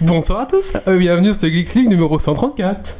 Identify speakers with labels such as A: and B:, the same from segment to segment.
A: Bonsoir à tous, euh, bienvenue sur Geeks League numéro 134.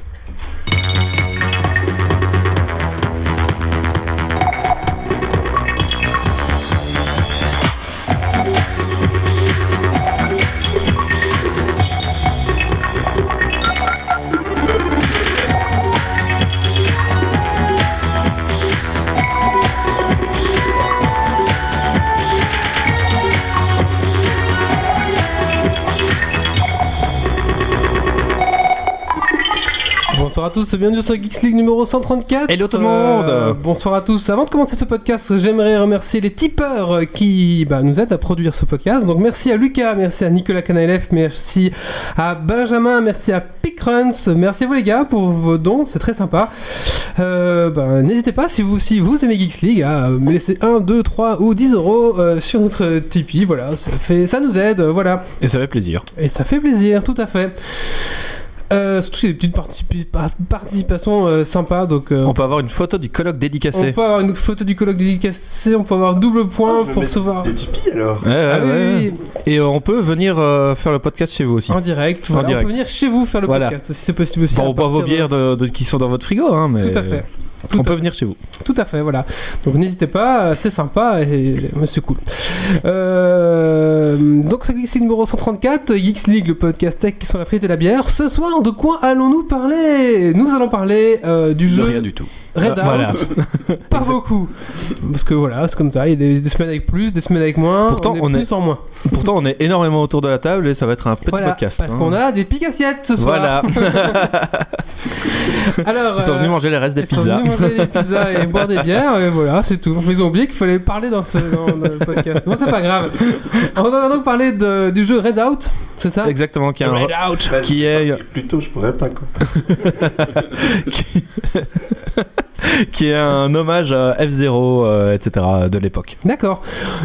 A: Bonsoir à tous, bienvenue sur Geeks League numéro 134.
B: Hello tout le monde.
A: Bonsoir à tous. Avant de commencer ce podcast, j'aimerais remercier les tipeurs euh, qui bah, nous aident à produire ce podcast. Donc merci à Lucas, merci à Nicolas Canalef, merci à Benjamin, merci à Pickruns, merci à vous les gars pour vos dons, c'est très sympa. Euh, bah, N'hésitez pas si vous si vous aimez Geeks League à euh, me laisser 1, 2, 3 ou 10 euros euh, sur notre Tipeee. Voilà, ça, fait, ça nous aide, euh, voilà.
B: Et ça fait plaisir.
A: Et ça fait plaisir, tout à fait. Euh, surtout qu'il y a des petites partici- par- participations euh, sympas, donc euh,
B: On peut avoir une photo du colloque
A: on
B: dédicacé.
A: peut avoir une photo du colloque dédicacé, on peut avoir double point
C: Je vais
A: pour
C: mettre
A: recevoir.
C: Des tipis alors
B: Ouais, ouais,
A: Ah oui,
B: ouais.
A: oui, oui,
B: Et euh, on peut venir euh, faire le podcast chez vous aussi.
A: en direct. voilà.
B: direct.
A: On peut venir chez vous faire le
B: Voilà.
A: podcast si c'est possible aussi.
B: Bon,
A: à
B: on boit vos
A: partir
B: bières de- de- qui sont dans votre frigo, hein, mais
A: de- Tout à fait. Tout
B: on
A: à
B: peut venir chez vous.
A: Tout à fait, voilà. Donc n'hésitez pas, euh, c'est sympa et euh, c'est cool. Euh, donc c'est Geeks League numéro 134, Geeks League, le podcast tech qui sont la frite et la bière. Ce soir, de quoi allons-nous parler Nous allons parler euh, du
C: De
A: jeu
C: rien du tout.
A: Red
B: Euh,
A: Out.
B: voilà.
A: Pas beaucoup. Parce que voilà, c'est comme ça. Il y a des, des semaines avec plus, des semaines avec moins. on
B: Pourtant,
A: est
B: on est-
A: plus en moins.
B: Pourtant, on est énormément autour de la table et ça va être un petit
A: Voilà,
B: podcast.
A: parce
B: hein.
A: qu'on a des piques assiettes ce soir.
B: Voilà,
A: Alors,
B: ils sont
A: euh,
B: venus manger les restes des
A: ils sont venus
B: pizzas.
A: manger des pizzas et boire des bières, et voilà, c'est tout. Mais ils ont oublié qu'il fallait parler dans, ce, dans- dans le podcast. Bon, c'est pas grave. On va donc parler de- du jeu Red Out, c'est ça
B: Exactement, qui est, un-
A: Red Out
C: Bah,
B: Qui
C: je
B: est-
C: suis parti Plus tôt, je pourrais pas quoi.
B: qui est un hommage à F0, euh, etc. de l'époque.
A: D'accord.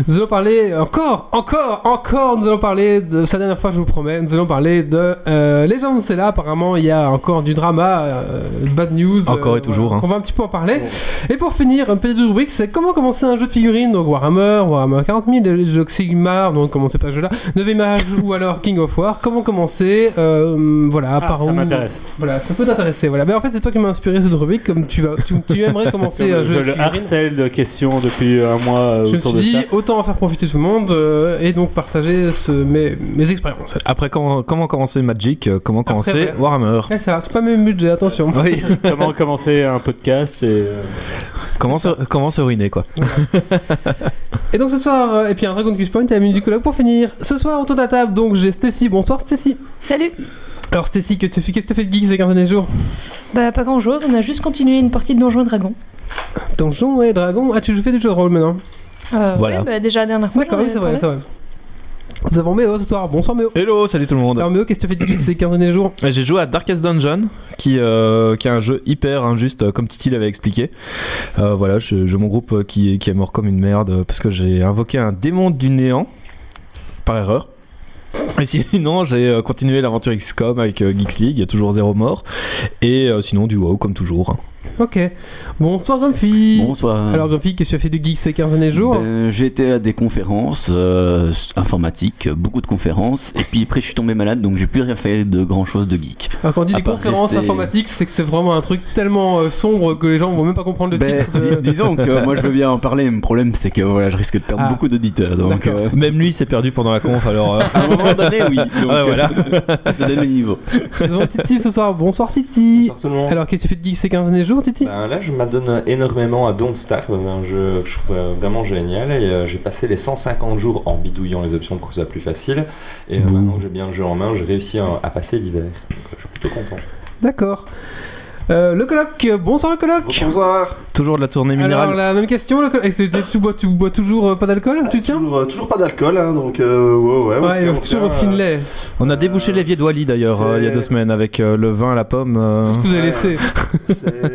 A: Nous allons parler encore, encore, encore. Nous allons parler de sa dernière fois, je vous promets. Nous allons parler de euh, Legend c'est là. Apparemment, il y a encore du drama, euh, bad news.
B: Encore et toujours,
A: voilà.
B: hein.
A: On va un petit peu en parler. Et pour finir, une petite rubrique, c'est comment commencer un jeu de figurines. Donc Warhammer, Warhammer 40 000, les jeux de Sigmar. Donc commencez pas ce jeu-là. 9 images ou alors King of War. Comment commencer euh, Voilà,
D: Ah,
A: par
D: ça
A: où
D: m'intéresse.
A: Voilà, ça peut t'intéresser. Voilà. Mais en fait, c'est toi qui m'as inspiré cette rubrique. Comme tu vas, tu, tu aimerais commencer un
D: je
A: jeu de
D: le
A: figurines.
D: harcèle de questions depuis un mois euh,
A: euh, Je me
D: autour
A: suis
D: de
A: dit,
D: ça.
A: autant en faire profiter tout le monde euh, et donc partager ce- mes, mes expériences.
B: Après, comment, comment commencer Magic euh, Comment commencer
A: voilà.
B: Warhammer
A: Et Eh, ça, c'est pas même budget, attention.
B: Oui,
D: Comment commencer un podcast et euh,
B: comment se, comment se ruiner, quoi.
A: Et donc ce soir, euh, et puis un Dragon Quest Point et la minute du colloque pour finir. Ce soir, autour de la table, donc j'ai Stacy. Bonsoir Stacy.
E: Salut
A: Alors Stacy, que tu fais- qu'est-ce que tu fait de geek ces 15 derniers jours
E: Bah pas grand chose, on a juste continué une partie de Donjons et Dragons.
A: Donjon et Dragon. Ah, tu fais du jeu de rôle maintenant
E: Euh,
B: Voilà.
E: ouais, bah, déjà la dernière fois.
A: D'accord,
E: j'en
A: oui,
E: avais
A: c'est vrai,
E: parlé.
A: c'est vrai. Nous avons Méo ce soir. Bonsoir Méo.
B: Hello, salut tout le monde.
A: Alors Méo, qu'est-ce que tu fais de geek ces 15 derniers jours
B: Ouais, J'ai joué à Darkest Dungeon, qui, euh, qui est un jeu hyper injuste, euh, comme Titi l'avait expliqué. Euh, voilà, je, je- mon groupe euh, qui, qui est mort comme une merde, euh, parce que j'ai invoqué un démon du néant, par erreur. Et sinon, j'ai euh, continué l'aventure XCOM avec euh, Geeks League, il y a toujours zéro mort. Et euh, sinon, du WoW, comme toujours. hein.
A: Ok. Bonsoir Grumpy.
F: Bonsoir.
A: Mm. Alors Grumpy, qu'est-ce que tu as fait de geek ces 15 derniers jours
F: Ben, J'étais à des conférences euh, informatiques, beaucoup de conférences, et puis après je suis tombé malade, donc j'ai plus rien fait de grand chose de geek.
A: Alors quand on dit
F: À
A: des
F: part
A: conférences
F: rester-
A: informatiques, c'est que c'est vraiment un truc tellement euh, sombre que les gens vont même pas comprendre le
F: Ben,
A: titre. de-
F: di- disons que moi je veux bien en parler, mais le problème c'est que voilà, je risque de perdre
A: Ah.
F: beaucoup d'auditeurs, donc
A: D'accord.
F: euh,
B: Même lui, il s'est perdu pendant la conf, alors. euh,
F: à un moment donné, oui. Donc,
B: Ouais, voilà.
F: euh, ça te donne le niveau.
A: Nous avons Titi ce soir. Bonsoir Titi.
G: Bonsoir tout le monde.
A: Alors qu'est-ce que tu fais de geek ces 15 derniers jours, Titi
G: Ben là, je m'adonne énormément à Don't Starve, un jeu que je trouve euh, vraiment génial. Et euh, j'ai passé les 150 jours en bidouillant les options pour que ce soit plus facile. Et euh,
B: Bouh.
G: maintenant que j'ai bien le jeu en main, j'ai réussi à, à passer l'hiver. Donc, euh, je suis plutôt content.
A: D'accord. Euh, le colloque. euh, Bonsoir le colloque.
C: Bonsoir
B: toujours de la tournée minérale.
A: Alors la même question. Le colloque. Est-ce que tu- tu bois, tu bois toujours euh, pas d'alcool Tu tiens
C: toujours, euh, toujours pas d'alcool, hein, donc euh, ouais, ouais, on
A: Ouais,
C: tient, on
A: toujours
C: tient,
A: au Finlay.
B: On a débouché
C: Euh,
B: l'évier d'Wally, d'ailleurs,
C: c'est-
B: euh, il y a deux semaines, avec euh, le vin à la pomme. euh,
A: Tout ce que vous avez
C: Ouais.
A: laissé.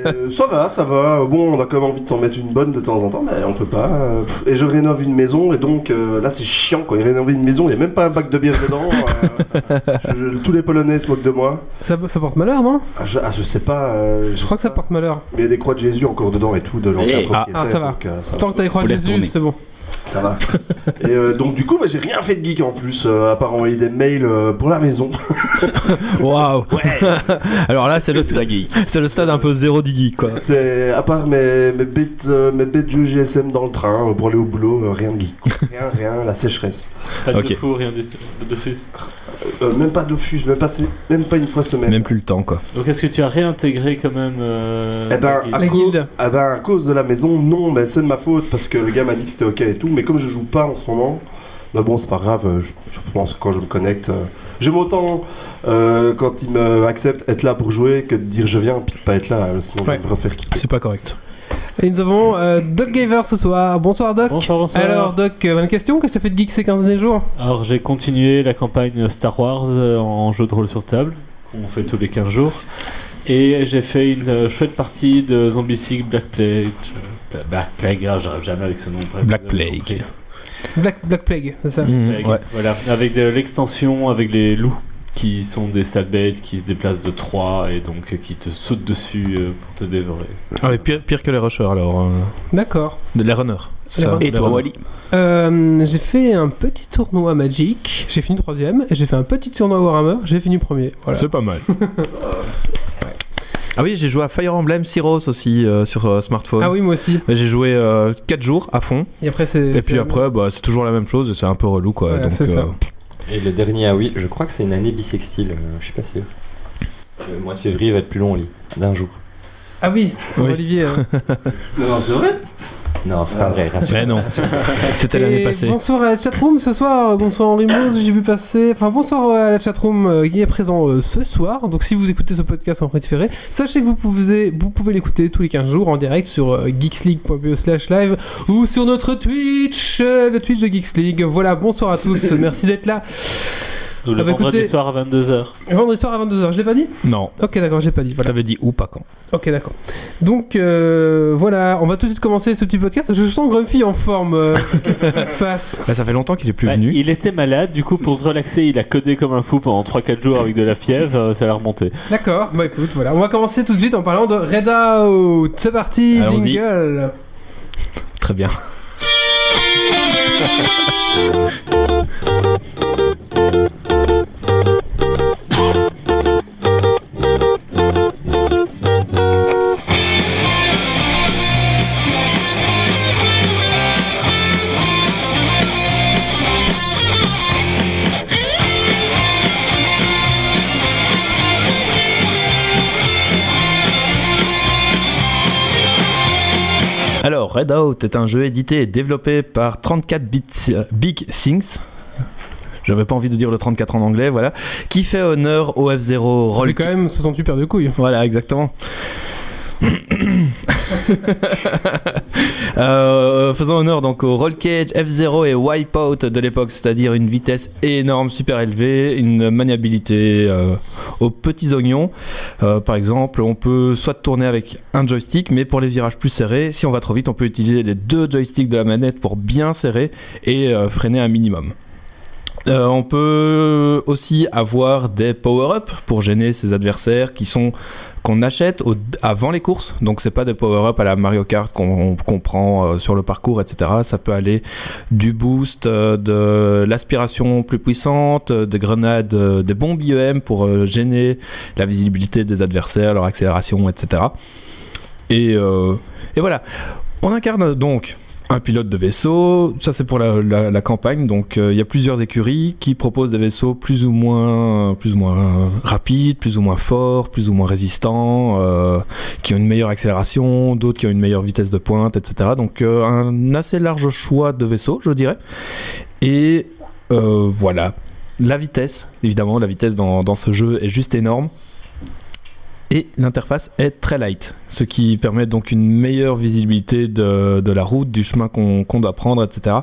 C: euh, c'est- ça va, ça va. Bon, on a quand même envie de t'en mettre une bonne de temps en temps, mais on peut pas. euh, Et je rénove une maison, et donc euh, là c'est chiant quoi. Rénover une maison, il y a même pas un bac de bière dedans. euh, je- je- tous les Polonais se moquent de moi.
A: Ça, ça porte malheur, non
C: Ah, je, ah, je sais pas. euh,
A: Je crois que ça porte malheur.
C: Mais il y a des croix de Jésus encore dedans et tout, de l'ancien
F: Eh,
C: propriétaire.
A: ah, ça va.
C: donc, euh, ça va.
A: Tant que t'as les croix
F: Faut
A: de
F: les
A: Jésus,
F: retourner.
A: c'est bon.
C: Ça va. Et euh, donc, du coup, bah, j'ai rien fait de geek en plus, euh, à part envoyer des mails euh, pour la maison.
B: Waouh Alors là, c'est le,
F: C'est la geek.
B: c'est le stade un peu zéro du geek, quoi.
C: C'est à part mes, mes bêtes, euh, mes bêtes du GSM dans le train euh, pour aller au boulot, euh, rien de geek. quoi. Rien, rien, la sécheresse.
D: Pas de
B: Ok.
D: four, rien du tout. Pas de fus.
C: Euh, même pas d'offus, même pas, même pas une fois semaine.
B: Même plus le temps, quoi.
D: Donc est-ce que tu as réintégré quand même euh,
C: Eh ben,
D: la
C: à,
A: La
C: cau-
A: guilde.
C: ah ben, à cause de la maison, non, mais c'est de ma faute parce que le gars m'a dit que c'était ok et tout, mais comme je joue pas en ce moment, bah bon, c'est pas grave, euh, je, je pense que quand je me connecte, euh, j'aime autant euh, quand il me accepte être là pour jouer que de dire je viens puis de pas être là, euh, sinon
A: Ouais.
C: je vais me refaire quitter.
B: C'est pas correct.
A: Et nous avons euh, Doc Gaver ce soir. Bonsoir Doc.
D: Bonsoir, bonsoir.
A: Alors Doc, euh, bonne question, qu'est-ce que tu fait de geek ces 15 derniers jours
D: Alors j'ai continué la campagne Star Wars euh, en jeu de rôle sur table, qu'on fait tous les 15 jours. Et j'ai fait une euh, chouette partie de Zombicide Black Plague. euh, Black Plague, ah, j'arrive jamais avec ce nom. bref,
B: Black
D: vous avez
B: Plague.
D: compris.
A: Black, Black Plague, c'est ça
D: Plague,
B: Mm, ouais.
D: Voilà, avec de l'extension, avec les loups qui sont des sales bêtes qui se déplacent de 3 et donc euh, qui te sautent dessus euh, pour te dévorer.
B: Ah, mais pire, pire que les rushers, alors. euh,
A: D'accord.
B: de les runners. c'est
A: Les
B: ça
A: runners.
F: Et toi, Wally
A: Euh, j'ai fait un petit tournoi Magic, j'ai fini troisième, et j'ai fait un petit tournoi Warhammer, j'ai fini premier. Voilà.
B: C'est pas mal. ah oui, j'ai joué à Fire Emblem Syros aussi euh, sur euh, smartphone.
A: Ah oui, moi aussi.
B: J'ai joué 4 jours à fond.
A: Et après, c'est.
B: Et
A: c'est-
B: puis après, bah, c'est toujours la même chose et c'est un peu relou quoi.
A: Voilà,
B: donc, euh,
A: c'est ça.
G: Et le dernier, ah oui, je crois que c'est une année bisextile, euh, je suis pas sûr. Le mois de février va être plus long, lit, d'un jour.
A: Ah oui, pour
B: Oui.
A: Olivier. hein.
C: Non, non, c'est vrai
G: Non, c'est pas vrai, rassure-toi.
B: Mais non, c'était
A: Et
B: l'année passée.
A: Bonsoir à la chatroom ce soir, euh, bonsoir Henri Mose, j'ai vu passer. Enfin, bonsoir à la chatroom euh, qui est présent euh, ce soir. Donc, si vous écoutez ce podcast en préféré, sachez que vous pouvez, vous pouvez l'écouter tous les 15 jours en direct sur euh, geeksleague.be/slash live ou sur notre Twitch, euh, le Twitch de Geeks League. Voilà, bonsoir à tous, merci d'être là.
D: Donc,
A: Ah
D: le
A: bah,
D: vendredi
A: écoutez-
D: soir à 22h.
A: Vendredi soir à 22h, je l'ai pas dit
B: Non,
A: Ok, d'accord, j'ai pas dit, voilà.
B: t'avais dit ou pas quand.
A: Ok, d'accord. Donc, euh, voilà, on va tout de suite commencer ce petit podcast. Je sens Grumpy en forme. euh, Qu'est-ce qui se passe
B: Bah, ça fait longtemps qu'il est plus
D: Ouais,
B: venu.
D: il était malade, du coup, pour se relaxer, il a codé comme un fou pendant 3-4 jours avec de la fièvre, euh, ça l'a remonté.
A: D'accord, bah écoute, voilà. On va commencer tout de suite en parlant de Red Out. C'est parti,
B: Allons-y.
A: jingle.
B: Très bien. Alors, Redout est un jeu édité et développé par 34 Bits, euh, Big Things. J'avais pas envie de dire le 34 en anglais, voilà. Qui fait honneur au F0
A: J'ai
B: Roll.
A: quand même 68 paires de couilles.
B: Voilà, exactement. Euh, faisant honneur donc au roll cage F0 et wipeout de l'époque, c'est-à-dire une vitesse énorme, super élevée, une maniabilité euh, aux petits oignons. Euh, par exemple, on peut soit tourner avec un joystick, mais pour les virages plus serrés, si on va trop vite, on peut utiliser les deux joysticks de la manette pour bien serrer et euh, freiner un minimum. Euh, on peut aussi avoir des power-up pour gêner ses adversaires qui sont qu'on achète au- avant les courses. Donc c'est pas des power-up à la Mario Kart qu'on qu'on prend euh, sur le parcours, etc. Ça peut aller du boost, euh, de l'aspiration plus puissante, euh, des grenades, euh, des bombes IEM pour euh, gêner la visibilité des adversaires, leur accélération, etc. Et, euh, et voilà. On incarne donc un pilote de vaisseau, ça c'est pour la, la- la campagne, donc euh, il y a plusieurs écuries qui proposent des vaisseaux plus ou moins, plus ou moins euh, rapides, plus ou moins forts, plus ou moins résistants, euh, qui ont une meilleure accélération, d'autres qui ont une meilleure vitesse de pointe, etc. Donc euh, un assez large choix de vaisseaux, je dirais. Et euh, voilà, la vitesse, évidemment, la vitesse dans, dans ce jeu est juste énorme. Et l'interface est très light, ce qui permet donc une meilleure visibilité de, de la route, du chemin qu'on qu'on doit prendre, etc.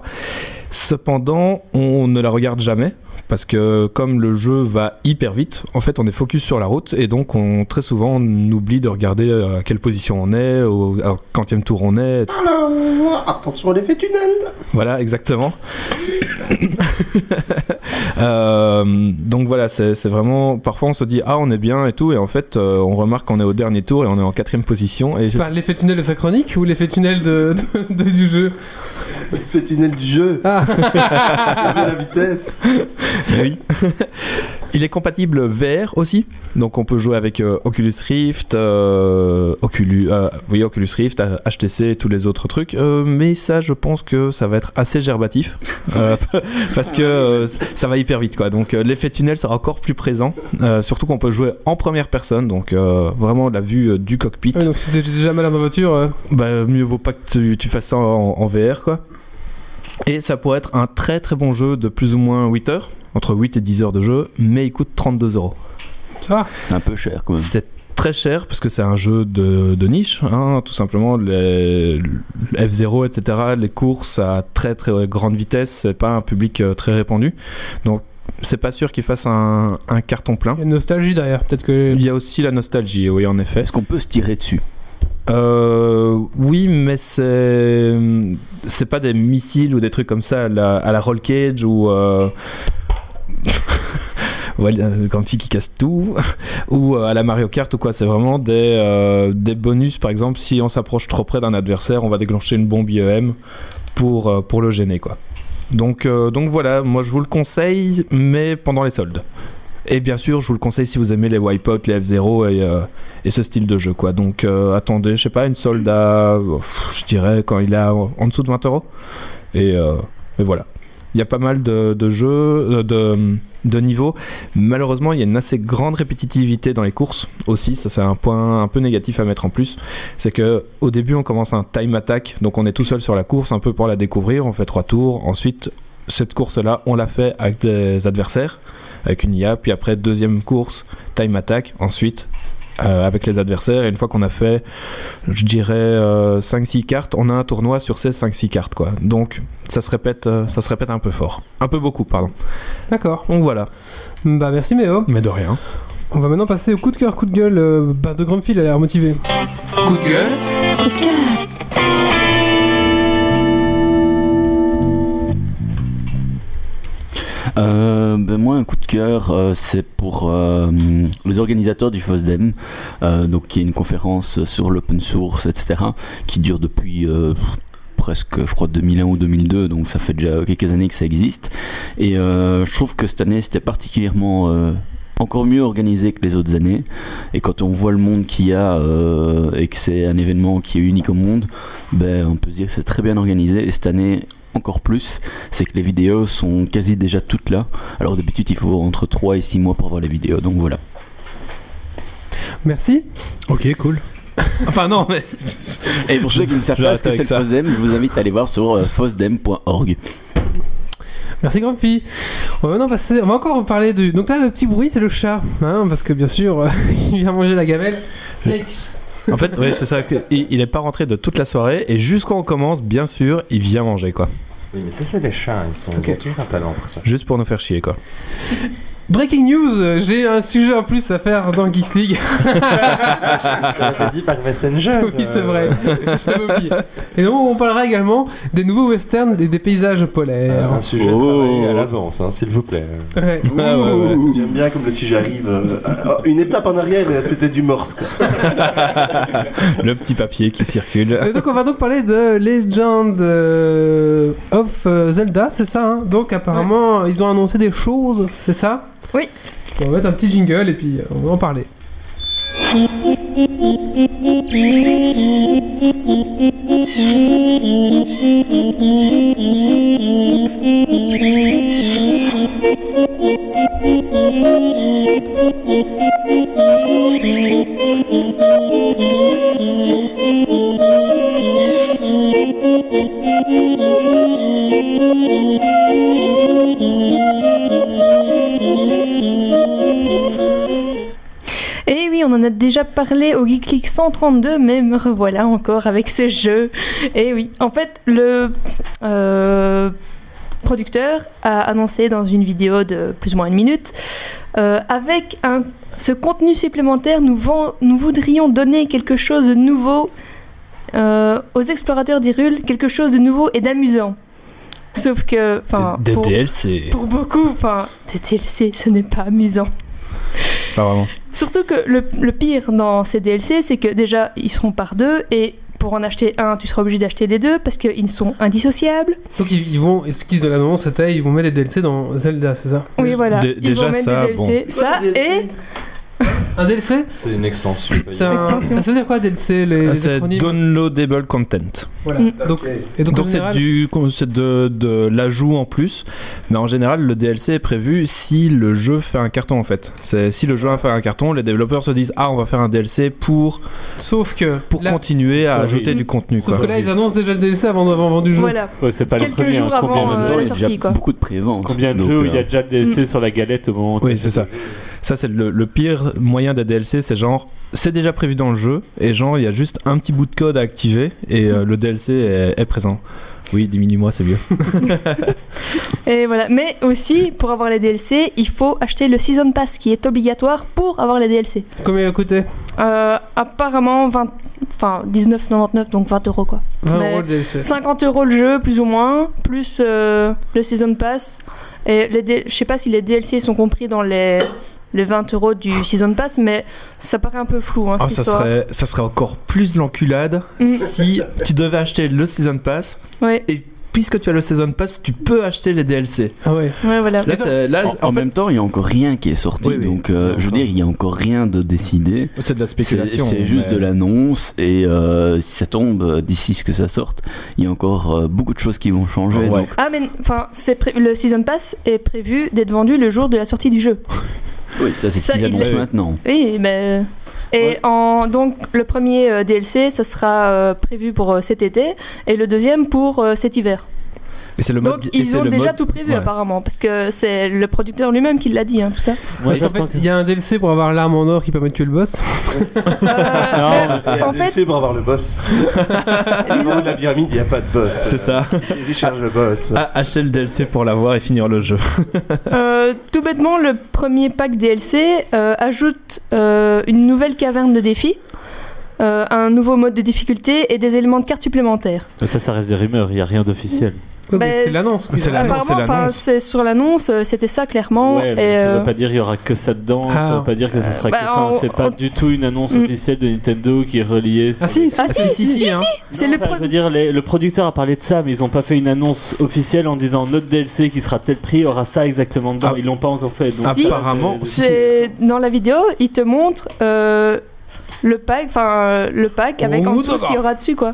B: Cependant, on ne la regarde jamais, parce que comme le jeu va hyper vite, en fait on est focus sur la route, et donc on, très souvent on oublie de regarder euh, à quelle position on est, au, à quantième tour on est, etc.
C: Attention à l'effet tunnel
B: Voilà, exactement. Euh, donc voilà, c'est c'est vraiment. Parfois, on se dit ah, on est bien et tout, et en fait, euh, on remarque qu'on est au dernier tour et on est en quatrième position. Et
A: Tu parles l'effet tunnel de sa chronique ou l'effet tunnel de, de- de- du jeu
C: fait tunnel du jeu,
A: Ah,
C: c'est la vitesse.
B: oui. Il est compatible VR aussi, donc on peut jouer avec euh, Oculus Rift, euh, Oculus, euh, oui, Oculus Rift, euh, HTC et tous les autres trucs. Euh, mais ça, je pense que ça va être assez gerbatif, euh, parce que euh, ça va hyper vite, quoi. Donc euh, l'effet tunnel sera encore plus présent, euh, surtout qu'on peut jouer en première personne, donc euh, vraiment la vue euh, du cockpit.
A: ouais, donc si t'es déjà mal dans ma voiture, euh,
B: Bah, mieux vaut pas que tu, tu fasses ça en, en VR, quoi. Et ça pourrait être un très très bon jeu de plus ou moins 8 heures, entre 8 et 10 heures de jeu, mais il coûte 32 euros.
A: ça va.
F: C'est un peu cher quand même.
B: C'est très cher parce que c'est un jeu de, de niche, hein, tout simplement. Les, le F0, etc., les courses à très très grande vitesse, c'est pas un public euh, très répandu. Donc, c'est pas sûr qu'il fasse un, un carton plein.
A: Il y a une nostalgie derrière. Peut-être que.
B: Il y a aussi la nostalgie, oui, en effet.
F: Est-ce qu'on peut se tirer dessus
B: Euh, oui, mais c'est c'est pas des missiles ou des trucs comme ça à la, à la roll cage ou euh, voilà, euh, comme fille qui casse tout ou euh, à la Mario Kart ou quoi. C'est vraiment des euh, des bonus par exemple. Si on s'approche trop près d'un adversaire, on va déclencher une bombe IEM pour euh, pour le gêner quoi. Donc euh, donc voilà, moi je vous le conseille, mais pendant les soldes. Et bien sûr, je vous le conseille si vous aimez les Wipeout, les F0 et euh, et ce style de jeu quoi. Donc euh, attendez, je sais pas, une solde à, pff, je dirais quand il est à- en dessous de 20 euros. Et, euh, et voilà. Il y a pas mal de, de jeux, euh, de, de niveaux. Malheureusement, il y a une assez grande répétitivité dans les courses aussi. Ça, c'est un point un peu négatif à mettre en plus. C'est que au début, on commence un time attack, donc on est tout seul sur la course, un peu pour la découvrir. On fait trois tours. Ensuite, cette course-là, on la fait avec des adversaires, avec une IA. Puis après, deuxième course, time attack. Ensuite, euh, avec les adversaires. Et une fois qu'on a fait, je dirais, 5-6 cartes, on a un tournoi sur ces 5-6 cartes, quoi. Donc, ça se répète, euh, ça se répète un peu fort. Un peu beaucoup, pardon.
A: D'accord.
B: Donc voilà.
A: Bah merci Méo.
B: Mais de rien.
A: On va maintenant passer au coup de cœur, coup de gueule. euh, bah, de Grumpy, il a l'air motivé. Coup de gueule.
F: Euh, ben moi, un coup de cœur, euh, c'est pour euh, les organisateurs du FOSDEM, euh, donc qui est une conférence sur l'open source, etc., qui dure depuis euh, presque, je crois, 2001 ou 2002, donc ça fait déjà quelques années que ça existe. Et euh, je trouve que cette année, c'était particulièrement euh, encore mieux organisé que les autres années. Et quand on voit le monde qu'il y a euh, et que c'est un événement qui est unique au monde, ben, on peut se dire que c'est très bien organisé. Et cette année, encore plus, c'est que les vidéos sont quasi déjà toutes là. Alors d'habitude, il faut entre 3 et 6 mois pour voir les vidéos, donc voilà.
A: Merci.
B: Ok, cool. enfin, non, mais.
F: Et pour ceux qui ne savent pas ce que
B: J'arrête
F: c'est le
B: avec ça.
F: FOSDEM, je vous invite à aller voir sur euh, fosdem.org.
A: Merci Grumpy. On va maintenant passer. On va encore parler du. Donc là, le petit bruit, c'est le chat. Hein, parce que bien sûr, il vient manger la gamelle.
B: En fait, ouais, c'est ça. que- il, il est pas rentré de toute la soirée. Et jusqu'en on commence, bien sûr, il vient manger, quoi.
G: Oui, mais ça, c'est les chats, ils, sont, ils
A: Ok.
G: ont toujours un talent pour ça.
B: Juste pour nous faire chier, quoi.
A: Breaking news. euh, J'ai un sujet en plus à faire dans Geeks League.
G: Je te l'avais dit par Messenger.
A: oui, c'est
G: euh,
A: vrai. J'avais oublié. Et donc, on parlera également des nouveaux westerns et des paysages polaires.
G: Un sujet
F: Oh.
G: travaillé à l'avance, hein, s'il vous plaît.
A: Ouais.
C: J'aime bien comme le sujet arrive. euh, euh, une étape en arrière, et c'était du morse. quoi.
B: Le petit papier qui circule.
A: Et donc on va donc parler de Legend euh, of euh, Zelda, c'est ça hein Donc apparemment ils ont annoncé des choses, c'est ça
E: Oui.
A: On va mettre un petit jingle et puis euh, on va en parler.
E: Et Eh oui, on en a déjà parlé au Geek League 132, mais me revoilà encore avec ce jeu. Et oui, en fait, le euh, producteur a annoncé dans une vidéo de plus ou moins une minute, euh, avec un- ce contenu supplémentaire, nous, vend- nous voudrions donner quelque chose de nouveau euh, aux explorateurs d'Irul, quelque chose de nouveau et d'amusant. Sauf que, enfin,
B: Des, des
E: pour,
B: DLC.
E: pour beaucoup, enfin, des DLC, ce n'est pas amusant.
B: Pas vraiment.
E: Surtout que le, le pire dans ces DLC, c'est que déjà, ils seront par deux, et pour en acheter un, tu seras obligé d'acheter les deux parce qu'ils sont indissociables.
A: Donc ils, ils vont, et ce qu'ils ont l'annonce, c'était ils vont mettre des DLC dans Zelda, c'est ça
E: Oui, voilà.
B: Dé-
E: Ils
B: déjà,
E: vont mettre
B: ça,
E: des DLC. Ça
C: Des DLC.
E: et
A: Un DLC
G: C'est une extension.
A: C'est un-
E: Extension.
A: Ça veut dire quoi DLC les, les
B: Ah, c'est
A: acronymes
B: downloadable content.
A: Voilà.
E: Mm.
A: Donc,
C: Ok.
A: et donc, en
B: Donc c'est
A: général-
B: du con- c'est de, de l'ajout en plus, mais en général le DLC est prévu si le jeu fait un carton en fait. C'est si le jeu va faire un carton, les développeurs se disent ah on va faire un DLC pour
A: sauf que
B: pour
A: là,
B: continuer à
D: Oui.
B: ajouter du contenu
A: sauf
B: quoi.
A: que là ils annoncent déjà le DLC avant d'avoir vendu le jeu.
E: voilà.
D: Ouais, c'est pas
E: Quelques
D: le premier. hein.
E: jours avant,
D: Combien, de-
E: euh, Mm.
F: il y
E: la
F: a
E: sortie,
F: déjà
E: quoi.
F: beaucoup de préventes.
D: combien de
F: Donc,
D: jeux où il y
F: euh,
D: a déjà le DLC sur la galette au moment où
B: Oui,
D: t'as
B: c'est
D: fait
B: ça.
D: le jeu
B: Ça c'est le, le pire moyen des DLC, c'est genre c'est déjà prévu dans le jeu et genre il y a juste un petit bout de code à activer et euh, le DLC est, est présent. Oui, diminue-moi, c'est mieux.
E: Et voilà. Mais aussi, pour avoir les DLC, il faut acheter le Season Pass qui est obligatoire pour avoir les DLC.
A: Combien il a coûté
E: Euh, apparemment, 20... enfin, 19,99, donc 20 euros quoi.
A: 20
E: Mais-
A: euros le DLC.
E: 50 euros le jeu, plus ou moins, plus euh, le Season Pass. Et les D- je sais pas si les DLC sont compris dans les, les 20 euros du Season Pass, mais ça paraît un peu flou. Hein,
B: Ah,
E: cette
B: ça
E: histoire.
B: serait, ça serait encore plus l'enculade
E: Mm.
B: si tu devais acheter le Season Pass.
E: Ouais,
B: Et puisque tu as le Season Pass, tu peux acheter les DLC.
A: Ah ouais.
E: ouais, voilà.
B: Là, c'est, là,
F: En,
B: c'est- en
F: en
B: fait,
F: même temps, il n'y a encore rien qui est sorti,
B: Oui, oui.
F: donc euh, je veux
B: Enfin.
F: dire, il n'y a encore rien de décidé.
B: c'est de la
F: C'est
B: spéculation.
F: c'est juste
B: mais-
F: de l'annonce et euh, si ça tombe euh, d'ici ce que ça sorte, il y a encore euh, beaucoup de choses qui vont changer.
B: Ouais.
F: donc-
E: Ah, mais enfin, c'est pré- le Season Pass est prévu d'être vendu le jour de la sortie du jeu.
F: oui, ça c'est ce
E: Ça,
F: qu'ils
E: il-
F: annoncent
B: Ouais, ouais.
F: maintenant.
E: Oui, mais. Et en, donc, le premier euh, DLC, ça sera euh, prévu pour euh, cet été, et le deuxième pour euh, cet hiver.
B: Et c'est le mode.
E: donc,
B: et
E: ils
B: c'est
E: ont
B: le
E: déjà
B: mode-
E: tout prévu,
B: ouais.
E: apparemment, parce que c'est le producteur lui-même qui l'a dit, hein, tout ça.
D: Moi,
A: Parce qu'en
D: j'apprends
A: fait,
D: que-
A: il y a un DLC pour avoir l'arme en or qui permet de tuer le boss.
E: Euh,
D: Non,
E: mais
C: Et
E: en
C: un
E: fait,
C: DLC pour avoir le boss. Au haut de la pyramide, il n'y a pas de boss.
B: C'est ça.
C: Il recharge le boss.
B: Ah, acheter le DLC pour l'avoir et finir le jeu.
E: Euh, tout bêtement, le premier pack DLC euh, ajoute euh, une nouvelle caverne de défi, euh, un nouveau mode de difficulté et des éléments de carte supplémentaires.
D: Mais ça, ça reste des rumeurs, il n'y a rien d'officiel.
A: Ouais,
E: Bah,
A: mais c'est l'annonce.
B: C'est l'annonce,
E: Apparemment,
B: c'est
E: enfin,
B: l'annonce.
E: c'est sur l'annonce, euh, c'était ça clairement.
D: ouais,
E: et,
D: mais ça
E: euh,
D: veut pas dire qu'il y aura que ça dedans,
A: Ah.
D: ça veut pas dire que ça sera
E: Bah,
D: que. Enfin,
E: on-
D: c'est pas
E: on-
D: du tout une annonce
E: Mm.
D: officielle de Nintendo qui est reliée.
A: Ah
D: sur-
A: si,
E: Ah, si, si, si,
A: hein.
E: c'est
D: Non,
E: le
D: enfin,
E: pro-
D: je veux dire, les- le producteur a parlé de ça, mais ils n'ont pas fait une annonce officielle en disant notre DLC qui sera tel prix aura ça exactement dedans.
B: Ah.
D: Ils l'ont pas encore fait. donc-
E: Si.
B: Apparemment, si, si.
E: c'est- dans la vidéo, il te montre euh, le pack, enfin euh, le pack avec en dessous ce qu'il y aura dessus quoi.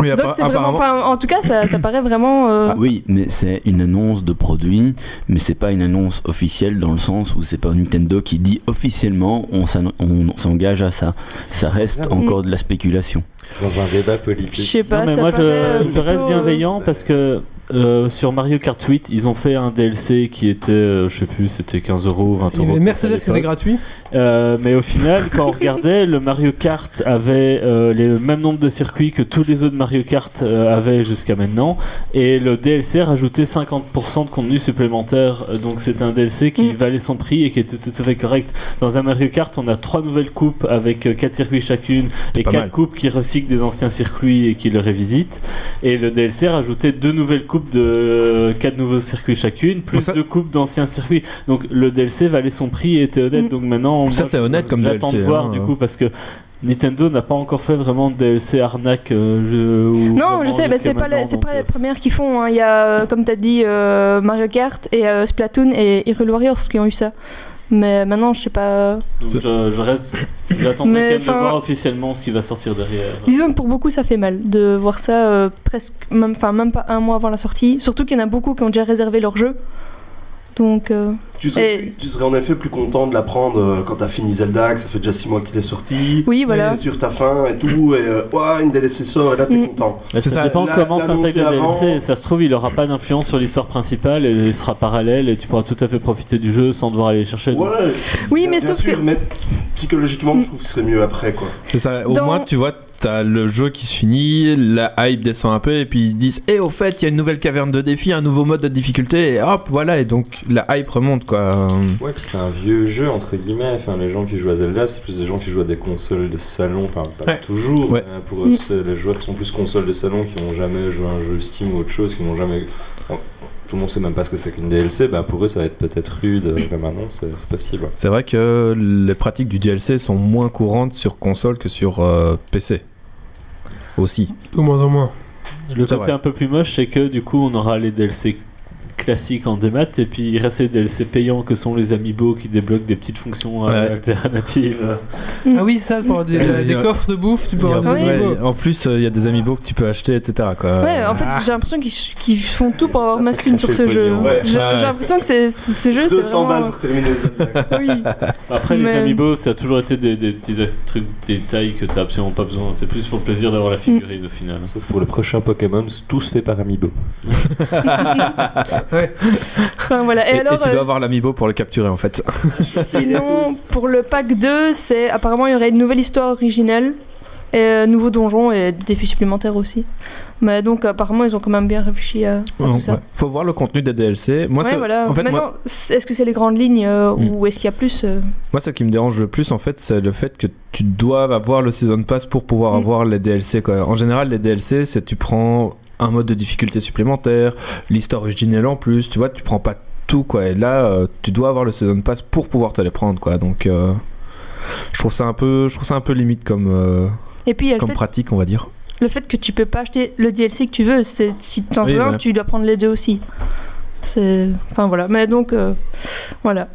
B: Oui, appa-
E: Donc c'est vraiment,
B: apparemment.
E: enfin, en tout cas, ça, ça paraît vraiment. euh,
B: Ah.
F: Oui, mais c'est une annonce de produit, mais c'est pas une annonce officielle dans le sens où c'est pas Nintendo qui dit officiellement on s'anno- on s'engage à ça. Ça reste encore de la spéculation.
G: Dans un débat
E: Je
G: politique.
E: sais pas.
D: non, mais
E: ça
D: moi je,
E: paraît, euh,
D: je reste
E: plutôt,
D: bienveillant
G: c'est-
D: parce que euh, sur Mario Kart 8, ils ont fait un DLC qui était, euh, je sais plus, c'était 15 euros, 20
A: Il y
D: euros.
A: avait Mercedes,
D: peut-être à
A: c'était
D: l'époque.
A: gratuit.
D: Euh, mais au final, quand on regardait, le Mario Kart avait euh, le même nombre de circuits que tous les autres Mario Kart euh, avaient jusqu'à maintenant. Et le DLC rajoutait 50% de contenu supplémentaire. Euh, Donc c'était un DLC qui
E: Mm.
D: valait son prix et qui était tout à fait correct. Dans un Mario Kart, on a trois nouvelles coupes avec euh, quatre circuits chacune et
B: pas
D: quatre
B: mal.
D: coupes qui recyclent des anciens circuits et qui les révisitent. Et le DLC rajoutait deux nouvelles coupes de euh, quatre nouveaux circuits chacune, plus
B: ça-
D: deux coupes d'anciens circuits. Donc le DLC valait son prix et était honnête.
E: Mm.
D: Donc maintenant,
B: Ça,
D: moi,
B: c'est honnête comme
D: J'attends de
B: DLC,
D: voir
B: hein.
D: du coup parce que Nintendo n'a pas encore fait vraiment de DLC arnaque. euh, je- ou
E: Non,
D: vraiment
E: je sais, mais
D: jusqu'à
E: c'est pas,
D: maintenant,
E: les- c'est
D: donc,
E: pas
D: euh,
E: les premières qui font. hein. Il y a, euh, comme t'as dit, euh, Mario Kart et euh, Splatoon et Hyrule Warriors qui ont eu ça. Mais maintenant, je sais pas. euh,
D: euh, donc je, je reste. J'attends quand
E: Mais,
D: même de
E: enfin-
D: voir officiellement ce qui va sortir derrière.
E: Disons que pour beaucoup, ça fait mal de voir ça euh, presque, même, enfin même pas un mois avant la sortie. Surtout qu'il y en a beaucoup qui ont déjà réservé leur jeu. Donc, euh,
C: Tu serais,
E: Et-
C: plus- tu serais en effet plus content de l'apprendre euh, quand t'as fini Zelda, que ça fait déjà 6 mois qu'il est sorti.
E: oui, voilà.
C: T'es sur ta fin et tout, et euh, ouah, une DLC sort, et là t'es
E: Mm.
C: content.
D: Mais
B: C'est
D: ça,
B: ça,
D: dépend
C: la-
D: comment s'intègre le
C: l'annoncer
D: DLC.
C: avant-
D: Ça se trouve, il aura pas d'influence sur l'histoire principale et il sera parallèle et tu pourras tout à fait profiter du jeu sans devoir aller le chercher.
C: Ouais,
E: Oui,
C: bien-
E: mais
C: bien
E: sauf
C: sûr,
E: que.
C: mais psychologiquement, je trouve que ce serait mieux après quoi.
B: C'est ça, au
E: Dans-
B: moins tu vois, t'as le jeu qui se finit, la hype descend un peu et puis ils disent Eh au fait, il y a une nouvelle caverne de défi, un nouveau mode de difficulté, et hop, voilà, et donc la hype remonte quoi.
G: Ouais, puis c'est un vieux jeu, entre guillemets. Enfin, les gens qui jouent à Zelda, c'est plus des gens qui jouent à des consoles de salon. Enfin, pas
A: Ouais.
G: toujours.
B: Ouais.
G: hein, pour eux,
E: Mm.
G: c'est les joueurs qui sont plus consoles de salon, qui n'ont jamais joué à un jeu Steam ou autre chose, qui n'ont jamais. Bon, tout le monde sait même pas ce que c'est qu'une DLC. Bah, pour eux, ça va être peut-être rude euh, comme annonce. C'est c'est possible.
B: C'est vrai que les pratiques du DLC sont moins courantes sur console que sur euh, PC. aussi.
A: De moins en moins.
D: Le
B: C'est
D: côté
B: vrai.
D: un peu plus moche, c'est que du coup, on aura les DLC classiques en démat et puis il reste les DLC payants que sont les amiibo qui débloquent des petites fonctions euh,
B: Ouais.
D: alternatives.
E: Mm.
A: Ah oui, ça, pour avoir des,
B: Il y a-
A: des coffres de bouffe, tu peux
B: Il y a-
A: avoir des
B: ouais,
A: amiibo.
B: En plus, euh, il y a des amiibo que tu peux acheter, etc. Quoi.
E: Ouais, en fait, j'ai l'impression qu'ils qu'ils font tout pour avoir
C: Ah. Ça fait
E: masculine sur
G: cracher
E: ce
G: le
E: jeu.
G: pognon,
C: ouais.
E: J'ai
B: Ouais.
E: j'ai l'impression que c'est- c'est- ce jeu, c'est
C: 200
E: vraiment...
C: balles pour terminer Zelda.
E: Oui.
D: Après, les
E: Mais-
D: amiibo, ça a toujours été des, des petits trucs, des tailles que t'as absolument pas besoin. C'est plus pour le plaisir d'avoir la figurine au final.
A: Mm.
G: Sauf pour le prochain Pokémon, tout se fait par Amiibo.
E: Enfin, voilà.
B: Et,
E: Et,
B: et
E: alors,
B: tu dois
E: euh,
B: avoir l'amiibo pour le capturer en fait.
E: Sinon, pour le pack 2, c'est apparemment il y aurait une nouvelle histoire originale, et euh, nouveau donjon et défis supplémentaires aussi. Mais donc apparemment ils ont quand même bien réfléchi à, à tout
B: Donc,
E: ça.
B: ouais. Faut voir le contenu des DLC. Moi,
E: Ouais,
B: ce-
E: voilà.
B: en fait, moi,
E: Maintenant, c'est- est-ce que c'est les grandes lignes euh,
B: Mm.
E: ou est-ce qu'il y a plus euh,
B: Moi, ce qui me dérange le plus, en fait, c'est le fait que tu dois avoir le Season Pass pour pouvoir
E: Mm.
B: avoir les DLC. Quoi. En général, les DLC, c'est tu prends un mode de difficulté supplémentaire, l'histoire originelle en plus, tu vois, tu prends pas tout, quoi. Et là, euh, tu dois avoir le Season Pass pour pouvoir te les prendre, quoi. Donc, euh, je, trouve ça un peu, je trouve ça un peu limite comme, euh,
E: Et puis il y a le
B: comme
E: fait,
B: pratique, on va dire.
E: le fait que tu peux pas acheter le DLC que tu veux, c'est si tu en
B: Oui,
E: veux un,
B: voilà.
E: tu dois prendre les deux aussi. C'est enfin voilà. Mais donc euh, voilà,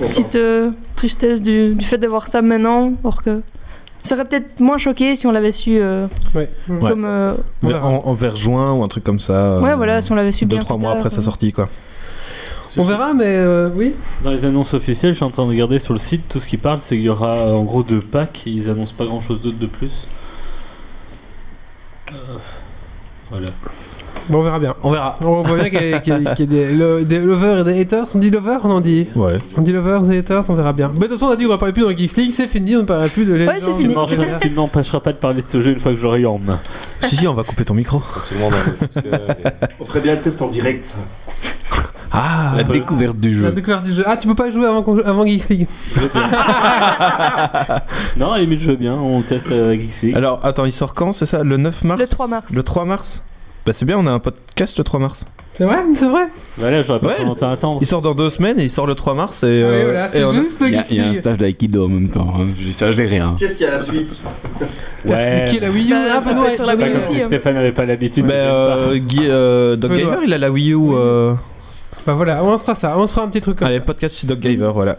E: petite euh, tristesse du, du fait d'avoir ça maintenant, alors que ça aurait peut-être moins choqué si on l'avait su euh,
A: Ouais.
B: Ouais.
E: comme euh,
A: On
B: Vers-
A: verra.
B: en, en vers juin ou un truc comme ça.
E: Ouais,
B: euh,
E: voilà, si on l'avait su
B: Deux,
E: bien
B: trois
E: plus
B: mois
E: tard,
B: après
E: euh,
B: sa sortie, quoi.
A: On verra, mais euh, oui.
D: Dans les annonces officielles, je suis en train de regarder sur le site, tout ce qu'ils parlent, c'est qu'il y aura euh, en gros deux packs, ils annoncent pas grand chose d'autre de plus. Euh, voilà.
A: Bon, on verra bien.
B: On verra.
A: On voit bien qu'il y a, qu'il y a- qu'il y a des, lo- des lovers et des haters. On dit lovers, on en dit
B: Ouais.
A: On dit lovers et haters, on verra bien. Mais de toute façon, on a dit qu'on ne parlait plus dans Geeks League, c'est fini, on ne parlera plus de
E: Ouais, c'est
D: Tu
E: fini.
A: Legends.
D: m'en- tu ne m'empêcheras pas de parler de ce jeu une fois que je l'aurai eu en main.
B: si, si, on va couper ton micro.
G: C'est sûrement dans le coup de cœur et-
C: On ferait bien le test en direct.
B: Ah,
F: La découverte du
A: La
F: jeu.
A: découverte du jeu. Ah, tu peux pas y jouer avant, qu'on- avant Geeks League.
D: Je veux bien. non, à la limite, je veux bien, on teste avec Geeks League.
B: Alors, attends, il sort quand, c'est ça Le 9 mars
E: Le 3 mars.
B: Le 3 mars Bah, c'est bien, on a un podcast le 3 mars.
A: C'est vrai, c'est vrai.
D: Voilà, Bah j'aurais pas
B: Ouais.
D: trop longtemps à attendre.
B: Il sort dans deux semaines et il sort le 3 mars. Et, euh,
A: Ouais, Ah voilà,
B: et
A: c'est
B: on a-
A: juste le
F: Il y, a-
A: Geeks
F: il y a un
A: League.
F: stage d'aïkido en même temps. hein. Je ça, je dirais rien.
C: Qu'est-ce qu'il y a à la suite
A: Personne
D: Ouais.
A: qui est la Wii U.
E: Bah,
A: Ah,
E: ça
A: bah,
E: peut
A: non,
E: être sur la
A: elle-
D: Pas
E: Wii
D: comme
E: aussi,
D: si
E: hein.
D: Stéphane n'avait pas l'habitude.
B: Bah,
D: de
B: euh, Guy, euh, Doc
A: Benoît.
B: Giver, il a la Wii U. euh,
A: Bah voilà, on se fera ça, on se fera un petit truc comme
B: Allez, podcast chez Doc Giver, voilà.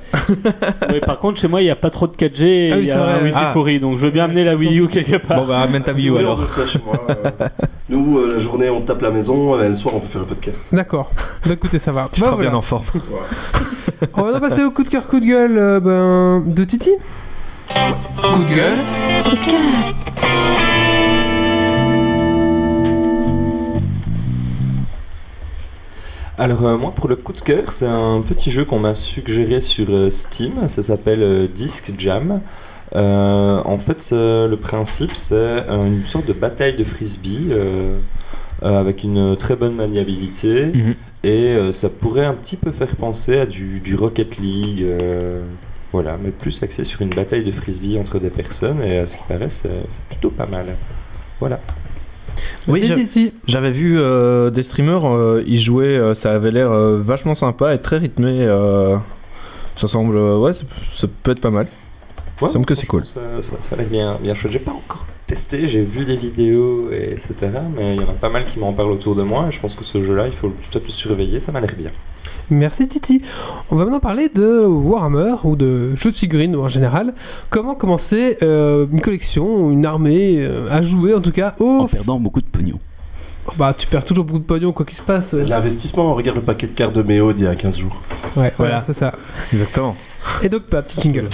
D: Ouais, par contre, chez moi, il n'y a pas trop de 4G et il
A: Ah oui,
D: y
A: c'est
D: a
A: vrai.
D: un Wi-Fi
B: Ah.
D: pourri, donc je veux bien amener la Wii U quelque
A: Ah.
D: part.
B: Bon, bah, amène ta Wii U
C: Oui, on
B: alors.
C: peut faire chez moi, euh, Nous, euh, la journée, on tape la maison, euh, le soir, on peut faire le podcast.
A: ça. D'accord. Bah écoutez, ça va.
B: Tu
A: Bah,
B: seras
A: voilà.
B: bien en forme.
A: On va donc passer au coup de cœur, coup de gueule euh, ben, de Titi. Coup de gueule.
G: Alors euh, moi pour le coup de cœur, c'est un petit jeu qu'on m'a suggéré sur euh, Steam, ça s'appelle euh, Disc Jam. Euh, en fait euh, le principe c'est euh, une sorte de bataille de frisbee euh, euh, avec une très bonne maniabilité
B: Mhm.
G: et euh, ça pourrait un petit peu faire penser à du, du Rocket League. euh, voilà, mais plus axé sur une bataille de frisbee entre des personnes et à ce qui paraît c'est c'est plutôt pas mal.
B: Oui,
A: Vas-y,
B: je-
A: Titi.
B: J'avais vu euh, des streamers euh, y jouer, euh, ça avait l'air euh, vachement sympa et très rythmé. euh, Ça semble, euh, ouais, ça ça peut être pas mal.
G: Ouais,
B: semble que c'est
G: franchement, Ça, ça, ça a l'air bien, bien chouette. J'ai pas encore testé, j'ai vu les vidéos, et etc. Mais il y en a pas mal qui m'en parlent autour de moi. Et je pense que ce jeu-là, il faut peut-être le surveiller. Ça m'a l'air bien.
A: Merci Titi. On va maintenant parler de Warhammer ou de jeux de figurines en général. Comment commencer euh, une collection, une armée euh, à jouer en tout cas
F: En
A: au...
F: perdant beaucoup de pognon.
A: Bah tu perds toujours beaucoup de pognon quoi qu'il se passe. Ouais,
C: L'investissement, regarde le paquet de cartes de Méo d'il y a 15 jours.
A: voilà,
B: Voilà.
A: c'est ça.
B: Exactement.
A: Et donc bah, petit jingle.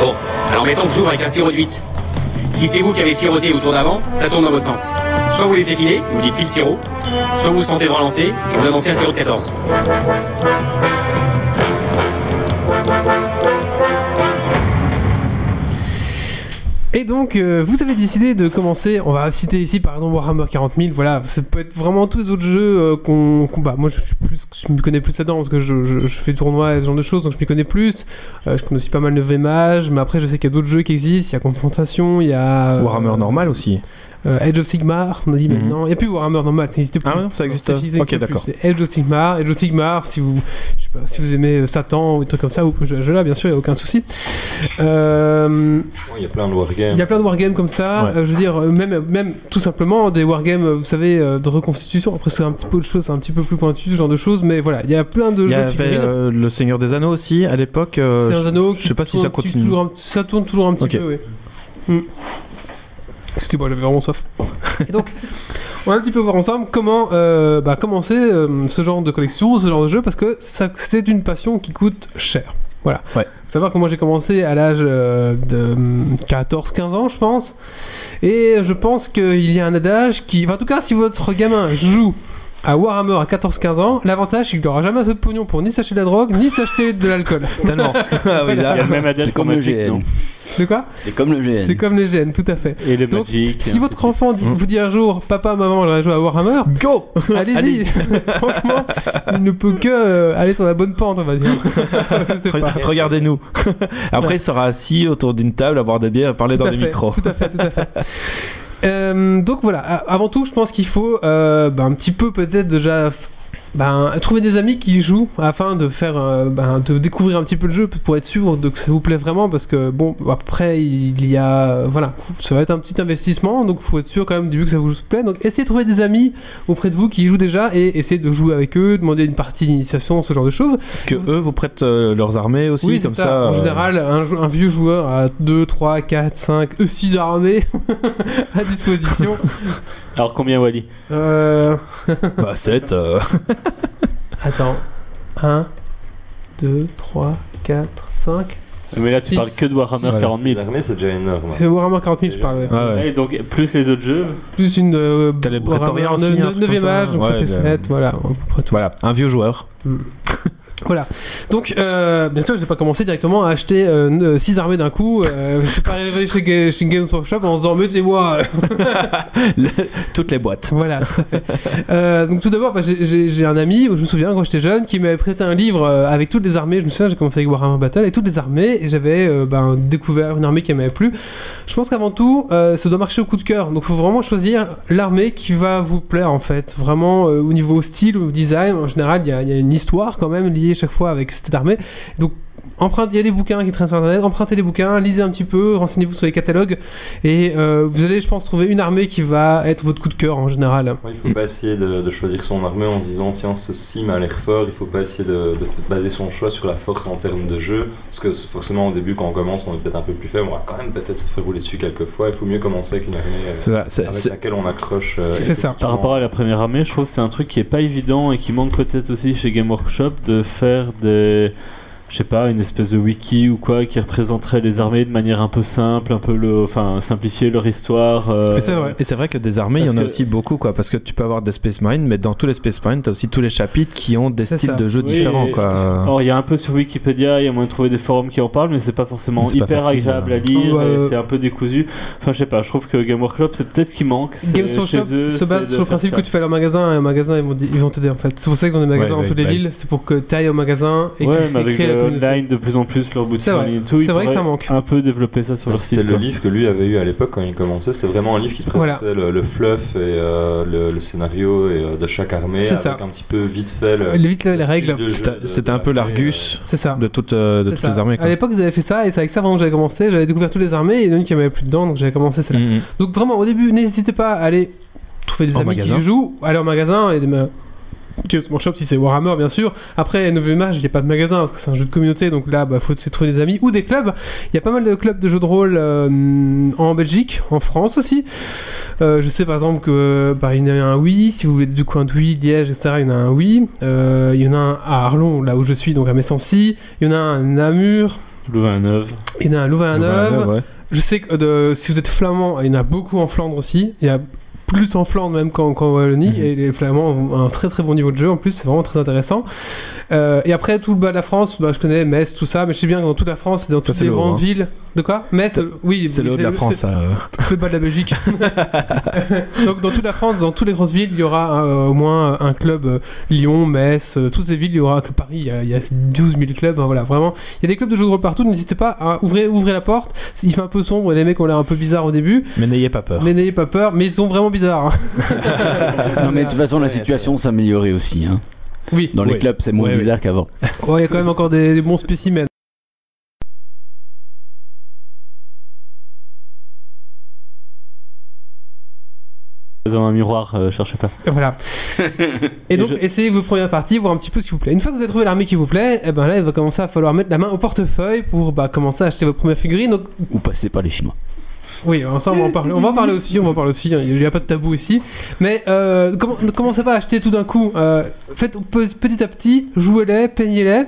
H: Bon, alors mettons que j'ouvre avec un sirop de 8. Si c'est vous qui avez siroté au tour d'avant, ça tourne dans votre sens. Soit vous laissez filer, et vous dites file sirop, soit vous vous sentez de relancer et vous annoncez un sirop de 14.
A: Et donc, euh, vous avez décidé de commencer. On va citer ici par exemple Warhammer 40 000. Voilà, ça peut être vraiment tous les autres jeux euh, qu'on combat. Moi, je, suis plus, je me connais plus là-dedans parce que je, je- je fais tournoi et ce genre de choses, donc je m'y connais plus. Euh, je connais aussi pas mal de VMage, mais après, je sais qu'il y a d'autres jeux qui existent. Il y a Confrontation, il y a. euh,
B: Warhammer normal aussi.
A: euh, Age of Sigmar, on a dit
B: Mhm.
A: maintenant. Il n'y a plus Warhammer normal, ça n'existe plus.
B: Ah ouais, non, ça existe.
A: Ça n'existe
B: ok,
A: plus.
B: d'accord.
A: C'est Age of Sigmar. Age of Sigmar, si vous, je sais pas, si vous aimez euh, Satan ou des trucs comme ça, vous pouvez jouer à ce jeu-là, bien sûr, il n'y a aucun souci. Euh,
G: Ouais, Il y a plein de wargames.
A: il y a plein de wargames comme ça,
B: Ouais.
A: euh, je veux dire, euh, même, même tout simplement des wargames, euh, vous savez, euh, de reconstitution. Après, c'est un petit peu de choses, c'est un petit peu plus pointu, ce genre de choses, mais voilà, il y a plein de
B: Il y
A: jeux
B: avait
A: figurines.
B: euh, le Seigneur des Anneaux aussi à l'époque. euh,
A: c'est un
B: je-
A: anneau
B: Je
A: qui
B: sais pas si
A: tourne
B: ça
A: petit-
B: continue.
A: toujours un- ça tourne toujours un petit
B: Ok.
A: peu, oui. Mm. Excusez-moi, j'avais vraiment soif. Et donc, on va un petit peu voir ensemble comment euh, bah, commencer euh, ce genre de collection, ce genre de jeu, parce que ça- c'est une passion qui coûte cher. Voilà.
B: Ouais.
A: Faut Savoir que moi j'ai commencé à l'âge euh, de 14-15 ans, je pense. Et je pense qu'il y a un adage qui. Enfin, en tout cas, si votre gamin joue à Warhammer à 14-15 ans, l'avantage c'est qu'il n'aura jamais assez de pognon pour ni s'acheter de la drogue, ni s'acheter de l'alcool.
B: Tellement. Ah oui, là.
D: Il y a le même
F: C'est
D: adepte
F: comme le
D: Magic,
F: GN.
D: non
A: C'est quoi
F: C'est comme le
A: C'est
F: GN.
A: comme les gènes, tout à fait.
D: Et le
A: Donc,
D: Magic. et
A: Si
D: ainsi de
A: votre
D: suite.
A: enfant dit-
B: Mm.
A: vous dit un jour, papa, maman, j'aurais joué à Warhammer,
B: Go
A: allez-y.
B: Allez-y.
A: Franchement, il ne peut que euh, aller sur la bonne pente, on va dire. Je sais pas.
B: Re- Regardez-nous. Après, il sera assis autour d'une table à boire des bières et parler
A: Tout
B: dans
A: à
B: des
A: fait,
B: micros.
A: Tout à fait, tout à fait. Euh, donc voilà, a- avant tout, je pense qu'il faut euh, ben, un petit peu peut-être déjà f- ben, trouver des amis qui y jouent afin de faire euh, ben, de découvrir un petit peu le jeu pour être sûr de que ça vous plaît vraiment parce que bon après il y a euh, voilà ça va être un petit investissement donc faut être sûr quand même au début que ça vous plaît donc essayez de trouver des amis auprès de vous qui y jouent déjà et essayez de jouer avec eux demander une partie d'initiation ce genre de choses
B: Que eux vous prêtent euh, leurs armées aussi,
A: oui, c'est
B: comme ça.
A: En
B: euh,
A: général, un, jou- un vieux joueur a 2, 3, 4, 5, 6 euh, armées à disposition.
D: Alors combien Wally
A: Euh,
B: Bah, 7.
A: attends. 1, 2, 3, 4, 5.
D: Mais là tu
A: Six.
D: parles que de Warhammer
B: Ouais.
D: 40 000.
G: L'armée, c'est déjà énorme.
A: C'est Warhammer 40 000, je parle. Ah ouais.
D: Ouais, donc plus les autres jeux.
A: Plus une. Euh,
B: T'as les Prétoriens aussi, un truc
A: 9
B: comme ça.
A: âge, donc ça
B: Ouais,
A: fait
B: ben-
A: 7. Voilà, à peu près tout.
B: Voilà, un vieux joueur.
A: Voilà. Donc, euh, bien sûr, je n'ai pas commencé directement à acheter euh, 6 armées d'un coup. Euh, je ne suis pas arrivé chez, Ga- chez Games Workshop en se disant, mais c'est moi,
B: Toutes les boîtes.
A: Voilà, tout à fait. Euh, donc tout d'abord, bah, j'ai- j'ai j'ai un ami, où je me souviens quand j'étais jeune, qui m'avait prêté un livre euh, avec toutes les armées. Je me souviens, j'ai commencé avec Warhammer Battle et toutes les armées, et j'avais euh, ben, découvert une armée qui m'avait plu. Je pense qu'avant tout, euh, ça doit marcher au coup de cœur. Donc faut vraiment choisir l'armée qui va vous plaire en fait. Vraiment euh, au niveau style, au design, en général, il y, a- il y a une histoire quand même liée chaque fois avec cette armée. Donc emprunte- il y a des bouquins qui traînent sur internet, empruntez les bouquins, lisez un petit peu, renseignez-vous sur les catalogues et euh, vous allez, je pense, trouver une armée qui va être votre coup de cœur en général.
G: Ouais, il faut pas essayer de, de choisir son armée en se disant tiens ce sim a l'air fort, il faut pas essayer de, de f- baser son choix sur la force en termes de jeu, parce que c'est- forcément au début quand on commence on est peut-être un peu plus faible, on va quand même peut-être se faire rouler dessus quelques fois, il faut mieux commencer avec une armée euh,
B: C'est ça, c'est-
G: avec
B: c'est-
G: laquelle on accroche. euh,
A: C'est ça.
G: esthétiquement.
D: Par rapport à la première armée, je trouve que c'est un truc qui est pas évident et qui manque peut-être aussi chez Game Workshop de faire des. Je sais pas, une espèce de wiki ou quoi qui représenterait les armées de manière un peu simple, un peu le. Enfin, simplifier leur histoire. euh,
A: Et c'est vrai.
B: Et c'est vrai que des armées, il y en
D: Parce
B: a
D: que-
B: aussi beaucoup, quoi. Parce que tu peux avoir des Space Marines, mais dans tous les Space Marines, t'as aussi tous les chapitres qui ont des
A: C'est
B: styles
A: ça.
B: de jeux
D: Oui,
B: différents,
D: et-
B: quoi.
D: Or, il y a un peu sur Wikipédia, il y a moyen de trouver des forums qui en parlent, mais c'est pas forcément
B: C'est pas
D: hyper
B: facile,
D: agréable
B: hein.
D: à lire,
A: Ou, euh,
D: et c'est un peu décousu. Enfin, je sais pas, je trouve que Game Workshop, c'est peut-être ce qui manque. c'est-
A: Games Workshop
D: chez eux,
A: se base
D: c'est de
A: sur le
D: faire
A: principe
D: ça.
A: que tu fais aller au magasin et au magasin ils vont di- ils vont t'aider en fait. C'est pour ça qu'ils ont des magasins
B: Ouais,
A: dans
B: ouais,
A: toutes les
B: ouais.
A: villes, c'est pour que tu ailles au magasin et que
D: Ouais,
A: tu
D: mais avec
A: crées la
D: le
A: communauté.
D: online de plus en plus, leur boutique
A: C'est vrai.
D: en ligne et tout,
A: C'est
D: ils
A: vrai que ça
D: pourraient
A: manque.
D: un peu développer ça sur leur site.
G: Bah, C'était le
D: quoi.
G: livre que lui avait eu à l'époque quand il commençait, c'était vraiment un livre qui
A: Voilà.
G: présentait le, le fluff et euh, le, le scénario et, euh, de chaque armée,
A: C'est
G: avec
A: ça.
G: un petit peu vite fait le,
A: Euh, Les- Vite les,
G: le
A: les
G: style
A: règles,
G: de jeu
B: C'était
G: de-
B: c'était
G: de
B: un peu
G: l'armée,
B: l'Argus
A: c'est ça.
B: de toutes, euh, de
A: C'est
B: toutes
A: ça.
B: les armées, quoi.
A: À l'époque, ils avaient fait ça, et c'est avec ça vraiment que j'avais commencé. J'avais découvert toutes les armées, et il y en a une qui m'avait plus dedans, donc j'avais commencé celle-là.
B: Mhm.
A: Donc vraiment, au début, n'hésitez pas à aller trouver des
B: En
A: amis
B: magasin.
A: qui y jouent, aller en magasin et des ma- Games Workshop si c'est Warhammer bien sûr. Après 9 match, il n'y a pas de magasin parce que c'est un jeu de communauté donc là bah, faut essayer de trouver des amis ou des clubs. Il y a pas mal de clubs de jeux de rôle euh, en Belgique, en France aussi. Euh, je sais par exemple que bah, il y en a un oui, si vous voulez du coin de oui, Liège, etc. Il y en a un oui. Euh, il y en a un à Arlon, là où je suis, donc à Messancy. Il y en a un à Namur.
D: Louvain neuve
A: Il y en a un à
B: Voilà,
A: Louvain-la-Neuve.
B: ouais.
A: Je sais que de- si vous êtes flamand, il y en a beaucoup en Flandre aussi. Il y a plus en Flandre même qu'en qu'en Wallonie.
B: Mhm.
A: Et les Flamands ont un très très bon niveau de jeu en plus, c'est vraiment très intéressant. Euh, et après, tout le bas de la France, bah, je connais Metz, tout ça, mais je sais bien que dans toute la France, dans toutes
B: c'est
A: les
B: le haut,
A: grandes
B: hein.
A: villes. De quoi Metz, euh, oui,
B: C'est
A: oui,
B: le haut de la
A: c'est-
B: France. ça, euh.
A: c'est le bas de la Belgique. Donc dans toute la France, dans toutes les grosses villes, il y aura euh, au moins un club. euh, Lyon, Metz, euh, toutes ces villes, il y aura que Paris, il y a, il y a 12 000 clubs. hein, voilà, vraiment. Il y a des clubs de jeux de rôle partout. N'hésitez pas à ouvrir, ouvrir la porte. Il fait un peu sombre et les mecs ont l'air un peu bizarres au début.
B: Mais n'ayez pas peur.
A: Mais n'ayez pas peur, mais ils sont vraiment bizarres. hein.
F: Non,
B: Ah,
F: mais de toute façon, la situation s'améliorait aussi. hein.
A: Oui,
F: Dans les
B: Oui.
F: clubs, c'est moins
B: Ouais,
F: bizarre qu'avant.
A: Ouais, il y a quand même encore des, des bons spécimens.
D: Dans un miroir, euh, cherchez pas.
A: Voilà. Et
D: Et
A: donc,
D: je-
A: essayez vos premières parties, voir un petit peu ce qui vous plaît. Une fois que vous avez trouvé l'armée qui vous plaît, eh ben là, il va commencer à falloir mettre la main au portefeuille pour bah, commencer à acheter vos premières figurines. Donc,
F: Ou passez par les Chinois.
A: Oui, on, on va en parler. On va en parler aussi. On va en parler aussi. hein. Il n'y a pas de tabou ici. Mais euh, comment- ne commencez pas à acheter tout d'un coup. Euh, faites pe- petit à petit. Jouez-les, peignez-les.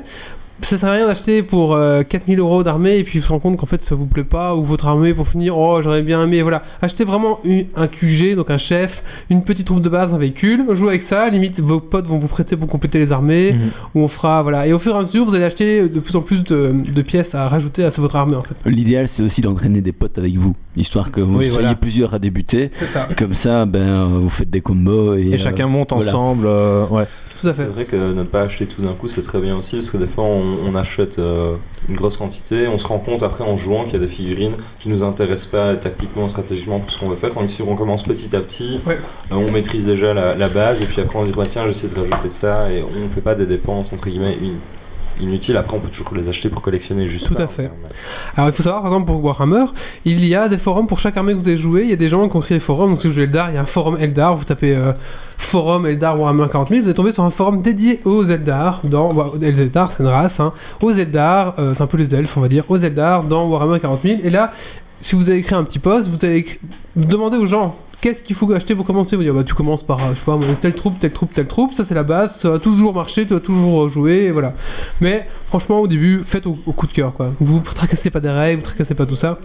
A: Ça sert à rien d'acheter pour 4000 euros d'armée et puis vous se rendre compte qu'en fait ça vous plaît pas ou votre armée pour finir oh j'aurais bien aimé voilà achetez vraiment une- un QG donc un chef une petite troupe de base un véhicule jouez avec ça limite vos potes vont vous prêter pour compléter les armées
B: Mhm.
A: ou on fera voilà et au fur et à mesure vous allez acheter de plus en plus de, de pièces à rajouter à votre armée en fait
F: L'idéal, c'est aussi d'entraîner des potes avec vous, histoire que vous
B: Oui,
F: soyez
B: voilà.
F: plusieurs à débuter.
A: c'est ça
F: Comme ça, ben, vous faites des combos et,
B: Et
F: euh,
B: chacun monte
F: voilà.
B: ensemble. euh, ouais.
A: tout à
G: C'est
A: fait
G: vrai que ne pas acheter tout d'un coup, c'est très bien aussi, parce que des fois, on, on achète euh, une grosse quantité, on se rend compte après en jouant qu'il y a des figurines qui nous intéressent pas tactiquement, stratégiquement, tout ce qu'on veut faire. Tandis que si on commence petit à petit,
A: Ouais.
G: euh, on maîtrise déjà la, la base, et puis après, on se dit, bah, tiens, j'essaie de rajouter ça, et on fait pas des dépenses, entre guillemets, in- inutiles. Après, on peut toujours les acheter pour collectionner, juste
A: Tout
G: pas,
A: à fait.
G: mais-
A: Alors il faut savoir par exemple pour Warhammer, il y a des forums pour chaque armée que vous avez joué, il y a des gens qui ont créé des forums, donc si vous jouez Eldar, il y a un forum Eldar, vous tapez euh, forum Eldar Warhammer 40 000, vous allez tomber sur un forum dédié aux Eldar, dans... bah, les Eldar c'est une race, hein, aux Eldar, euh, c'est un peu les elfes on va dire, aux Eldar dans Warhammer 40 000, et là si vous avez écrit un petit post, vous allez écri- demander aux gens qu'est-ce qu'il faut acheter pour commencer, vous dire bah tu commences par euh, je sais pas, moi, telle troupe, telle troupe, telle troupe, ça c'est la base, ça a toujours marché, tu as toujours euh, joué, et voilà. Mais franchement, au début, faites au, au coup de cœur. Quoi. Vous tracassez pas des règles, vous tracassez pas tout ça.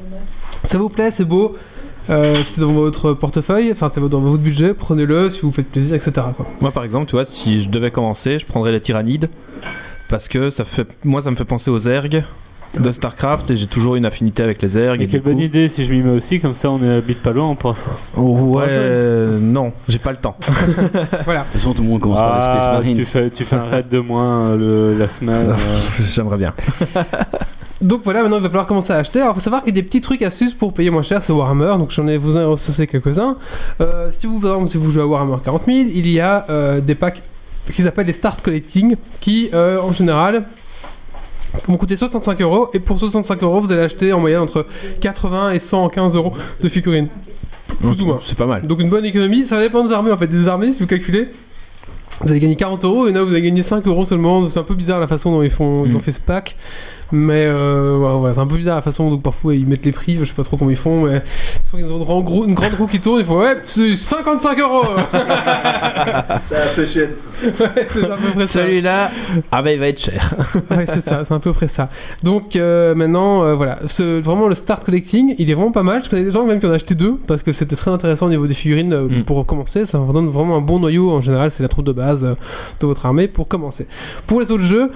A: Ça vous plaît, c'est beau. euh, c'est dans votre portefeuille, enfin c'est dans votre budget, prenez-le si vous faites plaisir, etc. Quoi.
B: Moi, par exemple, tu vois, si je devais commencer, je prendrais la tyrannide. Parce que ça fait, moi, ça me fait penser aux ergs de StarCraft et j'ai toujours une affinité avec les ergs.
D: Et
B: du
D: quelle
B: coup-
D: bonne idée si je m'y mets aussi, comme ça on habite pas loin, on pourra.
B: Ouais, euh, non, j'ai pas le temps.
F: De toute façon, tout le monde commence par les Space
D: Ah,
F: Marines.
D: tu fais, tu fais un raid de moins euh, le- la semaine. euh.
B: J'aimerais bien.
A: Donc voilà, maintenant il va falloir commencer à acheter. Alors il faut savoir qu'il y a des petits trucs astuces pour payer moins cher, c'est Warhammer, donc j'en ai vous en ai recensé quelques-uns. Euh, si vous par exemple si vous jouez à Warhammer 40 000, il y a euh, des packs qu'ils appellent les Start Collecting, qui euh, en général vont coûter 65 euros, et pour 65 euros vous allez acheter en moyenne entre 80 et 115 euros de figurines. Plus ou moins.
B: C'est pas mal.
A: Donc une bonne économie, ça dépend des armées en fait. Des armées, si vous calculez, vous avez gagné 40 euros, et là vous avez gagné 5 euros seulement. C'est un peu bizarre la façon dont ils font, ils ont
B: Mm.
A: fait ce pack. Mais euh, voilà, voilà, c'est un peu bizarre la façon dont parfois ils mettent les prix, je sais pas trop comment ils font, mais je trouve qu'ils ont une grande roue- une grande roue qui tourne, ils font ouais, c'est 55 euros
C: Ça s'achète.
A: Ouais, C'est à peu près ça.
B: Celui-là, ah bah il va être cher.
A: Ouais, c'est ça, c'est à peu près ça. Donc euh, maintenant, euh, voilà, ce, vraiment le Start Collecting, il est vraiment pas mal. Je connais des gens même qui en ont acheté deux parce que c'était très intéressant au niveau des figurines euh,
B: Mm.
A: pour commencer. Ça vous donne vraiment un bon noyau en général, c'est la troupe de base euh, de votre armée pour commencer. Pour les autres jeux,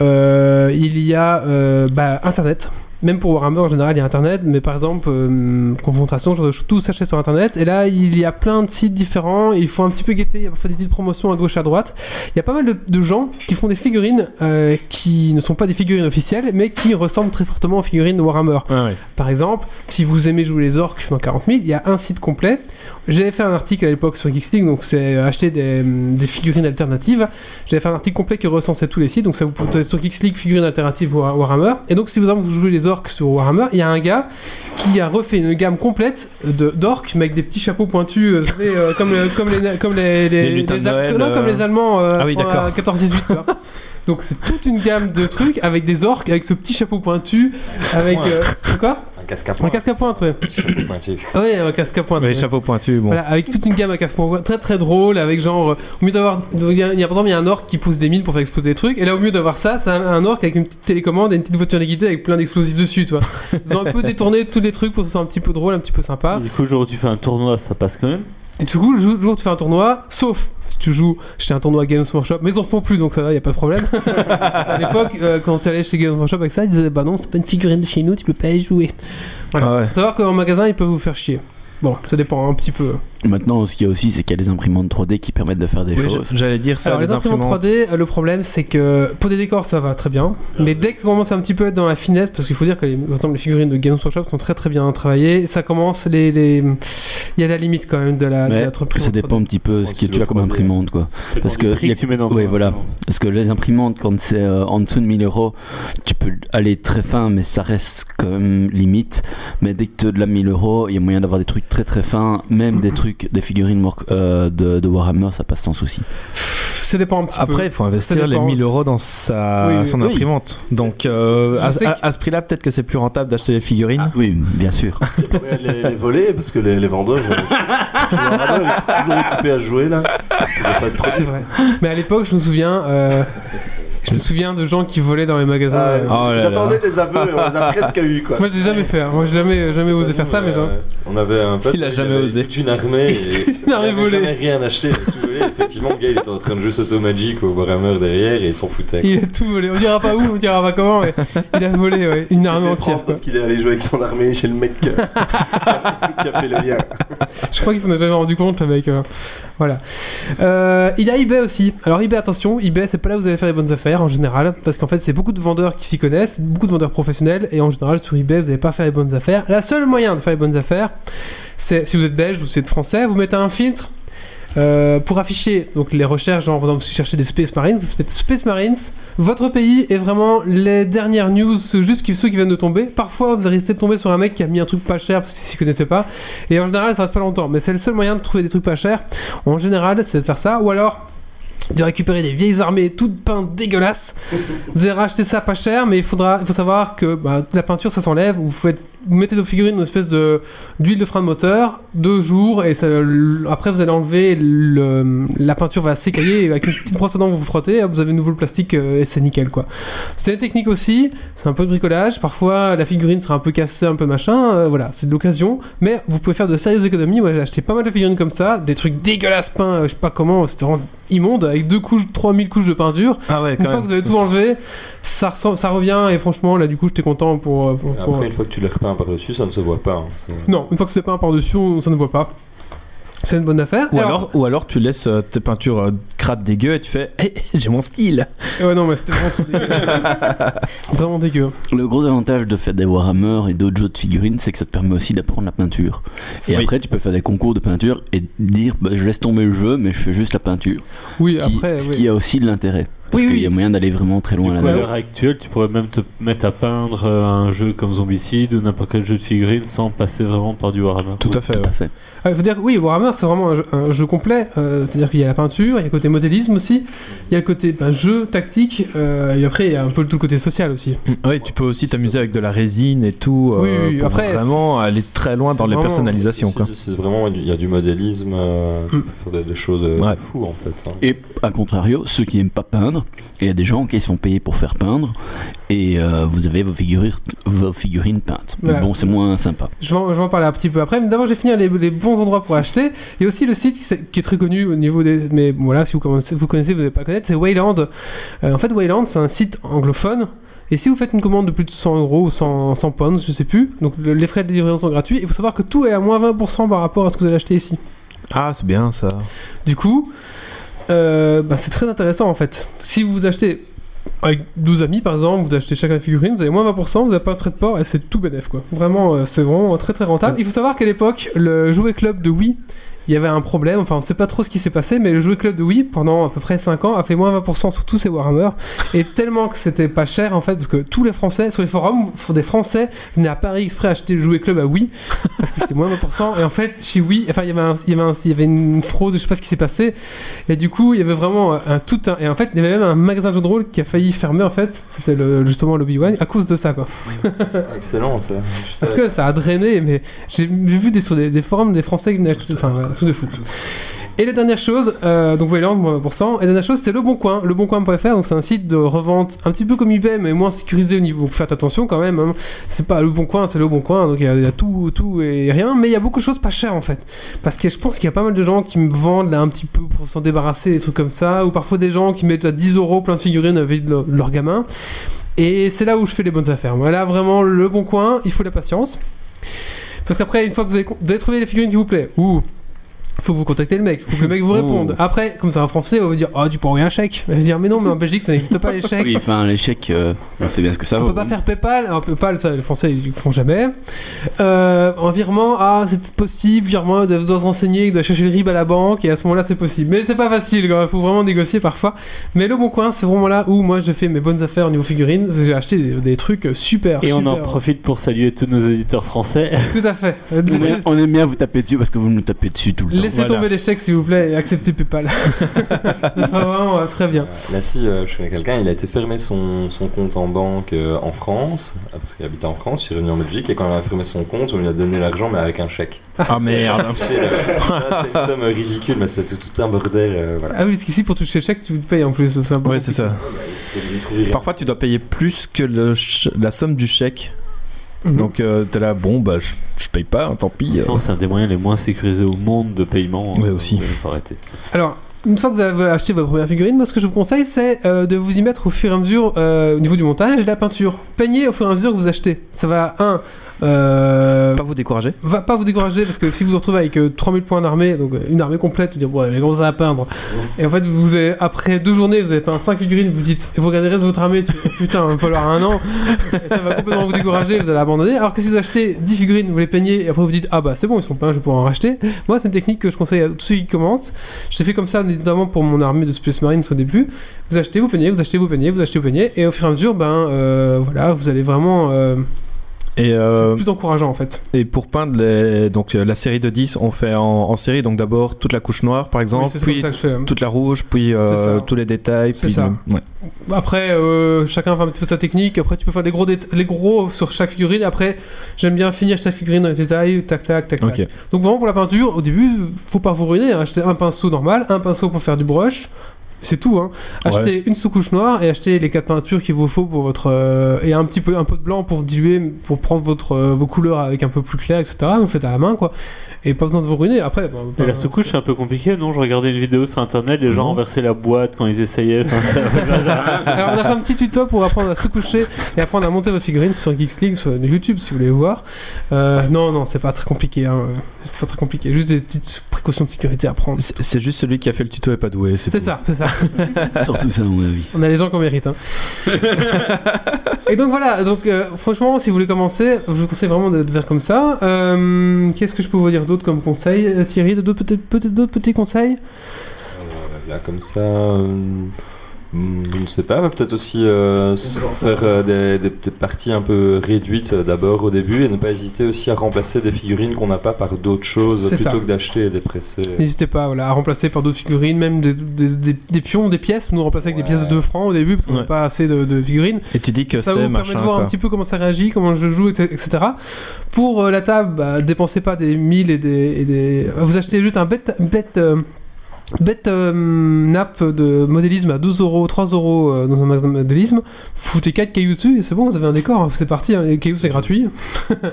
A: euh, il y a euh, bah, Internet. Même pour Warhammer en général, il y a Internet, mais par exemple, euh, Confrontation, je tout s'acheter sur Internet. Et là, il y a plein de sites différents, il faut un petit peu guetter, il y a parfois des petites promotions à gauche, à droite. Il y a pas mal de, de gens qui font des figurines euh, qui ne sont pas des figurines officielles, mais qui ressemblent très fortement aux figurines de Warhammer. Par exemple, si vous aimez jouer les orques dans 40 000, il y a un site complet. J'avais fait un article à l'époque sur Geeksling, donc c'est euh, acheter des, hum, des figurines alternatives. J'avais fait un article complet qui recensait tous les sites, donc ça vous pouvez sur Geeksling figurines alternatives War- Warhammer. Et donc si vous exemple, vous jouez les orques sur Warhammer, il y a un gars qui a refait une gamme complète de d'orques, mais avec des petits chapeaux pointus, euh, vous savez, euh, comme, le- comme les comme les les,
B: Les lutins de
A: Al-
B: Noël,
A: non, comme
B: euh.
A: les Allemands euh,
B: Ah oui,
A: en, euh,
B: d'accord.
A: 14-18. quoi. donc c'est toute une gamme de trucs avec des orques, avec ce petit chapeau pointu, avec
G: Ouais.
A: euh, quoi
G: Un casque à
A: un
G: pointe.
A: casque à pointe, ouais.
G: petit chapeau pointu.
A: Oui, un casque à pointe.
B: Bah, Les
A: ouais.
B: chapeaux pointus, bon.
A: Ah, Voilà, avec toute une gamme à casque à pointe, très très drôle, avec genre, euh, au mieux d'avoir, il y, a- il y a par exemple il y a un orc qui pousse des mines pour faire exploser des trucs, et là au mieux d'avoir ça, c'est un, un orc avec une petite télécommande et une petite voiture liquidée avec plein d'explosifs dessus, tu vois.
F: Ah.
A: Ils ont un peu détourné tous les trucs pour que ce soit un petit peu drôle, un petit peu sympa.
D: Du coup, j'aurais dû faire un tournoi, ça passe quand même.
A: Et du coup, le jou- jour où tu fais un tournoi, sauf si tu joues chez un tournoi Games Workshop, mais ils en font plus donc ça va, y a pas de problème. à l'époque, euh, quand tu allais chez Games Workshop avec ça, ils disaient bah non, c'est pas une figurine de chez nous, tu peux pas y jouer. Voilà.
B: Ah ouais.
A: Faut savoir qu'en magasin, ils peuvent vous faire chier. Bon, ça dépend un petit peu.
F: Maintenant, ce qu'il y a aussi, c'est qu'il y a des imprimantes 3D qui permettent de faire des
B: Oui,
F: choses.
B: j- J'allais dire ça,
A: Alors les imprimantes 3D, euh, le problème c'est que pour des décors ça va très bien, mais dès que ça commence un petit peu à être dans la finesse, parce qu'il faut dire que les, par exemple, les figurines de Games Workshop sont très très bien travaillées, ça commence les, les- il y a la limite quand même de la, de
F: Mais
A: la trop-
F: ça dépend un petit peu ce
G: Ouais,
F: que
G: c'est
F: tu as
G: le
F: comme
G: 3D.
F: imprimante, quoi. Parce que y a-
D: tu mets dans
F: oui,
D: ton
F: voilà.
D: imprimante.
F: Parce que les imprimantes, quand c'est euh, en dessous de 1000 euros, tu peux aller très fin, mais ça reste quand même limite. Mais dès que tu as de la 1000 euros, il y a moyen d'avoir des trucs très très fins, même des trucs, des figurines work- euh, de, de Warhammer, ça passe sans souci.
A: Ça dépend un petit peu.
B: Après, il faut investir les
A: dépend.
B: 1000 euros dans sa,
A: Oui, oui.
B: son
F: Oui.
B: imprimante. Donc, euh,
A: Je
B: à,
A: sais
B: à-
A: que-
B: à ce prix-là, peut-être que c'est plus rentable d'acheter les figurines.
F: Oui, bien sûr.
C: Ouais, les, les voler parce que les, les vendeurs, euh, je- je- les vendeurs, ils sont toujours occupés à jouer là. Ça doit pas être trop.
A: C'est vrai. Mais à l'époque, je me souviens, euh, je me souviens de gens qui volaient dans les magasins.
C: Ah,
A: euh.
B: Oh là
C: J'attendais des aveux, on les a presque eu quoi.
A: Moi, j'ai jamais fait. hein. Moi, j'ai jamais, jamais osé faire ça, mais genre.
G: euh, On avait un pote.
B: Il a
G: avait
B: jamais osé.
G: Toute une armée. et-
A: Une armée
G: il avait
A: volée.
G: jamais rien acheté. il avait Tout volé. Effectivement, le gars, il était en train de jouer Soto Magic au Warhammer derrière et il s'en foutait.
A: Il a tout volé. On dira pas où, on dira pas comment, mais il a volé ouais,
C: Il
A: une
C: s'est
A: armée
C: fait
A: entière.
C: prendre
A: quoi.
C: Parce qu'il est allé jouer avec son armée chez le mec euh, qui a fait le lien.
A: Je crois qu'il s'en a jamais rendu compte, le mec. euh, Voilà. Euh, il a eBay aussi. Alors, eBay, attention, eBay, c'est pas là où vous allez faire les bonnes affaires en général. Parce qu'en fait, c'est beaucoup de vendeurs qui s'y connaissent, beaucoup de vendeurs professionnels. Et en général, sur eBay, vous n'allez pas faire les bonnes affaires. La seule moyen de faire les bonnes affaires, c'est si vous êtes belge ou si vous êtes français, vous mettez un filtre. euh, pour afficher donc les recherches, genre par exemple si vous cherchez des Space Marines, vous faites Space Marines, votre pays et vraiment les dernières news, juste qui- ceux qui viennent de tomber. Parfois vous risquez de tomber sur un mec qui a mis un truc pas cher parce qu'il s'y connaissait pas, et en général, ça reste pas longtemps. Mais c'est le seul moyen de trouver des trucs pas chers. En général, c'est de faire ça. Ou alors de récupérer des vieilles armées toutes peintes dégueulasses. Vous allez racheter ça pas cher, mais il faudra, il faut savoir que bah, la peinture ça s'enlève. Vous, faites- vous mettez nos figurines une espèce de d'huile de frein de moteur deux jours et ça- l- après vous allez enlever le- la peinture va s'écailler et avec une petite brosse à dents vous vous frottez hop, vous avez de nouveau le plastique euh, et c'est nickel quoi c'est une technique aussi c'est un peu de bricolage parfois la figurine sera un peu cassée un peu machin euh, voilà c'est de l'occasion mais vous pouvez faire de sérieuses économies moi j'ai acheté pas mal de figurines comme ça des trucs dégueulasses peints euh, je sais pas comment c'était vraiment immonde avec deux couches 3000 couches de peinture
B: Ah ouais,
A: une
B: quand
A: fois
B: même.
A: que vous avez tout enlevé ça, ressemble- ça revient et franchement là du coup j'étais content pour, euh, pour-
G: Après,
A: pour-
G: une fois que tu les repeins par-dessus, ça ne se voit pas. hein. C'est-
A: non, une fois que c'est peint par-dessus, on- ça ne voit pas. C'est une bonne affaire.
B: Ou alors, ou alors tu laisses euh, tes peintures euh, crades dégueu et tu fais Hé, j'ai mon style
A: Eh Ouais, non, mais c'était vraiment trop dégueu. vraiment dégueu.
F: Le gros avantage de faire des Warhammer et d'autres jeux de figurines, c'est que ça te permet aussi d'apprendre la peinture. Et
B: Oui.
F: après, tu peux faire des concours de peinture et dire bah, je laisse tomber le jeu, mais je fais juste la peinture.
A: Oui,
F: qui,
A: après,
F: ce
A: oui.
F: qui a aussi de l'intérêt. Parce
A: Oui,
F: qu'il
A: oui.
F: y a moyen d'aller vraiment très loin
D: Du coup, à
F: là-dedans.
D: l'heure actuelle, tu pourrais même te mettre à peindre euh, un jeu comme Zombicide ou n'importe quel jeu de figurines sans passer vraiment par du Warhammer.
B: Tout à fait.
F: Tout à fait.
A: Ah, Il faut dire que oui, Warhammer, c'est vraiment un jeu, un jeu complet. Euh, C'est-à-dire qu'il y a la peinture, il y a le côté modélisme aussi, il y a le côté ben, jeu, tactique, euh, et après, il y a un peu tout le côté social aussi.
B: Mm, Oui, tu peux aussi t'amuser avec de la résine et tout. euh,
A: Oui, oui, oui.
B: pour
A: Après,
B: vraiment aller très loin dans
A: c'est
B: les
A: vraiment-
B: personnalisations.
G: c'est-
B: Quoi.
G: c'est- C'est vraiment, il y a du modélisme, euh, tu
A: Mm.
G: peux faire des, des choses euh,
B: Ouais.
G: fous en fait. hein.
F: Et à contrario, ceux qui n'aiment pas peindre, il y a des gens qui se font payer pour faire peindre et euh, vous avez vos figurines, vos figurines peintes.
A: Voilà.
F: Bon, c'est moins sympa.
A: Je vais, en, je vais en parler un petit peu après, mais d'abord, je vais finir les, les bons endroits pour acheter. Il y a aussi le site qui, s'est- qui est très connu au niveau des. Mais bon, voilà, si vous connaissez, vous connaissez, vous ne pas le connaître, c'est Wayland. Euh, en fait, Wayland, c'est un site anglophone. Et si vous faites une commande de plus de 100 euros ou 100, 100 pounds, je sais plus, donc le- les frais de livraison sont gratuits. Il faut savoir que tout est à moins 20% par rapport à ce que vous allez acheter ici.
B: Ah, c'est bien ça.
A: Du coup, euh, bah, c'est très intéressant en fait. Si vous achetez avec 12 amis par exemple, vous achetez chacun une figurine, vous avez moins 20%, vous n'avez pas un trait de port et c'est tout bénef quoi. Vraiment, euh, c'est vraiment très très rentable. Il faut savoir qu'à l'époque, le jouet club de Wii, il y avait un problème, enfin on sait pas trop ce qui s'est passé, mais le jouet club de Wii pendant à peu près 5 ans a fait moins 20% sur tous ces Warhammer et tellement que c'était pas cher en fait, parce que tous les Français, sur les forums, des Français venaient à Paris exprès acheter le jouet club à Wii parce que c'était moins 20%. Et en fait, chez Wii, enfin, il y avait, un- il y avait, un- il y avait une fraude, je sais pas ce qui s'est passé. Et du coup, il y avait vraiment un, un tout un. Et en fait, il y avait même un magasin de jeux de rôle qui a failli fermer, en fait. C'était le- justement l'Obi Wan, à cause de ça, quoi.
G: Excellent ça. Je sais-
A: Parce que ça a drainé, mais j'ai vu des, sur des, des forums des Français qui venaient acheter- Enfin, voilà, tout de fou. Et la dernière chose, euh, donc Wayland, moi, pour cent. Et la dernière chose, c'est Le Bon Coin. Leboncoin.fr, donc c'est un site de revente un petit peu comme eBay, mais moins sécurisé au niveau. Donc faites attention quand même. hein. C'est pas Le Bon Coin, c'est Le Bon Coin. Donc il y, a- il y a tout, tout et rien. Mais il y a beaucoup de choses pas chères en fait. Parce que je pense qu'il y a pas mal de gens qui me vendent là un petit peu pour s'en débarrasser, des trucs comme ça. Ou parfois des gens qui mettent à 10 euros plein de figurines avec de leur, de leur gamin. Et c'est là où je fais les bonnes affaires. Voilà, vraiment, Le Bon Coin, il faut de la patience. Parce qu'après, une fois que vous avez, vous avez trouvé les figurines qui vous plaît, ou faut que vous contactez le mec, faut que le mec vous réponde. Après, comme c'est un français, on va vous dire Oh, tu peux envoyer un chèque. Mais je vais dire Mais non, mais en Belgique, ça n'existe pas les chèques.
F: Oui, enfin, l'échec, euh, on sait bien ce que ça
A: On
F: vaut.
A: peut pas faire PayPal, alors PayPal, ça, les Français ils le font jamais. Euh, en virement, ah c'est peut-être possible, virement, il doit doit se renseigner, il doit chercher le RIB à la banque, et à ce moment-là c'est possible. Mais c'est pas facile, il faut vraiment négocier parfois. Mais le bon coin, c'est vraiment là où moi je fais mes bonnes affaires au niveau figurines, j'ai acheté des, des trucs super.
D: Et on en
A: super.
D: profite pour saluer tous nos éditeurs français.
A: Tout à fait.
F: On
A: Laissez,
F: aime- On aime bien vous taper dessus parce que vous nous tapez dessus tout le temps.
A: laissez tomber les chèques s'il vous plaît, et acceptez PayPal. ça sera vraiment euh, très bien.
G: Là-dessus, euh, je connais quelqu'un, il a été fermer son, son compte en banque euh, en France, euh, parce qu'il habitait en France, il est revenu en Belgique, et quand il a fermé son compte, on lui a donné l'argent, mais avec un chèque.
B: Ah merde.
G: Ça, c'est une somme ridicule, mais c'est tout, tout un bordel. euh, voilà.
A: Ah oui, parce qu'ici pour toucher le chèque, tu te payes en plus. c'est un peu
B: Ouais, c'est ça.
G: Et lui trouver-
B: Parfois, tu dois payer plus que le ch- la somme du chèque.
A: Mhm.
B: Donc, euh, t'es là, bon, bah, je je paye pas, hein, tant pis. euh.
D: Pourtant, C'est un des moyens les moins sécurisés au monde de paiement.
B: Ouais,
D: euh,
B: aussi.
D: Il faut arrêter.
A: Alors, une fois que vous avez acheté votre première figurine, moi ce que je vous conseille, c'est euh, de vous y mettre au fur et à mesure euh, au niveau du montage et de la peinture. Peignez au fur et à mesure que vous achetez. Ça va, un, euh,
B: Pas vous décourager.
A: va pas vous décourager parce que si vous vous retrouvez avec euh, 3000 points d'armée, donc euh, une armée complète, vous dites, ouais, mais comment ça à peindre Et en fait, vous avez, après deux journées, vous avez peint 5 figurines, vous dites, et vous regardez le reste de votre armée, tu fais, oh, putain, il va me falloir un an, et ça va complètement vous décourager, vous allez abandonner. Alors que si vous achetez 10 figurines, vous les peignez, et après vous dites, ah bah c'est bon, ils sont peints, je vais pouvoir en racheter. Moi, c'est une technique que je conseille à tous ceux qui commencent. Je l'ai fait comme ça, notamment pour mon armée de Space Marines au début. Vous achetez, vous peignez, vous achetez, vous peignez, vous achetez, vous peignez, et au fur et à mesure, ben euh, voilà, vous allez vraiment. euh,
B: Et, euh,
A: C'est plus encourageant en fait.
B: et pour peindre les- donc, euh, la série de 10, on fait en, en série. Donc, d'abord toute la couche noire, par exemple,
A: Oui, c'est comme
B: puis
A: ça que je fais. hein.
B: toute la rouge, puis euh,
A: C'est ça.
B: tous les détails.
A: C'est
B: Puis
A: ça.
B: ouais.
A: Après, euh, chacun fait un petit peu sa technique. Après, tu peux faire les gros, déta- les gros sur chaque figurine. Après, j'aime bien finir chaque figurine dans les détails. Tac, tac, tac, tac.
B: Ok.
A: Donc, vraiment, pour la peinture, au début, faut pas vous ruiner. hein. Achetez un pinceau normal, un pinceau pour faire du brush. C'est tout. Hein.
B: Ouais.
A: Achetez une sous-couche noire et achetez les quatre peintures qu'il vous faut pour votre. euh, et un petit peu, un peu de blanc pour diluer, pour prendre votre, euh, vos couleurs avec un peu plus clair, etc. Vous faites à la main, quoi. Et pas besoin de vous ruiner. Après, bah,
D: Et
A: bah,
D: la sous-couche, c'est un peu compliqué, non Je regardais une vidéo sur internet, les gens
B: Non.
D: renversaient la boîte quand ils essayaient. enfin, ça-
A: Alors on a fait un petit tuto pour apprendre à se coucher et apprendre à monter votre figurine sur Geeks League, sur YouTube si vous voulez voir. Euh, non, non, c'est pas très compliqué. Hein. euh, C'est pas très compliqué. Juste des petites précautions de sécurité à prendre.
B: C'est c'est juste celui qui a fait le tuto et pas doué.
A: C'est
B: tout.
A: ça, c'est ça.
F: Surtout ça, à mon avis.
A: On a les gens qu'on mérite. hein. et donc voilà, donc euh, franchement, si vous voulez commencer, je vous conseille vraiment de, de faire comme ça. Euh, Qu'est-ce que je peux vous dire d'autre comme conseil, euh, Thierry de- D'autres peut-être peut-être d'autres petits conseils
G: Là, comme ça, euh, hmm, je ne sais pas, mais peut-être aussi euh, s- faire euh, des, des petites parties un peu réduites euh, d'abord au début et ne pas hésiter aussi à remplacer des figurines qu'on n'a pas par d'autres choses
A: C'est
G: plutôt
A: ça.
G: que d'acheter et des presser.
A: N'hésitez pas voilà, à remplacer par d'autres figurines, même des, des- des- des pions, des pièces. Nous remplacer avec des pièces de 2 francs au début parce qu'on n'a
B: Ouais.
A: pas assez de- de figurines.
B: Et tu dis que
A: ça vous
B: c'est
A: permet
B: machin.
A: de voir
B: quoi.
A: un petit peu comment ça réagit, comment je joue, etc. etc. Pour euh, la table, bah, dépensez pas des 1000 et des, et des- Vous achetez juste un bête, bête, euh, bête euh, nappe de modélisme à 12 euros, 3 euros euh, dans un magasin de modélisme. Vous foutez 4 cailloux dessus et c'est bon, vous avez un décor. hein, C'est parti, hein, les cailloux c'est gratuit.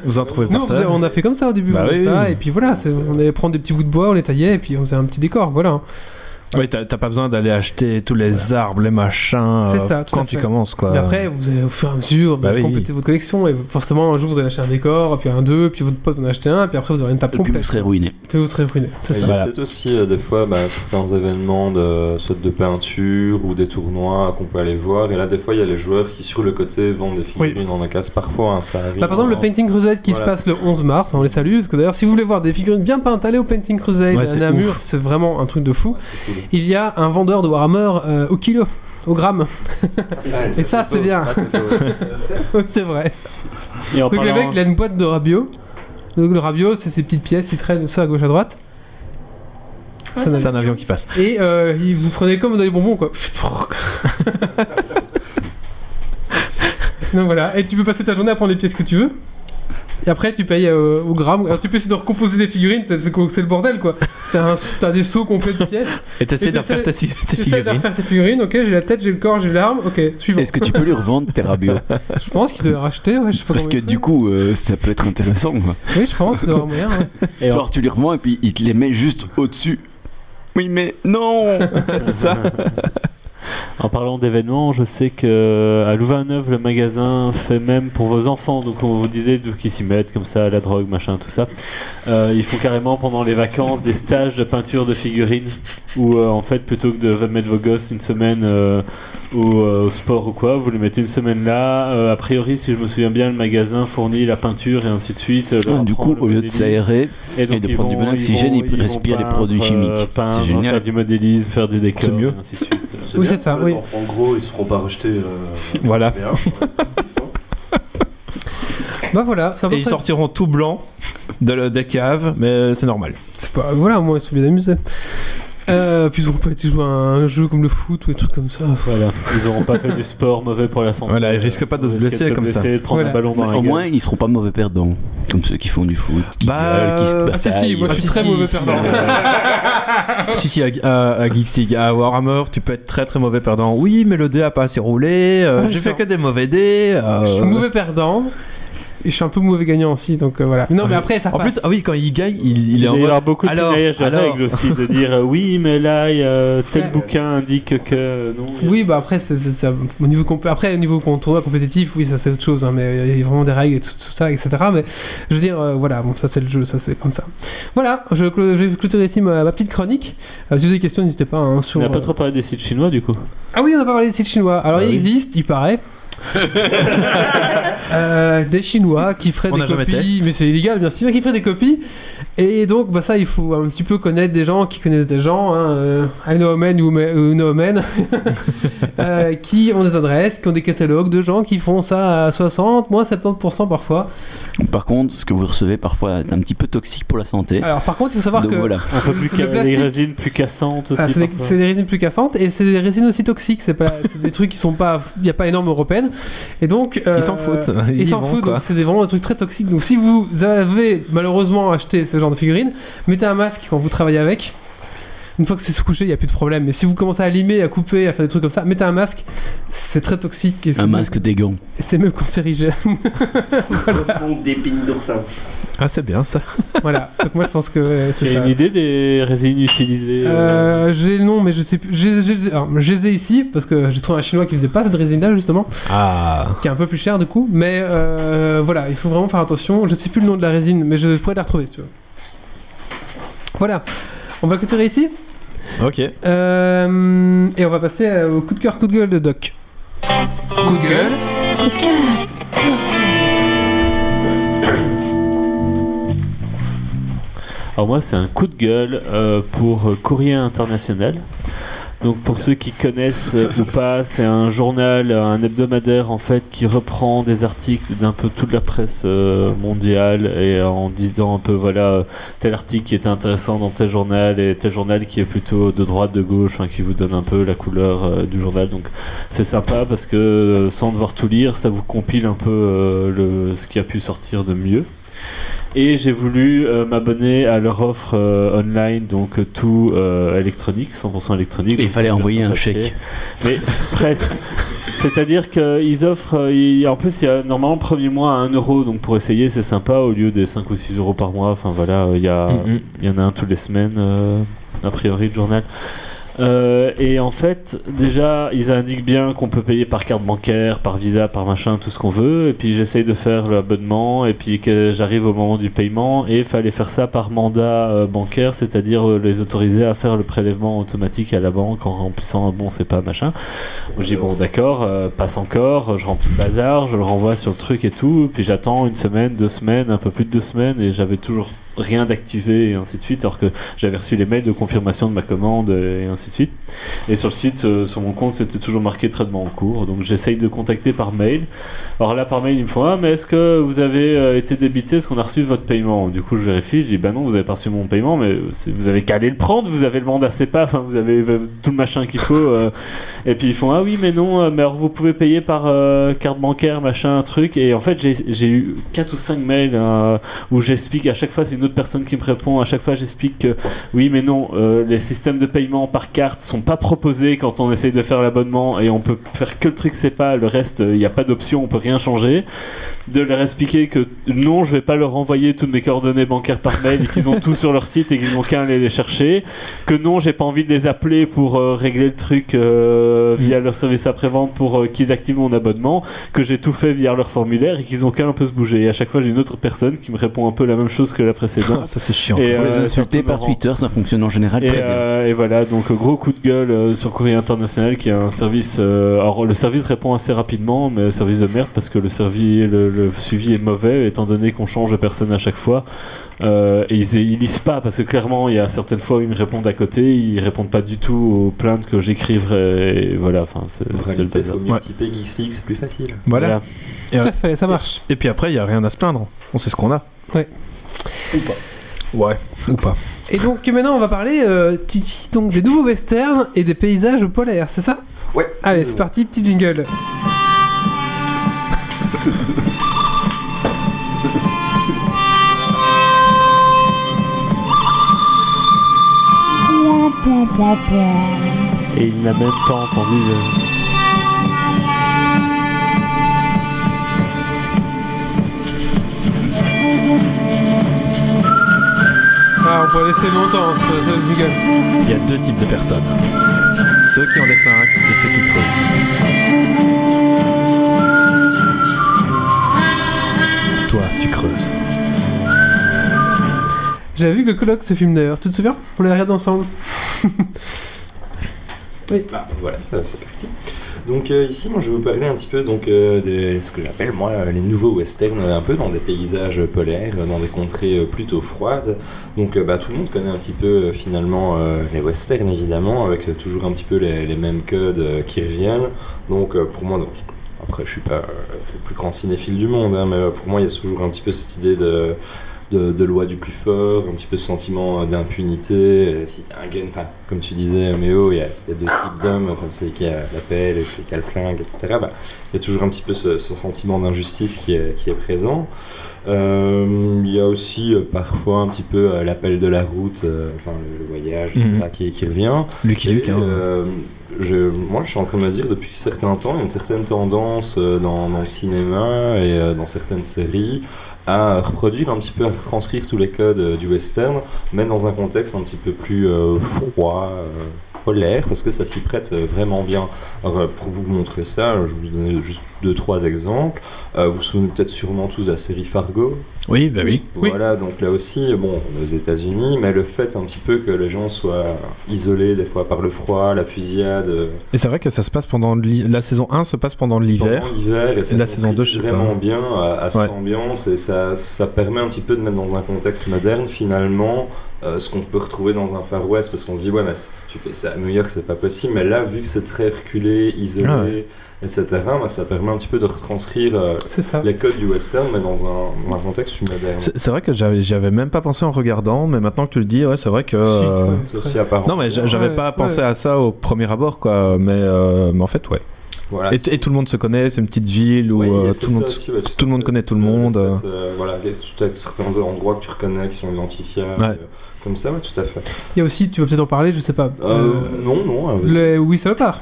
B: Vous en trouvez
A: Nous,
B: par
A: on faisait-
B: terre.
A: on a fait comme ça au début.
B: Bah
A: on faisait
B: oui,
A: ça,
B: oui.
A: et puis voilà, c'est- on allait prendre des petits bouts de bois, on les taillait et puis on faisait un petit décor. Voilà.
B: Oui, t'as t'as pas besoin d'aller acheter tous les arbres, les machins.
A: C'est
B: euh,
A: ça, tout à
B: quand tu
A: fait.
B: commences, quoi.
A: Mais après, vous allez au fur et à mesure, vous
B: Bah
A: allez
B: oui.
A: compléter votre collection, et forcément, un jour, vous allez acheter un décor, puis un deux, puis votre pote en a acheté un, puis après, vous aurez une table
F: Et puis vous
A: complète.
F: serez ruiné.
A: Puis vous serez ruiné. C'est
G: Il y
A: ça.
G: a
B: Voilà.
G: peut-être aussi euh, des fois bah, certains événements de, soit de peinture ou des tournois qu'on peut aller voir. Et là, des fois, il y a les joueurs qui, sur le côté, vendent des figurines en casse parfois. hein, ça arrive.
A: Là, Bah, par exemple, le
G: hein.
A: Painting Crusade qui se
G: Voilà.
A: passe le 11 mars, on les salue, parce que d'ailleurs, si vous voulez voir des figurines bien peintes, allez au Painting Crusade
B: Ouais,
A: à
B: c'est
A: Namur,
B: ouf.
A: c'est vraiment un truc de fou.
G: Ouais, c'est cool.
A: Il y a un vendeur de Warhammer euh, au kilo, au gramme.
G: Ouais,
A: Et ça, c'est
G: beau,
A: bien.
G: ça, c'est beau.
A: Oui, c'est vrai.
D: Et en
A: Donc, le
D: parlant-
A: mec, il a une boîte de Rabio. Donc, le Rabio, c'est ces petites pièces qui traînent ça à gauche à droite. Ça n'a-
B: C'est un avion qui passe.
A: Et euh, il vous prenez comme dans les bonbons, quoi. Donc voilà, et tu peux passer ta journée à prendre les pièces que tu veux. Et après, tu payes euh, au gramme. Alors, tu peux essayer de recomposer des figurines, c'est c'est quoi- c'est le bordel quoi. T'as un- t'as des sauts complets de pièces.
B: Et t'essaies
A: Et
B: de refaire ta- tes
A: Tu essaies de
B: figurines.
A: refaire tes figurines, ok, j'ai la tête, j'ai le corps, j'ai l'arme, ok, suivant.
F: Est-ce que tu peux lui revendre tes rabios
A: Je pense qu'il devait racheter, ouais, je sais pas
F: Parce que
A: combien il
F: du coup, euh, ça peut être intéressant. quoi.
A: fait. Oui, je pense, il doit y avoir moyen. ouais.
D: Et en-
F: Genre, tu lui revends et puis il te les met juste au-dessus. Oui, mais non C'est ça
D: En parlant d'événements, je sais que euh, à Louvain-Neuve, le magasin fait même pour vos enfants. Donc on vous disait de- qu'ils s'y mettent comme ça, la drogue, machin, tout ça. Euh, ils font carrément pendant les vacances des stages de peinture de figurines où euh, en fait plutôt que de mettre vos gosses une semaine euh, au, euh, au sport ou quoi, vous les mettez une semaine là. Euh, a priori, si je me souviens bien, le magasin fournit la peinture et ainsi de suite. euh, leur
F: Ah, Du
D: apprend
F: coup,
D: le
F: au lieu de
D: modélisme.
F: s'aérer,
D: Et, donc
F: de
D: ils
F: prendre du
D: vont-
F: bon
D: ils
F: oxygène,
D: vont-
F: ils respirent les
D: vont
F: produits
D: peindre,
F: chimiques.
D: euh,
F: C'est
D: peindre,
F: génial.
D: Faire du modélisme, faire des décors,
B: mieux.
D: et ainsi de suite.
A: Oui,
C: bien,
A: c'est ça,
C: Les
A: oui.
C: enfants gros, ils se feront pas rejeter. euh,
B: Voilà.
C: bien, hein, c'est sportif, hein.
A: Bah voilà, ça va.
B: Et ils sortiront tout blancs de la des caves, mais c'est normal.
A: Voilà, au moins ils sont bien amusés. Euh, puis ils auront pas été jouer à un jeu comme le foot ou des trucs comme ça.
B: Ah,
D: Voilà, ils auront pas fait du sport mauvais pour la santé.
B: Voilà, ils risquent pas de se
D: Ils risquent
B: blesser comme ça.
D: blesser, De prendre
A: Voilà.
D: un ballon dans la
F: au
D: gueule.
F: moins, ils seront pas mauvais perdants. Comme ceux qui font du foot, qui
B: Bah,
F: gueulent, qui se
B: ah,
A: Ah, si, si,
F: bataillent.
A: moi je
B: Ah,
A: suis
B: si,
A: très
B: si,
A: mauvais
B: si.
A: perdant.
B: Si, si, à, à- à Geeks League, à Warhammer, tu peux être très très mauvais perdant. Oui, mais le dé a pas assez roulé, euh,
A: Ouais,
B: j'ai
A: ça.
B: fait que des mauvais dés. euh,
A: Je suis mauvais perdant. Et je suis un peu mauvais gagnant aussi, donc euh, voilà. Non, mais après, ça
B: En
A: passe.
B: plus, ah oui, quand il gagne, il,
D: Il
B: il
D: y
B: est en mode.
D: aura beaucoup de
B: alors,
D: tutoyage de
B: alors.
D: règles aussi, de dire euh, oui, mais là, il y a tel
A: Ouais.
D: bouquin indique que euh, non. il y a-
A: Oui, bah après, c'est, c'est- ça- au niveau comp- après, au niveau qu'on tourne compétitif, oui, ça c'est autre chose, hein, mais il y a vraiment des règles et tout, tout ça, etc. Mais je veux dire, euh, voilà, bon, ça c'est le jeu, ça c'est comme ça. Voilà, je, clo- je vais clôturer ici ma, ma petite chronique. Euh, si vous avez des questions, n'hésitez pas. hein,
D: On
A: sur,
D: n'a pas
A: euh,
D: trop parlé des sites chinois du coup.
A: Ah oui, on n'a pas parlé des sites chinois. Alors,
F: Ah
A: il
F: oui.
A: existe, il paraît. Euh, des Chinois qui feraient
B: On
A: des
B: n'a jamais
A: copies,
B: test.
A: mais c'est illégal bien sûr, qui feraient des copies. Et donc, bah, ça, il faut un petit peu connaître des gens qui connaissent des gens, hein, euh, I know a man ou ma- ou know a man, euh, qui ont des adresses, qui ont des catalogues de gens qui font ça à 60, moins 70% parfois.
F: Par contre, ce que vous recevez parfois est un petit peu toxique pour la santé.
A: Alors, par contre, il faut savoir
F: Donc
A: que
F: voilà.
D: Un peu plus
A: Le
D: ca- des
A: plastique.
D: résines plus cassantes aussi.
A: Ah, c'est, des,
D: parfois.
A: c'est des résines plus cassantes et c'est des résines aussi toxiques. C'est pas, c'est des trucs qui sont pas, il y a pas énorme européenne. Et donc euh,
B: Ils s'en foutent.
A: Ils
B: Ils, y
A: s'en
B: vont,
A: foutent,
B: quoi.
A: donc c'est des- vraiment un truc très toxique. Donc si vous avez malheureusement acheté ce genre de figurines, mettez un masque quand vous travaillez avec. Une fois que c'est sous couché, il n'y a plus de problème. Mais si vous commencez à limer, à couper, à faire des trucs comme ça, mettez un masque. C'est très toxique. Et c'est-
F: Un masque, des gants.
A: et C'est même cancérigène.
C: Ils font des pignes d'oursin.
B: Ah, c'est bien ça.
A: voilà. Donc moi je pense que euh,
D: Il
A: c'est
D: y a
A: ça.
D: une idée des résines utilisées. euh,
A: Euh, j'ai le nom, mais je sais plus. J'ai, j'ai- alors, je les ai ici parce que j'ai trouvé un chinois qui faisait pas cette résine là justement.
B: Ah,
A: qui est un peu plus cher du coup, mais euh, voilà, il faut vraiment faire attention. Je sais plus le nom de la résine, mais je pourrais la retrouver si tu veux. Voilà, on va clôturer ici
B: ok.
A: Euh, et on va passer euh, au coup de cœur, coup de gueule de Doc. Coup de gueule
D: Alors moi, c'est un coup de gueule euh, pour euh, Courrier International. Donc pour ceux qui connaissent euh, ou pas, c'est un journal, euh, un hebdomadaire en fait qui reprend des articles d'un peu toute la presse euh, mondiale et en disant un peu voilà euh, tel article qui est intéressant dans tel journal et tel journal qui est plutôt de droite, de gauche, enfin, qui vous donne un peu la couleur euh, du journal. Donc c'est sympa parce que euh, sans devoir tout lire, ça vous compile un peu euh, le, ce qui a pu sortir de mieux. Et j'ai voulu euh, m'abonner à leur offre euh, online, donc euh, tout euh, électronique, 100% électronique.
F: Et il fallait
D: Donc,
F: envoyer
D: personne
F: un
D: papier.
F: chèque.
D: Mais presque. C'est-à-dire qu'ils offrent, euh, il- en plus, il y a normalement le premier mois à 1 euro, donc pour essayer, c'est sympa, au lieu des 5 ou 6 euros par mois. Enfin voilà, euh, il y, a,
B: Mhm.
D: il y en a un toutes les semaines, euh, a priori, le journal. Euh, et en fait, déjà, ils indiquent bien qu'on peut payer par carte bancaire, par visa, par machin, tout ce qu'on veut. Et puis j'essaye de faire l'abonnement, et puis que j'arrive au moment du paiement, et il fallait faire ça par mandat euh, bancaire, c'est-à-dire euh, les autoriser à faire le prélèvement automatique à la banque en remplissant un bon, c'est pas machin. Moi, je dis bon, d'accord, euh, passe encore, je remplis le bazar, je le renvoie sur le truc et tout, puis j'attends une semaine, deux semaines, un peu plus de deux semaines, et j'avais toujours rien d'activé et ainsi de suite, alors que j'avais reçu les mails de confirmation de ma commande euh, et ainsi de suite. Et sur le site, euh, sur mon compte, c'était toujours marqué traitement en cours, donc j'essaye de contacter par mail. Alors là, par mail, ils me font Ah, mais est-ce que vous avez euh, été débité Est-ce qu'on a reçu votre paiement Du coup, je vérifie, je dis Bah non, vous avez pas reçu mon paiement, mais c'est- vous avez qu'à aller le prendre, vous avez le mandat CEPA, enfin, vous avez euh, tout le machin qu'il faut. euh. Et puis ils font Ah oui, mais non, euh, mais alors vous pouvez payer par euh, carte bancaire, machin, truc. Et en fait, j'ai j'ai eu 4 ou 5 mails euh, où j'explique, à chaque fois, c'est une autre personne qui me répond, à chaque fois, j'explique que oui, mais non, euh, les systèmes de paiement par carte sont pas proposés quand on essaye de faire l'abonnement et on peut faire que le truc CEPA, le reste, il n'y a pas d'option, on peut rien changer. De leur expliquer que non, je vais pas leur envoyer toutes mes coordonnées bancaires par mail et qu'ils ont tout sur leur site et qu'ils n'ont qu'à aller les chercher. Que non, j'ai pas envie de les appeler pour euh, régler le truc euh, via
F: Mm.
D: leur service après-vente pour euh, qu'ils activent mon abonnement. Que j'ai tout fait via leur formulaire et qu'ils ont qu'à un peu se bouger. Et à chaque fois, j'ai une autre personne qui me répond un peu la même chose que la précédente.
B: Ah, ça c'est chiant.
D: Et,
F: Pour les
D: euh,
F: insulter
D: surtout
F: par
D: marrant.
F: Twitter, ça fonctionne en général
D: Et,
F: Ah, très bien.
D: euh, et voilà, donc euh, gros coup de gueule euh, sur Courrier International qui a un service. euh, alors le service répond assez rapidement, mais service de merde parce que le, servi, le, le suivi est mauvais étant donné qu'on change de personne à chaque fois. Euh, et ils, ils lisent pas parce que clairement il y a certaines fois où ils me répondent à côté, ils répondent pas du tout aux plaintes que j'écrivrais. Et voilà, enfin c'est
G: En
D: c'est le
G: réalité,
D: bazar.
G: faut mieux typer Geeks League, c'est plus facile.
B: Voilà. Et,
A: Tout
B: euh,
A: à fait, ça marche.
B: Et puis après, il y a rien à se plaindre. On sait ce qu'on a.
A: Ouais.
B: Ou pas. Ouais, ou pas.
A: Et donc maintenant on va parler euh, Titi donc des nouveaux westerns et des paysages polaires, c'est ça
G: Ouais.
A: Allez, c'est parti, petit jingle.
D: Et il n'a même pas entendu le.
A: Ah, on pourrait laisser longtemps ce, ce jingle.
B: Il y a deux types de personnes. Ceux qui ont des flingues et ceux qui creusent. Toi, tu creuses.
A: J'avais vu que le colloque ce film d'ailleurs, tu te souviens On l'a regardé ensemble.
G: Bah, voilà, ça- c'est parti. Donc euh, ici, moi, je vais vous parler un petit peu donc euh, de ce que j'appelle moi euh, les nouveaux westerns, euh, un peu dans des paysages euh, polaires, euh, dans des contrées euh, plutôt froides. Donc euh, bah, tout le monde connaît un petit peu euh, finalement euh, les westerns évidemment, avec euh, toujours un petit peu les, les mêmes codes euh, qui reviennent. Donc euh, pour moi, donc, après je suis pas euh, le plus grand cinéphile du monde, hein, mais euh, pour moi il y a toujours un petit peu cette idée de, de, de loi du plus fort, un petit peu ce sentiment euh, d'impunité. euh, Si t'as un gun, enfin, comme tu disais, euh, Méo, il y, a il y a deux types d'hommes, enfin, celui qui a la pelle et celui qui a le flingue, etc. Bah, il y a toujours un petit peu ce, ce sentiment d'injustice qui est, qui est présent. Euh, il y a aussi euh, parfois un petit peu euh, l'appel de la route, euh, enfin, le, le voyage, etc.,
B: Mhm.
G: qui, qui revient.
B: Lucky
G: Et,
B: Luke, hein.
G: euh, je, moi, je suis en train de me dire depuis certains temps, il y a une certaine tendance euh, dans, dans le cinéma et euh, dans certaines séries à reproduire un petit peu, à transcrire tous les codes euh, du western, mais dans un contexte un petit peu plus euh, froid, euh, polaire, parce que ça s'y prête euh, vraiment bien. Alors, euh, pour vous montrer ça, je vous donne juste deux, trois exemples. Euh, vous vous souvenez peut-être sûrement tous de la série Fargo.
B: Oui, bah oui.
A: Oui.
G: Voilà, donc là aussi, bon, on est aux États-Unis, mais le fait un petit peu que les gens soient isolés des fois par le froid, la fusillade, euh,
B: Et c'est vrai que ça se passe pendant l'hi- la saison 1 se passe pendant l'hiver.
G: pendant l'hiver, et ça
B: la saison
G: contribue
B: 2, je sais pas.
G: vraiment bien à, à cette
B: Ouais.
G: ambiance et ça, ça permet un petit peu de mettre dans un contexte moderne finalement euh, ce qu'on peut retrouver dans un Far West parce qu'on se dit ouais mais c- tu fais ça à New York c'est pas possible mais là vu que c'est très reculé, isolé,
B: Ah ouais.
G: etc. bah, ça permet un petit peu de retranscrire euh,
A: C'est ça.
G: les codes du western mais dans un, dans un contexte plus moderne.
B: Ah. C'est c'est vrai que j'avais j'y avais même pas pensé en regardant, mais maintenant que tu le dis, ouais, c'est vrai que.
A: Si,
B: euh,
A: ouais.
G: C'est aussi apparent.
B: Non, mais j'a- j'avais
A: Ouais,
B: pas
A: ouais.
B: pensé à ça au premier abord, quoi. Mais, euh, mais en fait, ouais.
G: Voilà,
B: Et, t- et tout le monde se connaît, c'est une petite ville où
G: Ah, Oui,
B: euh,
G: c'est
B: tout le
G: ça
B: monde.
G: aussi, ouais, tout
B: tout le monde
G: à
B: connaît
G: fait.
B: tout le monde,
G: En fait, euh, voilà, il y a tout à- certains endroits que tu reconnais, qui sont identifiables,
B: Ouais.
G: euh, comme ça, ouais, tout à fait.
A: Il y a aussi, tu vas peut-être en parler, je sais pas.
G: Euh, non, non. euh, vas-y.
A: Le Oui, salopard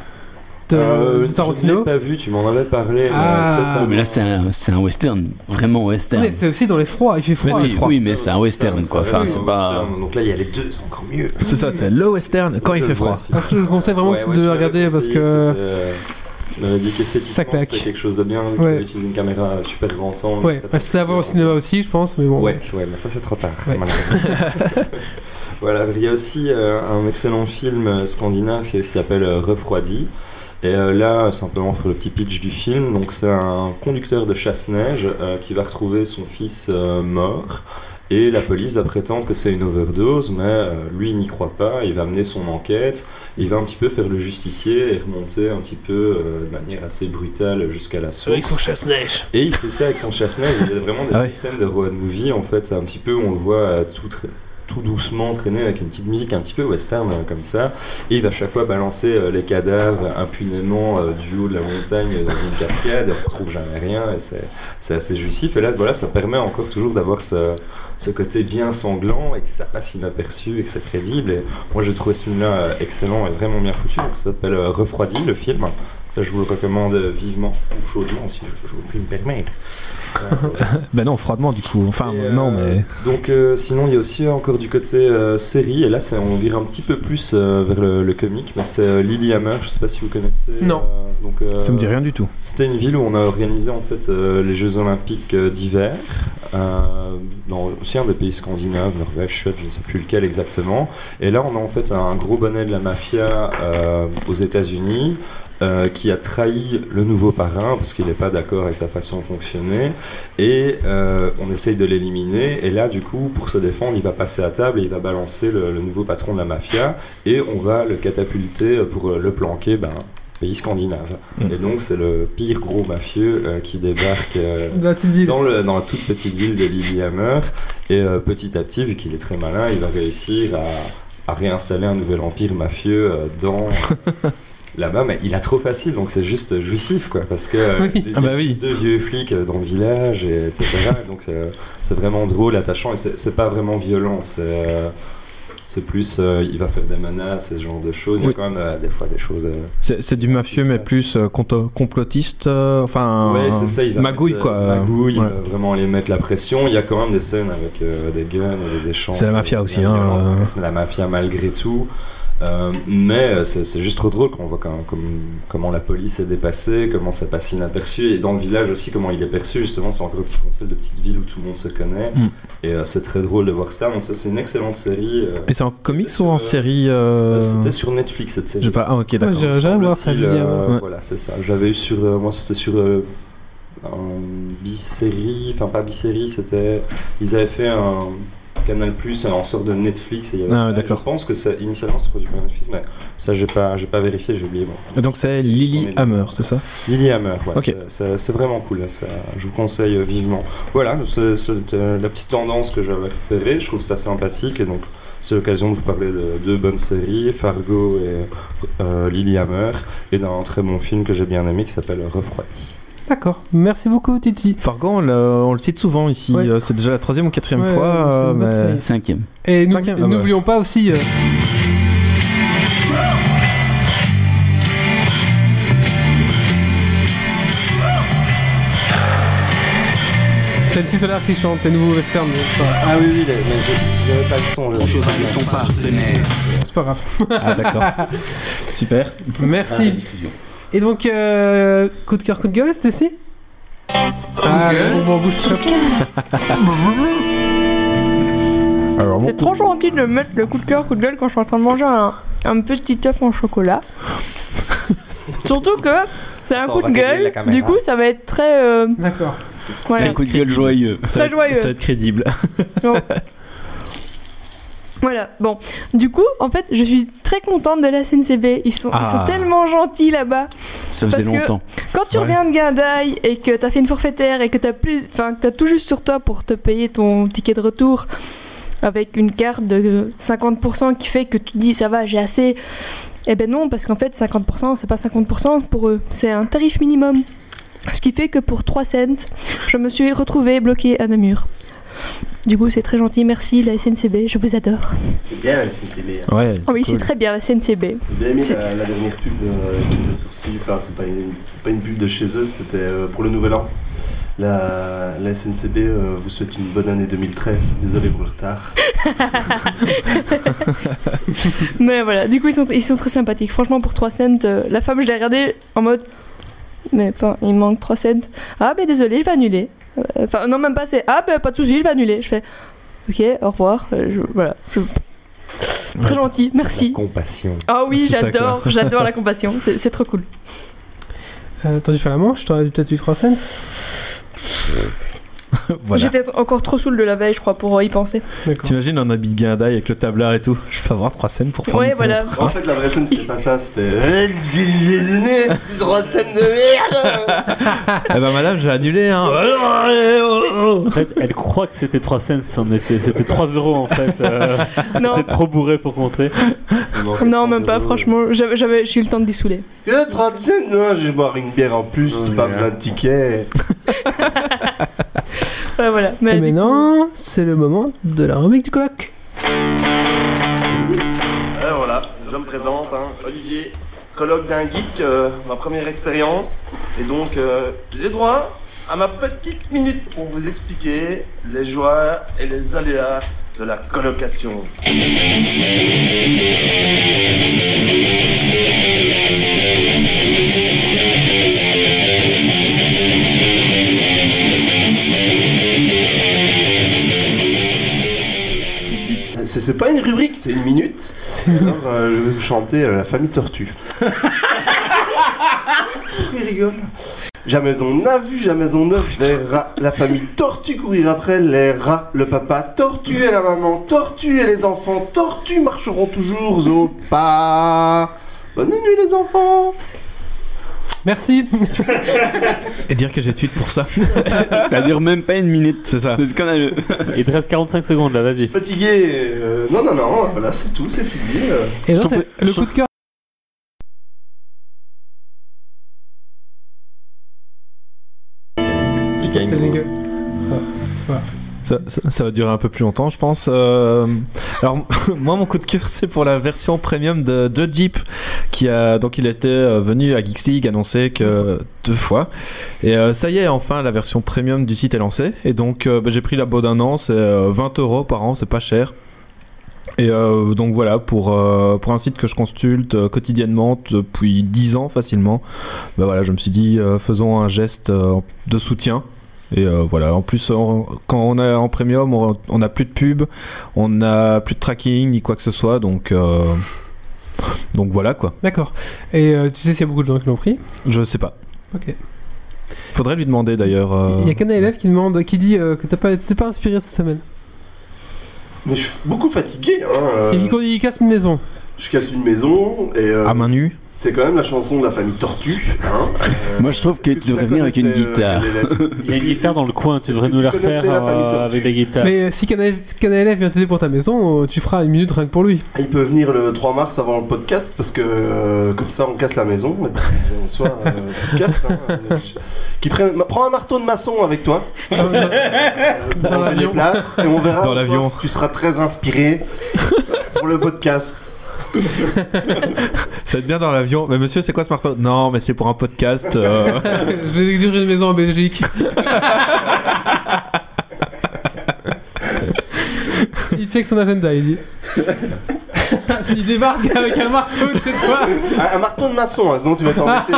A: de,
G: Euh,
A: de
G: Je ne
A: Tarantino.
G: l'ai pas vu, tu m'en avais parlé.
A: Ah.
G: peut-être
A: Ouais,
F: Mais là, c'est un, c'est un western, vraiment western.
A: Mais c'est aussi dans les froids, il fait froid. le
F: Mais oui,
A: froid.
F: oui, mais c'est un western, quoi. Enfin,
G: oui,
F: c'est
G: un
F: pas.
G: western. Donc là, il y a les deux, c'est encore mieux.
B: C'est ça, c'est le western quand il
G: Je
B: fait
G: le
B: froid.
G: vois, ce film.
A: Alors, Ah, je vous conseille vraiment
G: Ouais,
A: de
G: ouais,
A: le
G: tu m'avais
A: regarder parce
G: conseillé,
A: que.
G: c'était, euh, Tu m'avais dit que
A: Ça
G: esthétiquement,
A: claque.
G: c'était quelque chose de bien, que
A: Ouais.
G: tu avais utilisé une caméra super grand angle.
A: Ouais,
G: que ça
A: bah, c'était à voir au cinéma aussi, je pense, mais bon.
G: Ouais, ouais, mais ça c'est trop tard.
A: Ouais.
G: malheureusement. voilà, il y a aussi euh, un excellent film euh, scandinave qui s'appelle euh, Refroidi. Et euh, là, euh, simplement pour le petit pitch du film, donc c'est un conducteur de chasse-neige euh, qui va retrouver son fils euh, mort. Et la police va prétendre que c'est une overdose, mais euh, lui il n'y croit pas, il va mener son enquête, il va un petit peu faire le justicier et remonter un petit peu euh, de manière assez brutale jusqu'à la source.
I: Avec son chasse-neige.
G: Et il fait ça avec son chasse-neige. Il y a vraiment des
B: Ah ouais.
G: scènes de road movie, en fait, un petit peu où on le voit euh, tout, tra- tout doucement traîner avec une petite musique un petit peu western euh, comme ça. Et il va chaque fois balancer euh, les cadavres impunément euh, du haut de la montagne euh, dans une cascade. Et on retrouve jamais rien et c'est c'est assez jouissif. Et là, voilà, ça permet encore toujours d'avoir ce, ce côté bien sanglant et que ça passe inaperçu et que c'est crédible. Et moi, j'ai trouvé ce film-là euh, excellent et vraiment bien foutu. Donc, ça s'appelle euh, Refroidi, le film. Ça, je vous le recommande euh, vivement ou chaudement si je, je puis me permettre. Euh,
B: Bah non, froidement du coup. Enfin,
G: et, euh,
B: non, mais.
G: Donc, euh, sinon, il y a aussi encore du côté euh, série, et là, c'est- on vire un petit peu plus euh, vers le, le comique, mais c'est euh, Lillehammer, je sais pas si vous connaissez.
A: Non.
G: euh, donc, euh,
B: Ça me dit rien du tout.
G: C'était une ville où on a organisé en fait euh, les Jeux Olympiques euh, d'hiver, euh, dans aussi un des pays scandinaves, Norvège, Suède, je ne sais plus lequel exactement. Et là, on a en fait un gros bonnet de la mafia euh, aux États-Unis. euh, qui a trahi le nouveau parrain parce qu'il n'est pas d'accord avec sa façon de fonctionner et euh, on essaye de l'éliminer et là du coup pour se défendre il va passer à table et il va balancer le, le nouveau patron de la mafia et on va le catapulter pour euh, le planquer ben, pays scandinave
B: Mm.
G: et donc c'est le pire gros mafieux euh, qui débarque euh,
A: De la petite ville.
G: dans, le- dans la toute petite ville de Lillehammer. Et euh, petit à petit, vu qu'il est très malin, il va réussir à, à réinstaller un nouvel empire mafieux euh, dans. Là-bas, mais il a trop facile, donc c'est juste jouissif, quoi, parce que euh,
A: Oui.
G: les
B: Ah bah oui.
G: deux vieux flics euh, dans le village, et, etc. donc c'est- c'est vraiment drôle, attachant, et c'est c'est pas vraiment violent, c'est euh, c'est plus, euh, il va faire des menaces, et ce genre de choses. Il y
B: Oui.
G: a quand même euh, des fois des choses euh,
B: C'est c'est du mafieux, mais plus euh, conto- complotiste. euh, enfin,
G: Ouais, c'est ça, il va
B: magouille
G: mettre,
B: quoi.
G: euh, Magouille,
B: Ouais.
G: il va vraiment les mettre la pression. Il y a quand même des scènes avec euh, des guns, et des échanges.
B: C'est la mafia
G: et
B: aussi,
G: la
B: hein,
G: violence,
B: euh.
G: ça reste la mafia malgré tout. Euh, mais euh, c'est c'est juste trop drôle quand on voit quand- comme- comment la police est dépassée, comment ça passe inaperçu, et dans le village aussi comment il est perçu. Justement, c'est encore un petit concept de petite ville où tout le monde se connaît,
B: Mm.
G: et euh, c'est très drôle de voir ça. Donc ça, c'est une excellente série. euh.
B: Et c'est en comics ou en
G: Euh,
B: série euh,
G: C'était sur Netflix cette
B: je
G: série.
B: sais pas. Ah, ok, d'accord.
A: j'ai- J'aimerais voir ça,
G: Semble-t-il,
A: Julien.
G: euh,
B: Ouais.
G: Voilà, c'est ça. J'avais eu sur. euh, moi, c'était sur. euh, un bi-série. Enfin, pas bi-série, c'était. Ils avaient fait un. Canal Plus en sorte de Netflix et il y avait
B: Ah,
G: ça.
B: d'accord.
G: Je pense que ça, initialement c'est produit par Netflix, mais ça j'ai pas, j'ai pas vérifié, j'ai oublié. bon.
B: Ah, Donc c'est Lily Hammer, c'est ça
G: Lillehammer, ouais.
B: Ok.
G: C'est- C'est c'est vraiment cool, ça, je vous conseille euh, vivement. Voilà, c'est c'est, euh, la petite tendance que j'avais repérée, je trouve ça sympathique et donc c'est l'occasion de vous parler de deux bonnes séries, Fargo et euh, Lillehammer, et d'un très bon film que j'ai bien aimé qui s'appelle Refroidi.
A: D'accord. Merci beaucoup, Titi.
B: Fargo, on le, on le cite souvent ici.
A: Ouais.
B: euh, C'est déjà la troisième ou quatrième
A: Ouais,
B: fois.
A: c'est
B: euh,
A: une bonne
B: mais-
A: série.
F: Cinquième.
A: Et nous-
B: Cinquième,
A: et
B: ah bah.
A: n'oublions pas aussi. euh, C'est le petit solaire qui chante, les nouveaux westerns. mais c'est pas grave.
G: Ah oui, oui, mais il n'y avait pas le son.
A: C'est pas grave.
B: Ah, d'accord. Super.
A: Merci. Et donc, euh, coup de cœur, coup de gueule, c'était si Ah,
I: gueule.
A: bon, bon, bouche, chapeau.
E: C'est trop gentil de mettre le coup de cœur, coup de gueule quand je suis en train de manger un, un petit œuf en chocolat. Surtout que c'est un
G: Attends,
E: coup
G: on
E: de
G: va régler la
E: gueule,
G: caméra.
E: du coup
B: hein.
E: ça va être très. euh,
A: D'accord.
E: voilà.
F: Un coup de gueule joyeux.
E: Très joyeux.
B: Ça va être crédible.
E: Voilà, bon. Du coup, en fait, je suis très contente de la CNCB. Ils sont, ils sont
B: Ah.
E: tellement gentils là-bas.
F: Ça faisait
E: Parce que-
F: longtemps.
E: Quand tu
B: Ouais.
E: reviens de Guindaille et que t'as fait une forfaitaire et que t'as plus, enfin, que t'as tout juste sur toi pour te payer ton ticket de retour avec une carte de 50% qui fait que tu te dis ça va, j'ai assez. Eh ben non, parce qu'en fait, 50%, c'est pas 50% pour eux, c'est un tarif minimum. Ce qui fait que pour 3 cents, je me suis retrouvée bloquée à Namur. Du coup, c'est très gentil, merci la SNCB, je vous adore.
C: C'est bien, la SNCB. hein.
B: Ouais.
E: Ah oui, c'est
B: cool.
E: très bien la SNCB.
C: J'ai bien aimé
E: C'est-
C: la, la dernière pub euh, qui est sortie. Enfin, c'est pas, une- c'est pas une pub de chez eux, c'était euh, pour le nouvel an. La, la SNCB euh, vous souhaite une bonne année 2013. Désolé pour le retard.
E: Mais voilà, du coup, ils sont, ils sont très sympathiques. Franchement, pour 3 cents, euh, la femme, je l'ai regardée en mode. Mais enfin, il manque 3 cents. Ah, ben désolé, je vais annuler. Euh, Enfin, non, même pas, c'est. Ah, ben pas de souci, je vais annuler. Je fais. Ok, au revoir. Euh, je- voilà. je- Très gentil, merci.
G: compassion.
E: Ah oui,
B: C'est ça,
E: j'adore, j'adore la compassion, c'est c'est trop cool.
A: Euh, T'as dû faire la manche, t'aurais dû peut-être eu 3 cents.
B: voilà.
E: J'étais encore trop saoul de la veille, je crois, pour euh, y penser.
A: D'accord.
B: T'imagines un habit de guindaille avec le tablard et tout Je peux avoir trois scènes pour faire
E: Ouais,
B: une
E: voilà.
B: fenêtre.
C: En fait, la vraie scène, c'était pas ça, c'était. Eh, ce qu'il lui a donné, petite grosse scène de merde
B: Eh ben madame, j'ai annulé. Hein.
D: En fait, elle croit que c'était 3 cents, c'en était- c'était 3 euros en fait. euh,
E: Non,
D: T'es trop bourré pour compter.
E: non même pas, franchement. J'avais, j'avais- j'ai eu le temps de dissouler.
C: Que hein, 30 cents Non, je vais boire une bière en plus, c'est pas
D: Ouais.
C: besoin de ticket.
E: Ouais, voilà. Eh, Mais,
A: Et
E: du
A: maintenant, c'est le moment de la rubrique du colloque.
C: Alors voilà, je me présente, hein, Olivier, colloque d'un geek, euh, ma première expérience. Et donc, euh, j'ai droit à ma petite minute pour vous expliquer les joies et les aléas de la colocation. C'est c'est pas une rubrique, c'est une minute. Alors, euh, je vais vous chanter euh, La famille tortue. Pourquoi il rigole Jamais on n'a vu, jamais on ne verra. La famille tortue courir après les rats. Le papa tortue et la maman tortue et les enfants tortue marcheront toujours au pas. Bonne nuit les enfants
A: Merci.
B: Et dire que j'ai tweet pour ça.
F: ça dure même pas une minute.
B: C'est ça.
F: C'est scandaleux.
D: Il te reste 45 secondes là, vas-y.
C: Fatigué euh, Non, non, non, voilà, c'est tout, c'est fini. euh.
A: Et non,
F: trouve
A: c'est le coup de cœur. c'est
G: euh,
A: le jingle.
B: Ça, ça- ça va durer un peu plus longtemps, je pense. Euh, alors, moi, mon coup de cœur, c'est pour la version premium de, de Jeep, qui a donc il était euh, venu à Geeks League annoncer que deux fois. Et euh, ça y est, enfin, la version premium du site est lancée. Et donc, euh, bah, j'ai pris la l'abo d'un an, c'est euh, 20 euros par an, c'est pas cher. Et euh, donc voilà, pour, euh, pour un site que je consulte euh, quotidiennement depuis 10 ans facilement, bah voilà, je me suis dit, euh, faisons un geste euh, de soutien. Et euh, voilà, en plus, on- quand on est en premium, on on n'a plus de pub, on n'a plus de tracking, ni quoi que ce soit, donc, euh, donc voilà quoi.
A: D'accord. Et euh, tu sais s'il y a beaucoup de gens qui l'ont pris.
B: Je sais pas.
A: Ok.
B: Faudrait lui demander d'ailleurs. euh,
A: Il y a qu'un élève qui demande, qui dit euh, que t'as pas, t'es pas inspiré cette semaine.
C: Mais je suis beaucoup fatigué. Hein, euh.
A: Et qui il casse une maison.
C: Je casse une maison et
F: Ah,
C: euh,
B: À main nue
C: c'est quand même la chanson de la famille tortue. hein. Euh,
F: Moi, je trouve que tu devrais venir avec une
C: connaissais, euh,
F: guitare.
C: Adélène
D: Il y a une guitare dans le coin, tu devrais
C: Est-ce que
D: nous
C: tu
D: la
C: connaissais
D: refaire
C: la famille
D: euh,
C: Tortue
D: avec la guitare.
A: Mais euh, si qu'un élève, qu'un élève vient t'aider pour ta maison, euh, tu feras une minute rien que pour lui.
C: Ah, Il peut venir le 3 mars avant le podcast parce que euh, comme ça on casse la maison et puis on soit euh, podcast. hein. Euh, je- Qui prenne- ma- Prends un marteau de maçon avec toi.
A: Ah,
C: euh, pour
A: Dans
C: enlever les
A: l'avion.
C: plâtres et on verra.
B: Dans
C: on
B: l'avion.
C: saura si Tu seras très inspiré pour le podcast.
B: Ça va être bien dans l'avion. Mais monsieur, c'est quoi ce marteau Non, mais c'est pour un podcast. euh.
A: Je vais exiger une maison en Belgique. il check son agenda, il dit. S'il débarque avec un marteau chez toi.
C: Un, un marteau de maçon, hein, sinon tu vas t'embêter.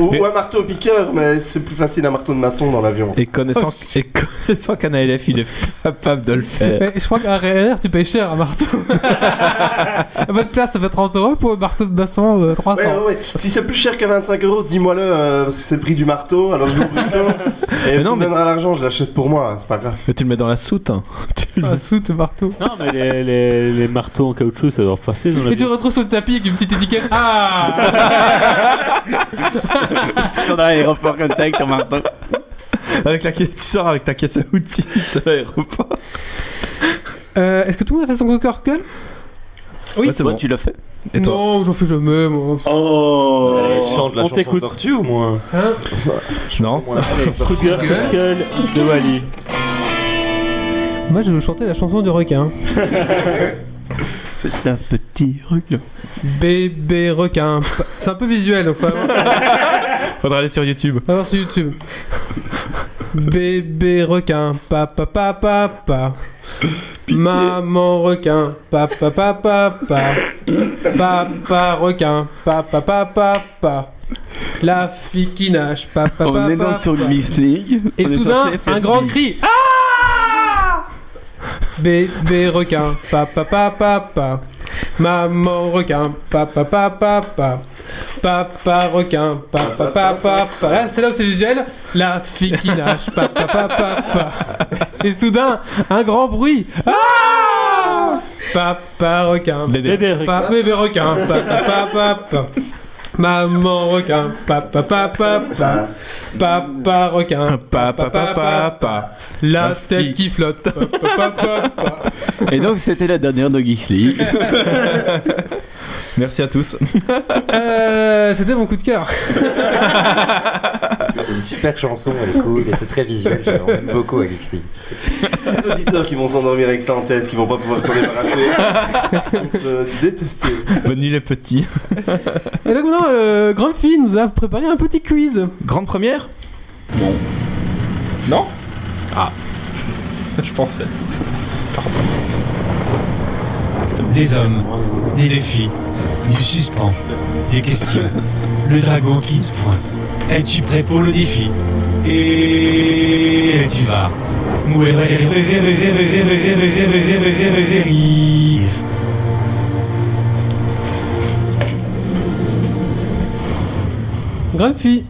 C: ou, ou un marteau au piqueur, mais c'est plus facile un marteau de maçon dans l'avion.
B: Et connaissant, et connaissant qu'un ALF, il est capable de le faire.
A: Mais je crois qu'à Ryanair, tu payes cher un marteau. Votre place, ça fait 30 euros pour un marteau de basson, euh, 300.
C: Ouais, ouais, ouais. Si c'est plus cher que 25 euros, dis-moi le, parce que c'est le prix du marteau, alors je vous bricole. Et
B: Mais non,
C: tu
B: mais-
C: me donneras l'argent, je l'achète pour moi, hein, c'est pas grave.
B: Mais tu le mets dans la soute. hein. Tu le-
A: Ah, soute, marteau.
D: Non, mais les, les- les marteaux en caoutchouc, ça doit être facile. dans la
A: Et tu
D: vie.
A: le retrouves sur le tapis avec une petite étiquette. Ah
F: Tu sors dans l'aéroport comme ça avec ton marteau.
B: Avec la caisse, tu sors avec ta caisse à outils à l'aéroport.
A: Euh, Est-ce que tout le monde a fait son coup de cœur gueule Oui.
B: Ouais, c'est
F: Toi,
B: bon.
F: tu l'as fait
B: Et toi
A: Non, j'en fais jamais, moi.
F: Oh
G: Allez, chante la
D: on
G: chanson
D: t'écoute.
G: tortue au moins.
A: Hein
B: Non
D: Coup de gueule, coup de gueule de Wally.
A: Moi, je veux chanter la chanson du requin.
F: C'est un petit requin.
A: Bébé requin. C'est un peu visuel, donc faut avoir, faut
B: Faudra aller sur YouTube.
A: avoir sur YouTube. Bébé requin, papa papa papa. Maman requin, papa papa papa. Papa requin, papa papa papa. La fille qui nage, papa papa.
F: On est donc sur
A: papa.
F: Geeks League.
A: Et
F: On est
A: soudain,
F: censé faire
A: un grand
F: Geeks.
A: cri. Ah Bébé requin, papa papa papa. Maman requin, papa papa papa. Papa requin, papa papa papa. Là, c'est là où c'est visuel. La fille qui nage, papa papa papa. Et soudain, un grand bruit. Ah Papa requin,
B: Bébé.
A: papa bébé requin, papa papa papa. Maman requin, papa papa papa.
C: Bah,
A: Papa requin,
B: Papa, papa, papa.
A: La,
B: La
A: tête
B: fille.
A: qui flotte, papa papa papa.
F: Et donc, c'était la dernière de Geeks League.
B: Merci à tous.
A: Euh, C'était mon coup de cœur.
G: Parce que c'est une super chanson, elle est cool et c'est très visuel. j'adore, On aime beaucoup Alex Lee.
C: les auditeurs qui vont s'endormir avec ça en tête, qui vont pas pouvoir s'en débarrasser, vont te détester.
B: Bonne nuit les petits.
A: Et donc maintenant, euh, grande fille nous a préparé un petit quiz.
B: Grande première Non. Non Ah. Je pensais.
I: Des hommes, des défis, du suspens, des questions. Le dragon qui se pointe. Es-tu prêt pour le défi Et tu vas. mourir.
A: Grande fille.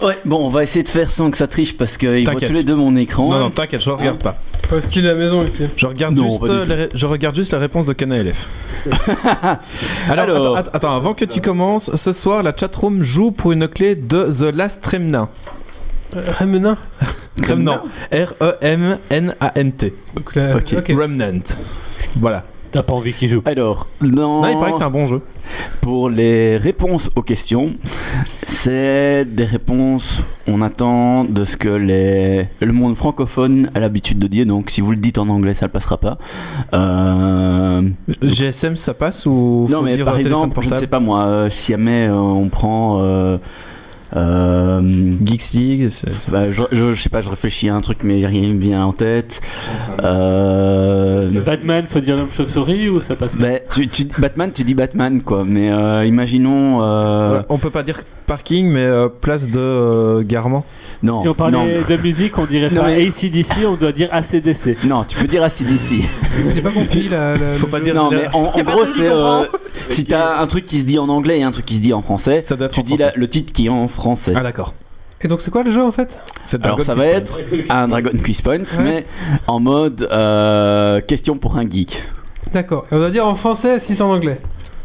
F: Ouais, bon, on va essayer de faire sans que ça triche parce qu'ils voient
B: T'inquiète.
F: tous les deux mon écran.
B: Non, non, t'inquiète, je regarde pas.
A: Au style de la maison ici.
B: Je regarde,
F: Non,
B: juste,
F: pas du
B: euh,
F: tout.
B: les ré- je regarde juste la réponse de Cana LF. Alors,
F: Alors.
B: Attends, attends, avant que tu commences, ce soir, la chatroom joue pour une clé de The Last Tremna.
A: Remnant.
B: Tremna. E R-E-M-N-A-N-T.
A: Donc, la-
F: Ok.
A: ok.
B: Remnant. Voilà.
D: T'as pas envie qu'il joue.
F: Alors, dans-
B: Non, il paraît que c'est un bon jeu.
F: pour les réponses aux questions, c'est des réponses, on attend de ce que les... le monde francophone a l'habitude de dire, donc si vous le dites en anglais, ça ne passera pas. Euh,
B: GSM, ça passe ou
F: Non,
B: faut
F: mais
B: dire
F: par
B: euh, téléphone
F: exemple, je ne
B: portable
F: sais pas moi, euh, si jamais euh, on prend... euh, euh,
B: Geeks League, c'est- c'est-
F: bah, je, je- je sais pas, je réfléchis à un truc, mais rien ne me vient en tête. Euh,
D: Batman, faut dire l'homme chauve-souris ou ça passe pas
F: Bah, tu, tu- Batman, tu dis Batman, quoi. Mais euh, imaginons. euh,
B: Ouais, On peut pas dire parking, mais euh, place de euh, garement.
F: Non,
D: Si on parlait
F: non.
D: de musique, on dirait
F: Non,
D: pas
F: mais-
D: ACDC, on doit dire ACDC.
F: Non, tu peux dire ACDC.
A: J'ai pas compris la. la-
B: Faut
A: le
B: pas
A: jeu.
B: dire-
F: non, mais en, en
E: Y a
F: gros,
E: personne qui
F: c'est. euh,
E: comprend.
F: si t'as un truc qui se dit en anglais et un truc qui se dit en français,
B: Ça doit être
F: tu
B: en
F: dis
B: français.
F: la- le titre qui est en français.
B: Ah, d'accord.
A: Et donc c'est quoi le jeu en fait
B: C'est le
F: Alors
B: Dragon
F: ça va
B: Quest
F: être un Dragon Quiz Point, mais en mode euh, question pour un geek.
A: D'accord. Et on doit dire en français si c'est en anglais.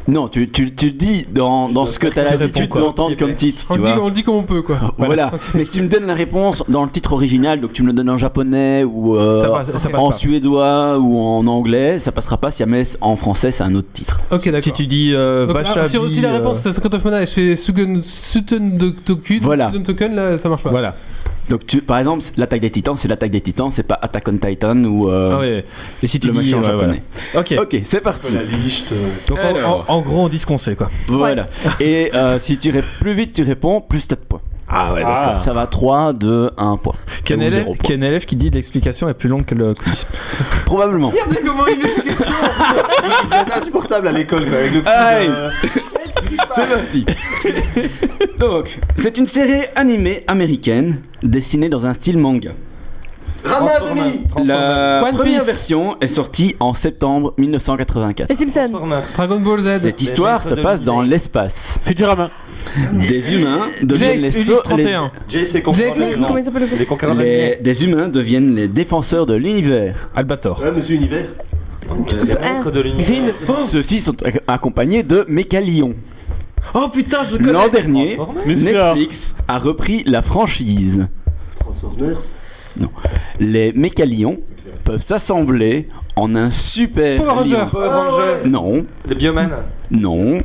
F: Non, tu, tu, tu le dis dans, dans ce que t'as
B: tu réponds,
F: l'habitude
B: quoi.
F: d'entendre comme titre,
A: On
F: tu
A: dit,
F: vois.
A: on dit comme on peut quoi.
F: Voilà. Mais si tu me donnes la réponse dans le titre original, donc tu me le donnes en japonais ou euh,
B: Ça passe- ça passe
F: en
B: pas.
F: suédois ou en anglais, ça passera pas. Si jamais c'est en français, c'est un autre titre.
A: Ok d'accord.
B: Si tu dis euh,
A: donc, là,
B: Vachabi,
A: si, si la
B: euh,
A: réponse c'est Secret of Mana et je fais Sugen Suten Token,
F: Voilà.
A: Suten Token là ça marche pas.
B: Voilà.
F: Donc tu, par exemple, l'attaque des Titans, c'est l'attaque des Titans, c'est pas Attack on Titan ou euh,
B: Ah ouais. Et si tu
F: le
B: dis
F: machin en
B: ouais,
F: euh, japonais.
B: voilà. Ok.
F: Ok, c'est parti.
C: La liche,
B: Donc en- en, en gros, on dit ce qu'on sait quoi.
F: Voilà. Et euh, si tu ré- plus vite tu réponds, plus t'as de points.
B: Ah ouais.
D: Ah,
F: Ça va 3, 2, 1 point.
B: Ken
F: Ou zéro
B: LF,
F: point.
B: Ken LF qui dit l'explication est plus longue que le quiz.
F: Probablement.
A: Regardez comment il est.
C: C'est insupportable à l'école quoi, avec le euh, coup
F: Aïe.
C: de-
F: C'est parti. Donc, c'est une série animée américaine dessinée dans un style manga.
C: Rama Demi
F: La
A: One
F: première
A: Piece.
F: version est sortie en septembre 1984.
E: Les Simpsons.
G: Transformers.
A: Dragon Ball Z.
F: Cette histoire se passe dans l'espace.
D: Futurama.
F: Des humains deviennent les,
B: Ulysse
F: so-
B: 31.
G: Jay, c'est
A: Jay,
E: Merde, comment il s'appelle le
G: Les
E: groupe
G: conquérants
F: les-
G: de la lumière.
F: les- des humains deviennent les défenseurs de l'univers.
B: Albator.
C: Ouais, Monsieur Univers.
G: Les maîtres de l'univers.
A: Green.
F: Ceux-ci sont ac- accompagnés de Mécalion.
B: Oh putain, je
F: L'an dernier,
D: Musclor.
F: Netflix a repris la franchise.
C: Transformers.
F: Les Mécalions peuvent s'assembler en un super
A: Power
F: lion.
A: Ranger.
G: Power Rangers.
F: Non,
G: Les Bioman.
F: non,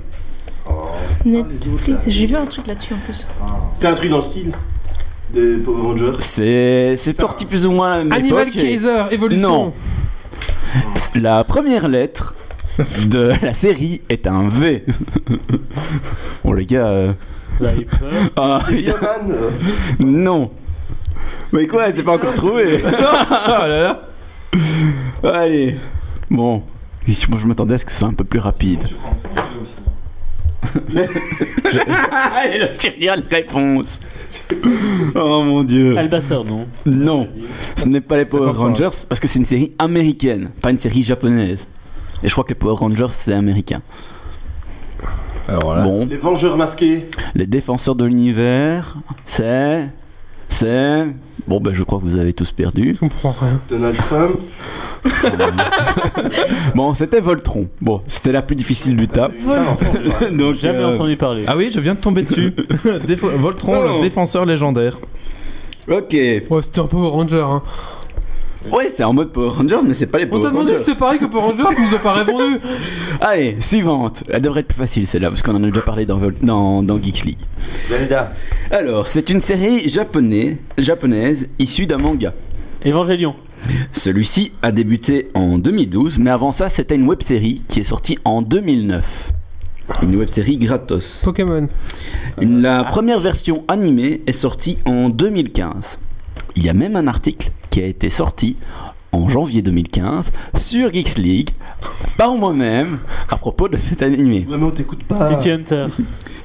C: Ah,
E: Netflix, J'ai vu un truc là-dessus en plus.
C: C'est un truc dans le style des Power Rangers.
F: c'est c'est sorti plus ou moins à la même
A: Animal
F: époque. et-
A: Kaiser Evolution.
F: Non. La première lettre de la série est un V. bon les gars, euh,
D: Bah,
F: ah,
C: Les Bioman. euh,
F: non. Mais quoi, c'est pas encore trouvé. Oh
B: Ah là là.
F: Allez, bon, moi je m'attendais à ce que ce soit un peu plus rapide. Et là, tu regardes la réponse. Oh mon dieu.
D: Albator, non
F: Non, ce n'est pas les Power
B: pas ça.
F: Rangers parce que c'est une série américaine, pas une série japonaise. Et je crois que les Power Rangers c'est américain.
B: Alors là.
F: Bon,
C: Les Vengeurs masqués.
F: les défenseurs de l'univers, c'est. C'est. Bon, ben je crois que vous avez tous perdu.
A: Je comprends rien.
C: Donald Trump.
F: Bon, c'était Voltron. Bon, c'était la plus difficile du tas. Donc,
D: Jamais
F: euh,
D: entendu parler.
B: Ah oui, je viens de tomber dessus. Défo- Voltron,
F: Non.
B: le défenseur légendaire.
F: Ok.
A: Ouais, c'était un Power Ranger. Hein.
F: Ouais, c'est en mode Power Rangers, mais c'est pas les
A: On
F: Power
A: t'a demandé
F: Rangers.
A: si c'était pareil que Power Ranger, tu nous as pas répondu.
F: Allez, suivante. Elle devrait être plus facile celle-là, parce qu'on en a déjà parlé dans, Vol- dans, dans Geeks League.
G: Zelda.
F: Alors, c'est une série japonais, japonaise issue d'un manga.
D: Évangélion.
F: Celui-ci a débuté en 2012, mais avant ça, c'était une web série qui est sortie en 2009. Une web série gratos.
A: Pokémon.
F: Une- la première version animée est sortie en 2015. Il y a même un article qui a été sorti en janvier 2015 sur Geeks League par moi-même à propos de cet animé.
C: Vraiment, t'écoutes pas.
D: City Hunter.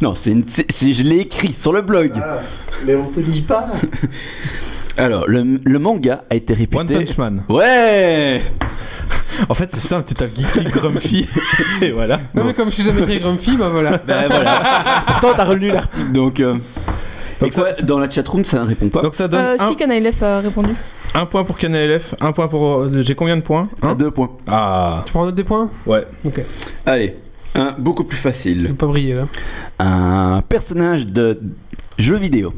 F: Non, c'est une- c'est- c'est- je l'ai écrit sur le blog.
C: Ah, mais on te lit pas.
F: Alors, le, le manga a été réputé.
B: One Punch Man.
F: Ouais
B: En fait, c'est simple, tu tapes Geeksy Grumpy et voilà.
A: Non, Ah, mais comme je suis jamais très grumpy, bah voilà.
F: Ben voilà. Pourtant, t'as relu l'article, donc. euh,
B: Donc
F: et quoi, dans la chatroom, ça ne répond pas.
B: Donc ça donne
E: Euh,
B: un,
E: Si Canailef a répondu.
B: un point pour KNLF, un point pour. euh, J'ai combien de points hein
F: À
B: Un
F: deux points.
B: Ah
A: Tu prends note des points
B: Ouais.
F: Allez, un beaucoup plus
A: Je
F: facile.
A: vais pas briller là.
F: Un personnage de jeu vidéo.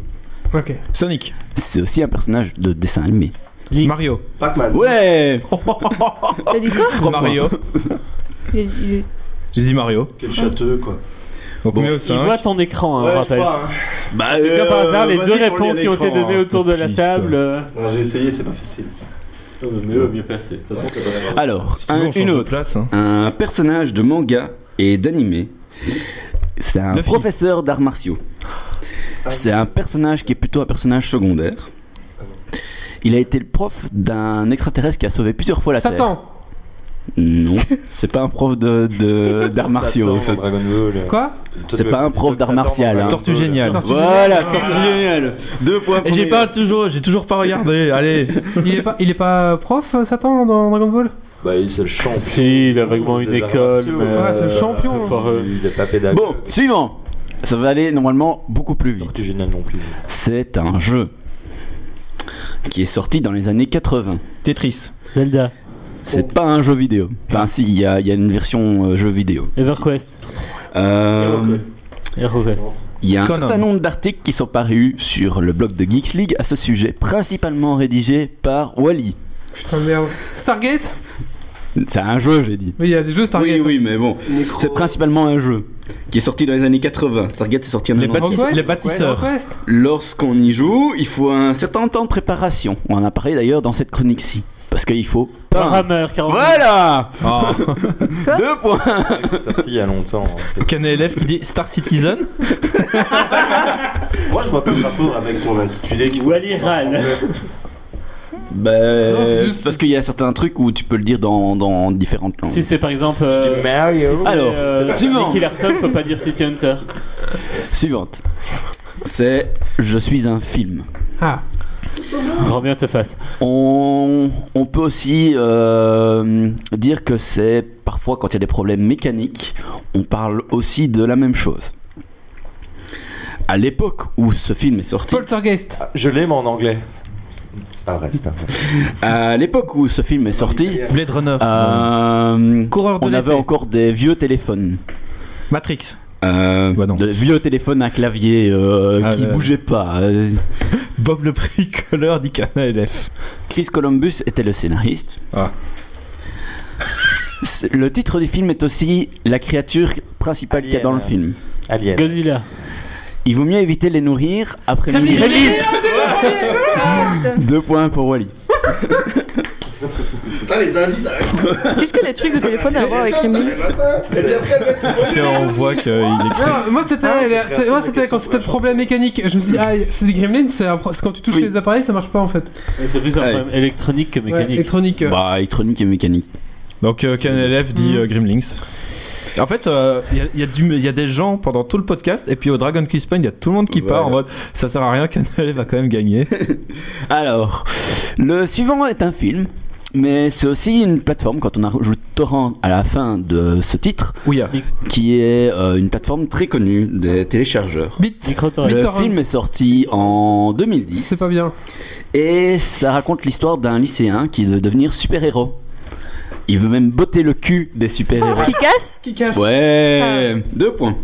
A: Ok.
B: Sonic,
F: C'est aussi un personnage de dessin animé.
B: Mario,
C: Pac-Man.
F: Ouais
E: T'as dit quoi
F: Trois
B: Mario.
E: Il- il-
B: J'ai dit Mario.
C: Quel châteux, quoi.
B: Donc
F: Bon.
B: mais au
D: Il
B: cinq.
D: voit ton écran, hein, on
C: je
D: rappelle.
C: crois, hein.
F: Bah,
D: C'est comme par hasard les
C: vas-y
D: deux
C: pour lire
D: réponses qui ont été
C: l'écran,
D: données
C: hein.
D: autour de la
B: Please,
D: table.
B: quoi.
D: euh,
C: Non, J'ai essayé, c'est pas facile.
D: mieux, mieux placé. De toute façon, c'est pas grave.
F: Alors,
B: Si tu veux,
F: un-
B: on change
F: une
B: de
F: autre.
B: Place, hein.
F: Un personnage de manga et d'animé. C'est un
B: Luffy.
F: professeur d'arts martiaux. C'est un personnage qui est plutôt un personnage secondaire. Il a été le prof d'un extraterrestre qui a sauvé plusieurs fois la Terre.
A: Satan
F: Non, c'est pas un prof de de- d'arts martiaux.
G: Satan dans Dragon Ball.
A: Quoi
F: C'est pas un prof d'art martial, hein.
B: Tortue géniale.
A: Tortue
F: Voilà,
A: Géniale.
F: Tortue Géniale. Deux points
B: Et
F: pour
B: j'ai
F: mes-
B: pas toujours, j'ai toujours pas regardé. Allez.
A: Il est pas, il est pas prof, euh, Satan, dans Dragon Ball
G: Bah, il c'est le champion.
D: Si, il a vaguement une
G: Des arts
D: école.
G: martiaux,
D: mais,
G: ouais,
A: c'est le
D: euh,
A: champion.
D: un peu foireux.
G: Il est pas pédagogue.
F: Bon, suivant. Ça va aller normalement beaucoup plus vite.
G: Tortue géniale non plus.
F: C'est un jeu qui est sorti dans les années 80.
B: Tetris.
D: Zelda.
F: C'est pas un jeu vidéo. Enfin, si, il y, a il y a une version euh, jeu vidéo.
D: EverQuest.
F: Euh,
D: EverQuest.
F: Il y a un
B: Conan.
F: certain nombre d'articles qui sont parus sur le blog de Geeks League à ce sujet, principalement rédigés par Wally.
A: Putain, merde. Stargate
F: C'est un jeu, j'ai dit.
A: Mais il y a des jeux Stargate.
F: Oui, oui, mais bon.
C: Micro-
F: C'est principalement un jeu qui est sorti dans les années 80. Stargate est sorti en
B: Les
F: 90.
A: Rockquest
B: les bâtisseurs.
A: Rockquest
F: Lorsqu'on y joue, il faut un certain temps de préparation. On en a parlé d'ailleurs dans cette chronique-ci. Parce qu'il faut. peindre.
D: Warhammer 40.
F: Voilà
J: Ah.
B: Oh.
F: Deux points
G: C'est sorti il y a longtemps. hein. C'est-
B: KNLF qui dit Star Citizen.
C: Moi, je vois pas le rapport avec ton intitulé qui
D: Wally Ral.
A: Non, c'est
F: Ben,
A: juste-
F: c'est parce qu'il y a certains trucs où tu peux le dire dans, dans différentes langues.
D: Si c'est par exemple. euh,
G: Je dis Mario.
D: si c'est,
F: Alors,
D: euh,
F: suivant.
D: Nicky Larson, faut pas dire City Hunter.
F: Suivante. C'est Je suis un film.
A: Ah,
D: Grand bien te fasse.
F: On, on peut aussi euh, dire que c'est parfois quand il y a des problèmes mécaniques, on parle aussi de la même chose. À l'époque où ce film est sorti,
A: Poltergeist.
G: Ah, Je l'aime en anglais. C'est pas vrai, c'est pas vrai.
F: à l'époque où ce film est sorti,
B: Blade Runner.
F: euh,
B: Coureur de
F: on avait
B: l'été.
F: encore des vieux téléphones.
B: Matrix.
F: Euh,
B: Bah non.
F: de vieux téléphones à clavier euh,
B: Ah,
F: qui
B: ouais.
F: bougeaient pas. Euh,
B: Bob le bricoleur dit KNLF.
F: Chris Columbus était le scénariste.
B: Ah.
F: C'est- Le titre du film est aussi la créature principale qu'il y a dans le film.
G: Alien.
D: Godzilla.
F: Il vaut mieux éviter de les nourrir après minuit. Deux points pour Wally.
C: Putain, les indices avec
E: Qu'est-ce que les trucs de téléphone à voir avec les
C: les
E: minutes
C: matins. Et puis après, le mec, il s'en
B: Et on voit qu'il est.
A: Non, moi c'était
C: Ah, c'est
A: la-
C: clair,
A: c'est-
C: c'est
A: moi,
C: des
A: c'était
C: questions,
A: quand c'était le
C: ouais.
A: problème mécanique. Je me suis dit, ah, c'est des gremlins, c'est un pro- c'est quand tu touches
F: Oui.
A: les appareils, ça marche pas en fait.
D: C'est plus un
F: Ouais.
D: problème électronique que
A: Ouais,
D: mécanique.
A: électronique. euh.
F: Bah, électronique et mécanique.
B: Donc euh, KNLF
F: Mm.
B: dit euh, Grimlings. En fait, euh, il y a- il y, a du- il y a des gens pendant tout le podcast, et puis au Dragon Quest Spain, il y a tout le monde qui part en mode ça sert à rien, KNLF va quand même gagner.
F: Alors, le suivant est un film Mais c'est aussi une plateforme, quand on a rajoute Torrent à la fin de ce titre,
B: Oui, hein.
F: qui est euh, une plateforme très connue des téléchargeurs.
A: Bit,
D: Microtorrent.
F: Le
A: BitTorrent.
F: film est sorti en 2010.
A: c'est pas bien.
F: Et ça raconte l'histoire d'un lycéen qui veut devenir super-héros. Il veut même botter le cul des super-héros.
E: Qui casse
A: Qui casse
F: Ouais, deux points.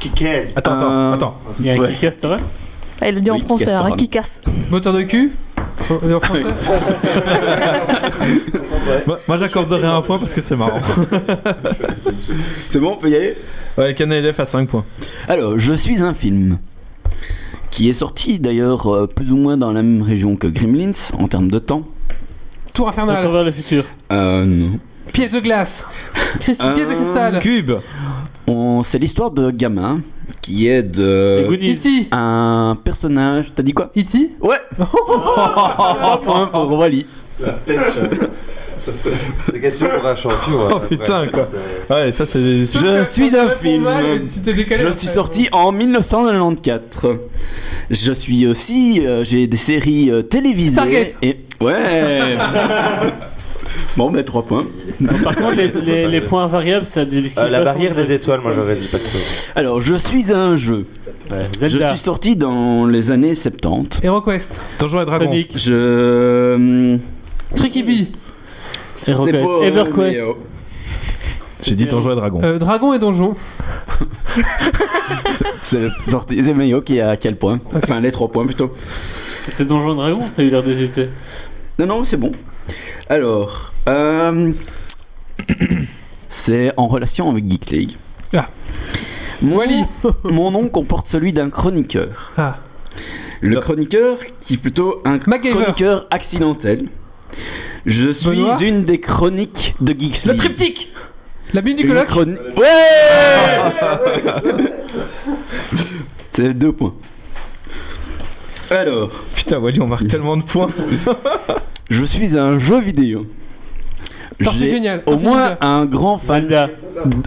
C: Qui caisse
B: Attends, attends,
F: Euh,
B: attends.
D: Il y a un
F: Ouais.
D: qui casse Torrent
E: Ah, Il a dit en
F: Oui, qui
E: français,
F: casse
E: hein,
F: Torrent.
E: qui casse.
A: Moteur de cul Oh, en français
B: Moi, moi, j'accorderai un point parce que c'est marrant.
F: C'est bon, on peut y aller
B: Ouais, KNLF à 5 points.
F: Alors, je suis un film qui est sorti d'ailleurs euh, plus ou moins dans la même région que Gremlins en termes de temps.
A: Tour
D: Retour
A: infernal.
D: vers le futur.
F: Euh, non.
A: Pièce de glace. Christ-
F: Euh,
A: Pièce de cristal.
B: Cube
F: On- C'est l'histoire de gamin qui est
D: Les
F: de
D: Goonies.
A: E.T.
F: un personnage. T'as dit quoi
A: E.T.
F: Ouais. Trois points pour Wally.
C: La pêche.
G: C'est question pour un champion. hein.
B: Oh, putain, quoi. Ouais, ça c'est. c'est-
F: Je suis un
A: Pas
F: film.
A: mal, mais tu t'es décalé
F: Je
A: après.
F: suis sorti en 1994. Je suis aussi, euh, j'ai des séries euh, télévisées.
A: Stargate.
F: Et... Ouais. bon, mais trois points.
D: Par contre, les, les- les points variables, ça dit.
G: euh, la barrière des étoiles, moi j'aurais dit pas que
F: Alors, je suis un jeu.
D: Ouais,
F: Je
D: Zelda.
F: suis sorti dans les années 70.
A: Hero Quest.
B: Donjons et Dragons.
D: Sonic.
F: Je.
A: Tricky Bee.
F: C'est
D: HeroQuest.
F: pas-
D: EverQuest.
F: mais, euh,
B: J'ai dit Donjons et Dragons.
A: Euh, Dragon et donjon.
F: C'est sorti. C'est Mayo qui a quel point Enfin, les trois points plutôt.
D: C'était Donjon Dragon, t'as eu l'air d'hésiter.
F: Non, non, c'est bon. Alors, euh, c'est en relation avec Geek League.
A: Ah.
F: Mon,
A: Wally.
F: mon nom comporte celui d'un chroniqueur.
A: Ah.
F: Le chroniqueur qui est plutôt un
A: MacGyver.
F: chroniqueur accidentel. Je suis
A: Benoît.
F: une des chroniques de Geeks League.
A: triptyque. La mine du
F: Une
A: coloc.
F: chroni- Ouais C'est deux points. Alors,
B: Putain, Wally, on marque tellement de points.
F: je suis un jeu vidéo.
A: Tortue
F: J'ai
A: Géniale,
F: Au
A: Tortue
F: moins
A: Ninja.
F: un grand fan
D: Zelda.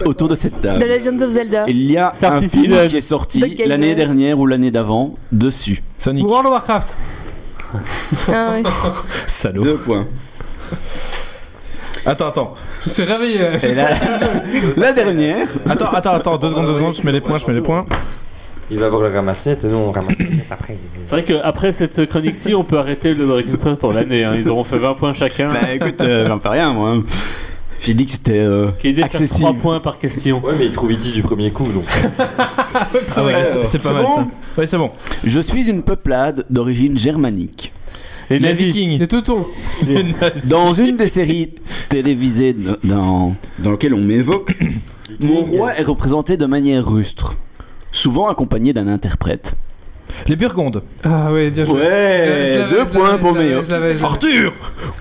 F: autour de cette
E: The
F: table.
E: Legend of Zelda.
F: Il y a un
D: Sarcy
F: film
D: Season.
F: qui est sorti
E: The Gamer.
F: l'année dernière ou l'année d'avant dessus.
B: Sonic.
A: World of Warcraft.
E: Ah, ouais.
B: Salaud.
F: Deux points.
B: Attends, attends.
A: Je suis réveillé. euh,
F: Et la, la dernière,
B: Attends, attends, attends. Deux secondes, deux secondes. Je mets les points, je mets les points.
G: Il va avoir le ramassette et nous on ramasse la net après.
D: C'est vrai qu'après cette chronique-ci, on peut arrêter le Dragon Quest pour l'année. hein. Ils auront fait 20 points chacun.
F: bah écoute, euh, j'en fais rien moi. J'ai dit que c'était euh,
D: Qui est de faire
F: accessible.
D: 3 points par question.
G: Ouais, mais il trouve E.T. du premier coup donc.
B: Ah ouais,
F: euh,
B: c'est- c'est pas
F: c'est
B: mal
F: bon
B: ça. Ouais, c'est bon.
F: Je suis une peuplade d'origine germanique.
D: Les
B: Les
D: nazis.
B: Vikings.
A: Les teutons.
B: Les nazis.
F: Dans une des séries télévisées de- dans, dans laquelle on m'évoque, mon roi est représenté de manière rustre, souvent accompagné d'un interprète.
B: Les Burgondes.
A: Ah ouais, bien joué. Euh, je
F: Ouais,
A: l'avais,
F: deux
A: je
F: points
A: l'avais, je
F: pour
A: l'avais,
F: Méo.
A: Je l'avais, je l'avais.
B: Arthur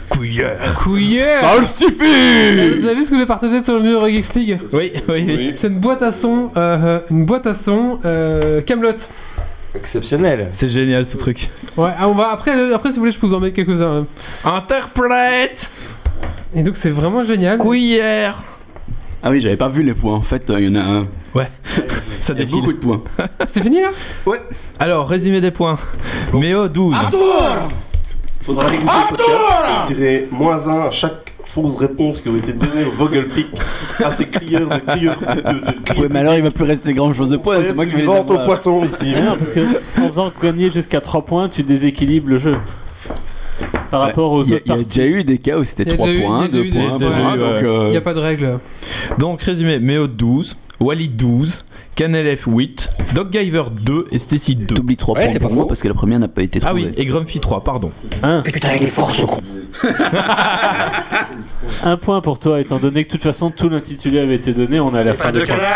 B: Couillère.
A: Couillère.
F: Ça le suffit
A: Vous avez vu ce que j'ai partagé sur le mur Geeks League
B: Oui, oui, oui.
A: C'est une boîte à son, euh, une boîte à son, euh, Camelot.
G: Exceptionnel.
B: C'est génial ce truc.
A: Ouais, ah, on va après, le- après si vous voulez, je peux vous en mettre quelques-uns. hein.
B: Interprète
A: Et donc c'est vraiment génial.
B: Couillère
F: Ah oui, j'avais pas vu les points. En fait, euh, il y en a un.
B: Ça
F: Il y a
B: défile.
F: beaucoup de points.
A: C'est fini là
B: Alors, résumé des points. Méo 12.
C: Faudra écouter le podcast. Je dirais moins 1 à chaque fausse réponse qui aurait été donnée au Vogelpick à ces crieurs de crieurs de, de, de
F: Ouais,
C: crieurs.
F: mais alors il va plus rester grand chose de points. C'est moi qui vais
C: une
F: les
C: vente
F: avoir.
C: aux poissons ici.
D: Ah non, parce que en faisant gagner jusqu'à 3 points, tu déséquilibres le jeu. Par rapport aux
F: Il y, a-
D: autres
F: il y a
D: parties.
F: déjà eu des cas où c'était
A: Il y a
F: 3
A: déjà eu-
F: points,
A: il y a déjà
F: 2
A: eu
F: points,
B: des-
F: points,
B: déjà eu,
F: donc,
B: ouais.
F: euh,
A: Il n'y a pas de règle.
B: Donc, résumé Méo 12, Wally 12, Canelf 8, Doggiver 2 et Stacy 2.
F: T'oublies 3
H: Ouais,
F: points
H: c'est
F: pour
H: pas
F: moi
H: faux.
F: parce que la première n'a pas été
B: Ah
F: trouvée.
B: oui, et Grumpy 3, pardon.
D: Un point pour toi, étant donné que de toute façon tout l'intitulé avait été donné, on a la fin de carrière.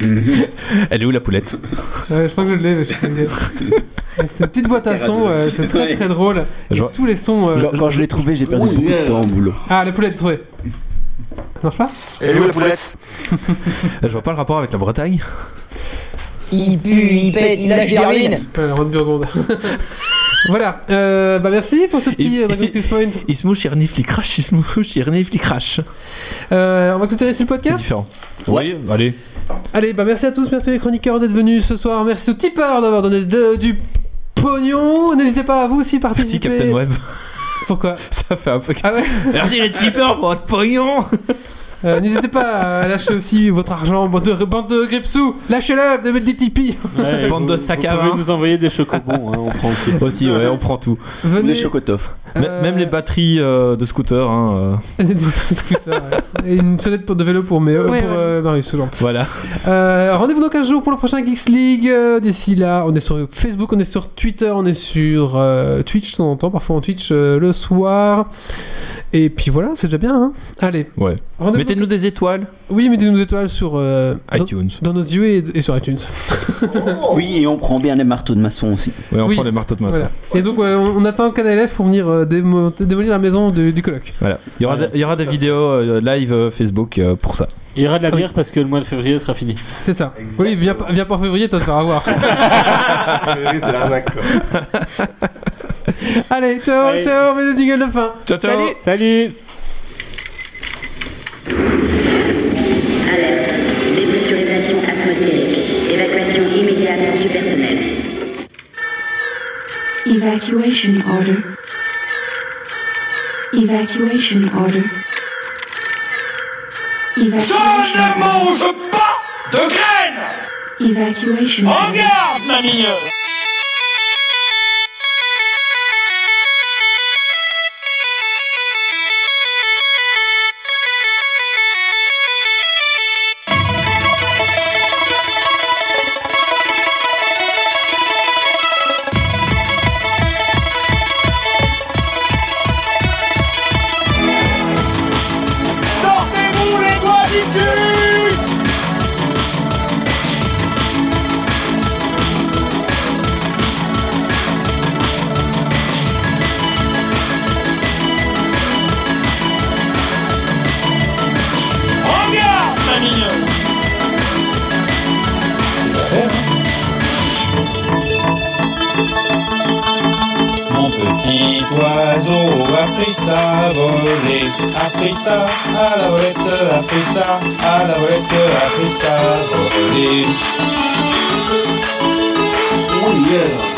B: Elle est où la poulette
A: Ouais, Euh, je crois que je l'ai. mais je suis désolé. C'est une petite boîte à son, euh, c'est très très drôle. Et
B: Je vois-
A: tous les sons. euh,
F: Genre, quand je l'ai trouvé, j'ai perdu beaucoup de temps au boulot.
A: Ah, la poulette, j'ai trouvé. Ça marche pas
C: Et où la poulette
B: Je vois pas le rapport avec la Bretagne.
J: Il pue, il pète, il lâche des ruines.
A: Euh, Ah, La ronde burgonde. Voilà, euh, bah merci pour ce petit
B: Il-
A: euh, Dragon Quest Point.
B: Il se mouche, il renifle, il crache, il se mouche, il renifle, il crache.
A: Euh, on va clôturer sur le
B: C'est
A: podcast.
B: différent.
F: Ouais.
A: bah.
B: Oui, allez.
A: Allez, bah merci à tous, merci les chroniqueurs d'être venus ce soir, merci aux tipeurs d'avoir donné de- du pognon. N'hésitez pas à vous aussi
B: Merci
A: participer.
B: Captain Web.
A: Pourquoi
B: Ça fait un peu.
A: Ah ouais
B: Merci les tipeurs pour votre pognon.
A: Euh, N'hésitez pas à lâcher aussi votre argent, bande de, bande de gripsous, lâchez-le, de mettre des tipis.
D: Ouais, et
B: Bande
D: vous-
B: de sacs à
D: Vous
B: main.
D: pouvez nous envoyer des chocobons, hein, on prend aussi.
B: Aussi, ouais, on prend tout.
A: Venez.
F: Les chocotoffes.
A: euh,
B: M- Euh, Même les batteries euh, de scooter. hein, euh,
A: des scooters, ouais. Et une sonnette pour de vélo pour, mais, euh,
E: Ouais,
A: pour
E: ouais.
A: euh, Marius souvent.
B: Voilà.
A: Euh, Rendez-vous dans 15 jours pour le prochain Geeks League. Euh, D'ici là, on est sur Facebook, on est sur Twitter, on est sur euh, Twitch, de temps en temps, parfois en Twitch euh, le soir. Et puis voilà, c'est déjà bien. hein. Allez.
B: Ouais.
A: Rendez-vous-
B: Mettez-nous des étoiles.
A: Oui, mettez-nous des étoiles sur euh, dans,
B: iTunes. Ah,
A: dans nos yeux et, et sur iTunes.
F: Oui, et on prend bien les marteaux de maçon aussi.
B: Ouais, on
A: Oui.
B: prend les marteaux de maçon.
A: Voilà. Et donc, ouais, on, on attend Canal F pour venir euh, démo- démolir la maison du, du coloc.
B: Voilà. Il y aura,
D: Ouais.
B: des- il y aura des vidéos euh, live euh, Facebook euh, pour ça.
D: Il y aura de la
A: Ah oui.
D: bière parce que le mois de février sera fini.
A: C'est ça. Oui, viens, pas- viens pas en février, toi, te faire avoir.
C: C'est l'arnaque, quoi.
A: Allez, ciao,
D: Allez.
A: ciao, mets le jingle de fin.
B: Ciao, ciao.
A: Salut.
D: Salut
J: Alerte. Dépressurisation atmosphérique. Évacuation immédiate du personnel.
K: Evacuation order. Evacuation order. Evacuation
I: mange pas de graines
K: Evacuation order.
I: Regarde, ma Sortez-vous les doigts du cul Regarde, ma mignonne Mon petit oiseau a pris ça à voler, a pris ça à la volette, a pris ça à la volette, a pris ça à voler. Oh yeah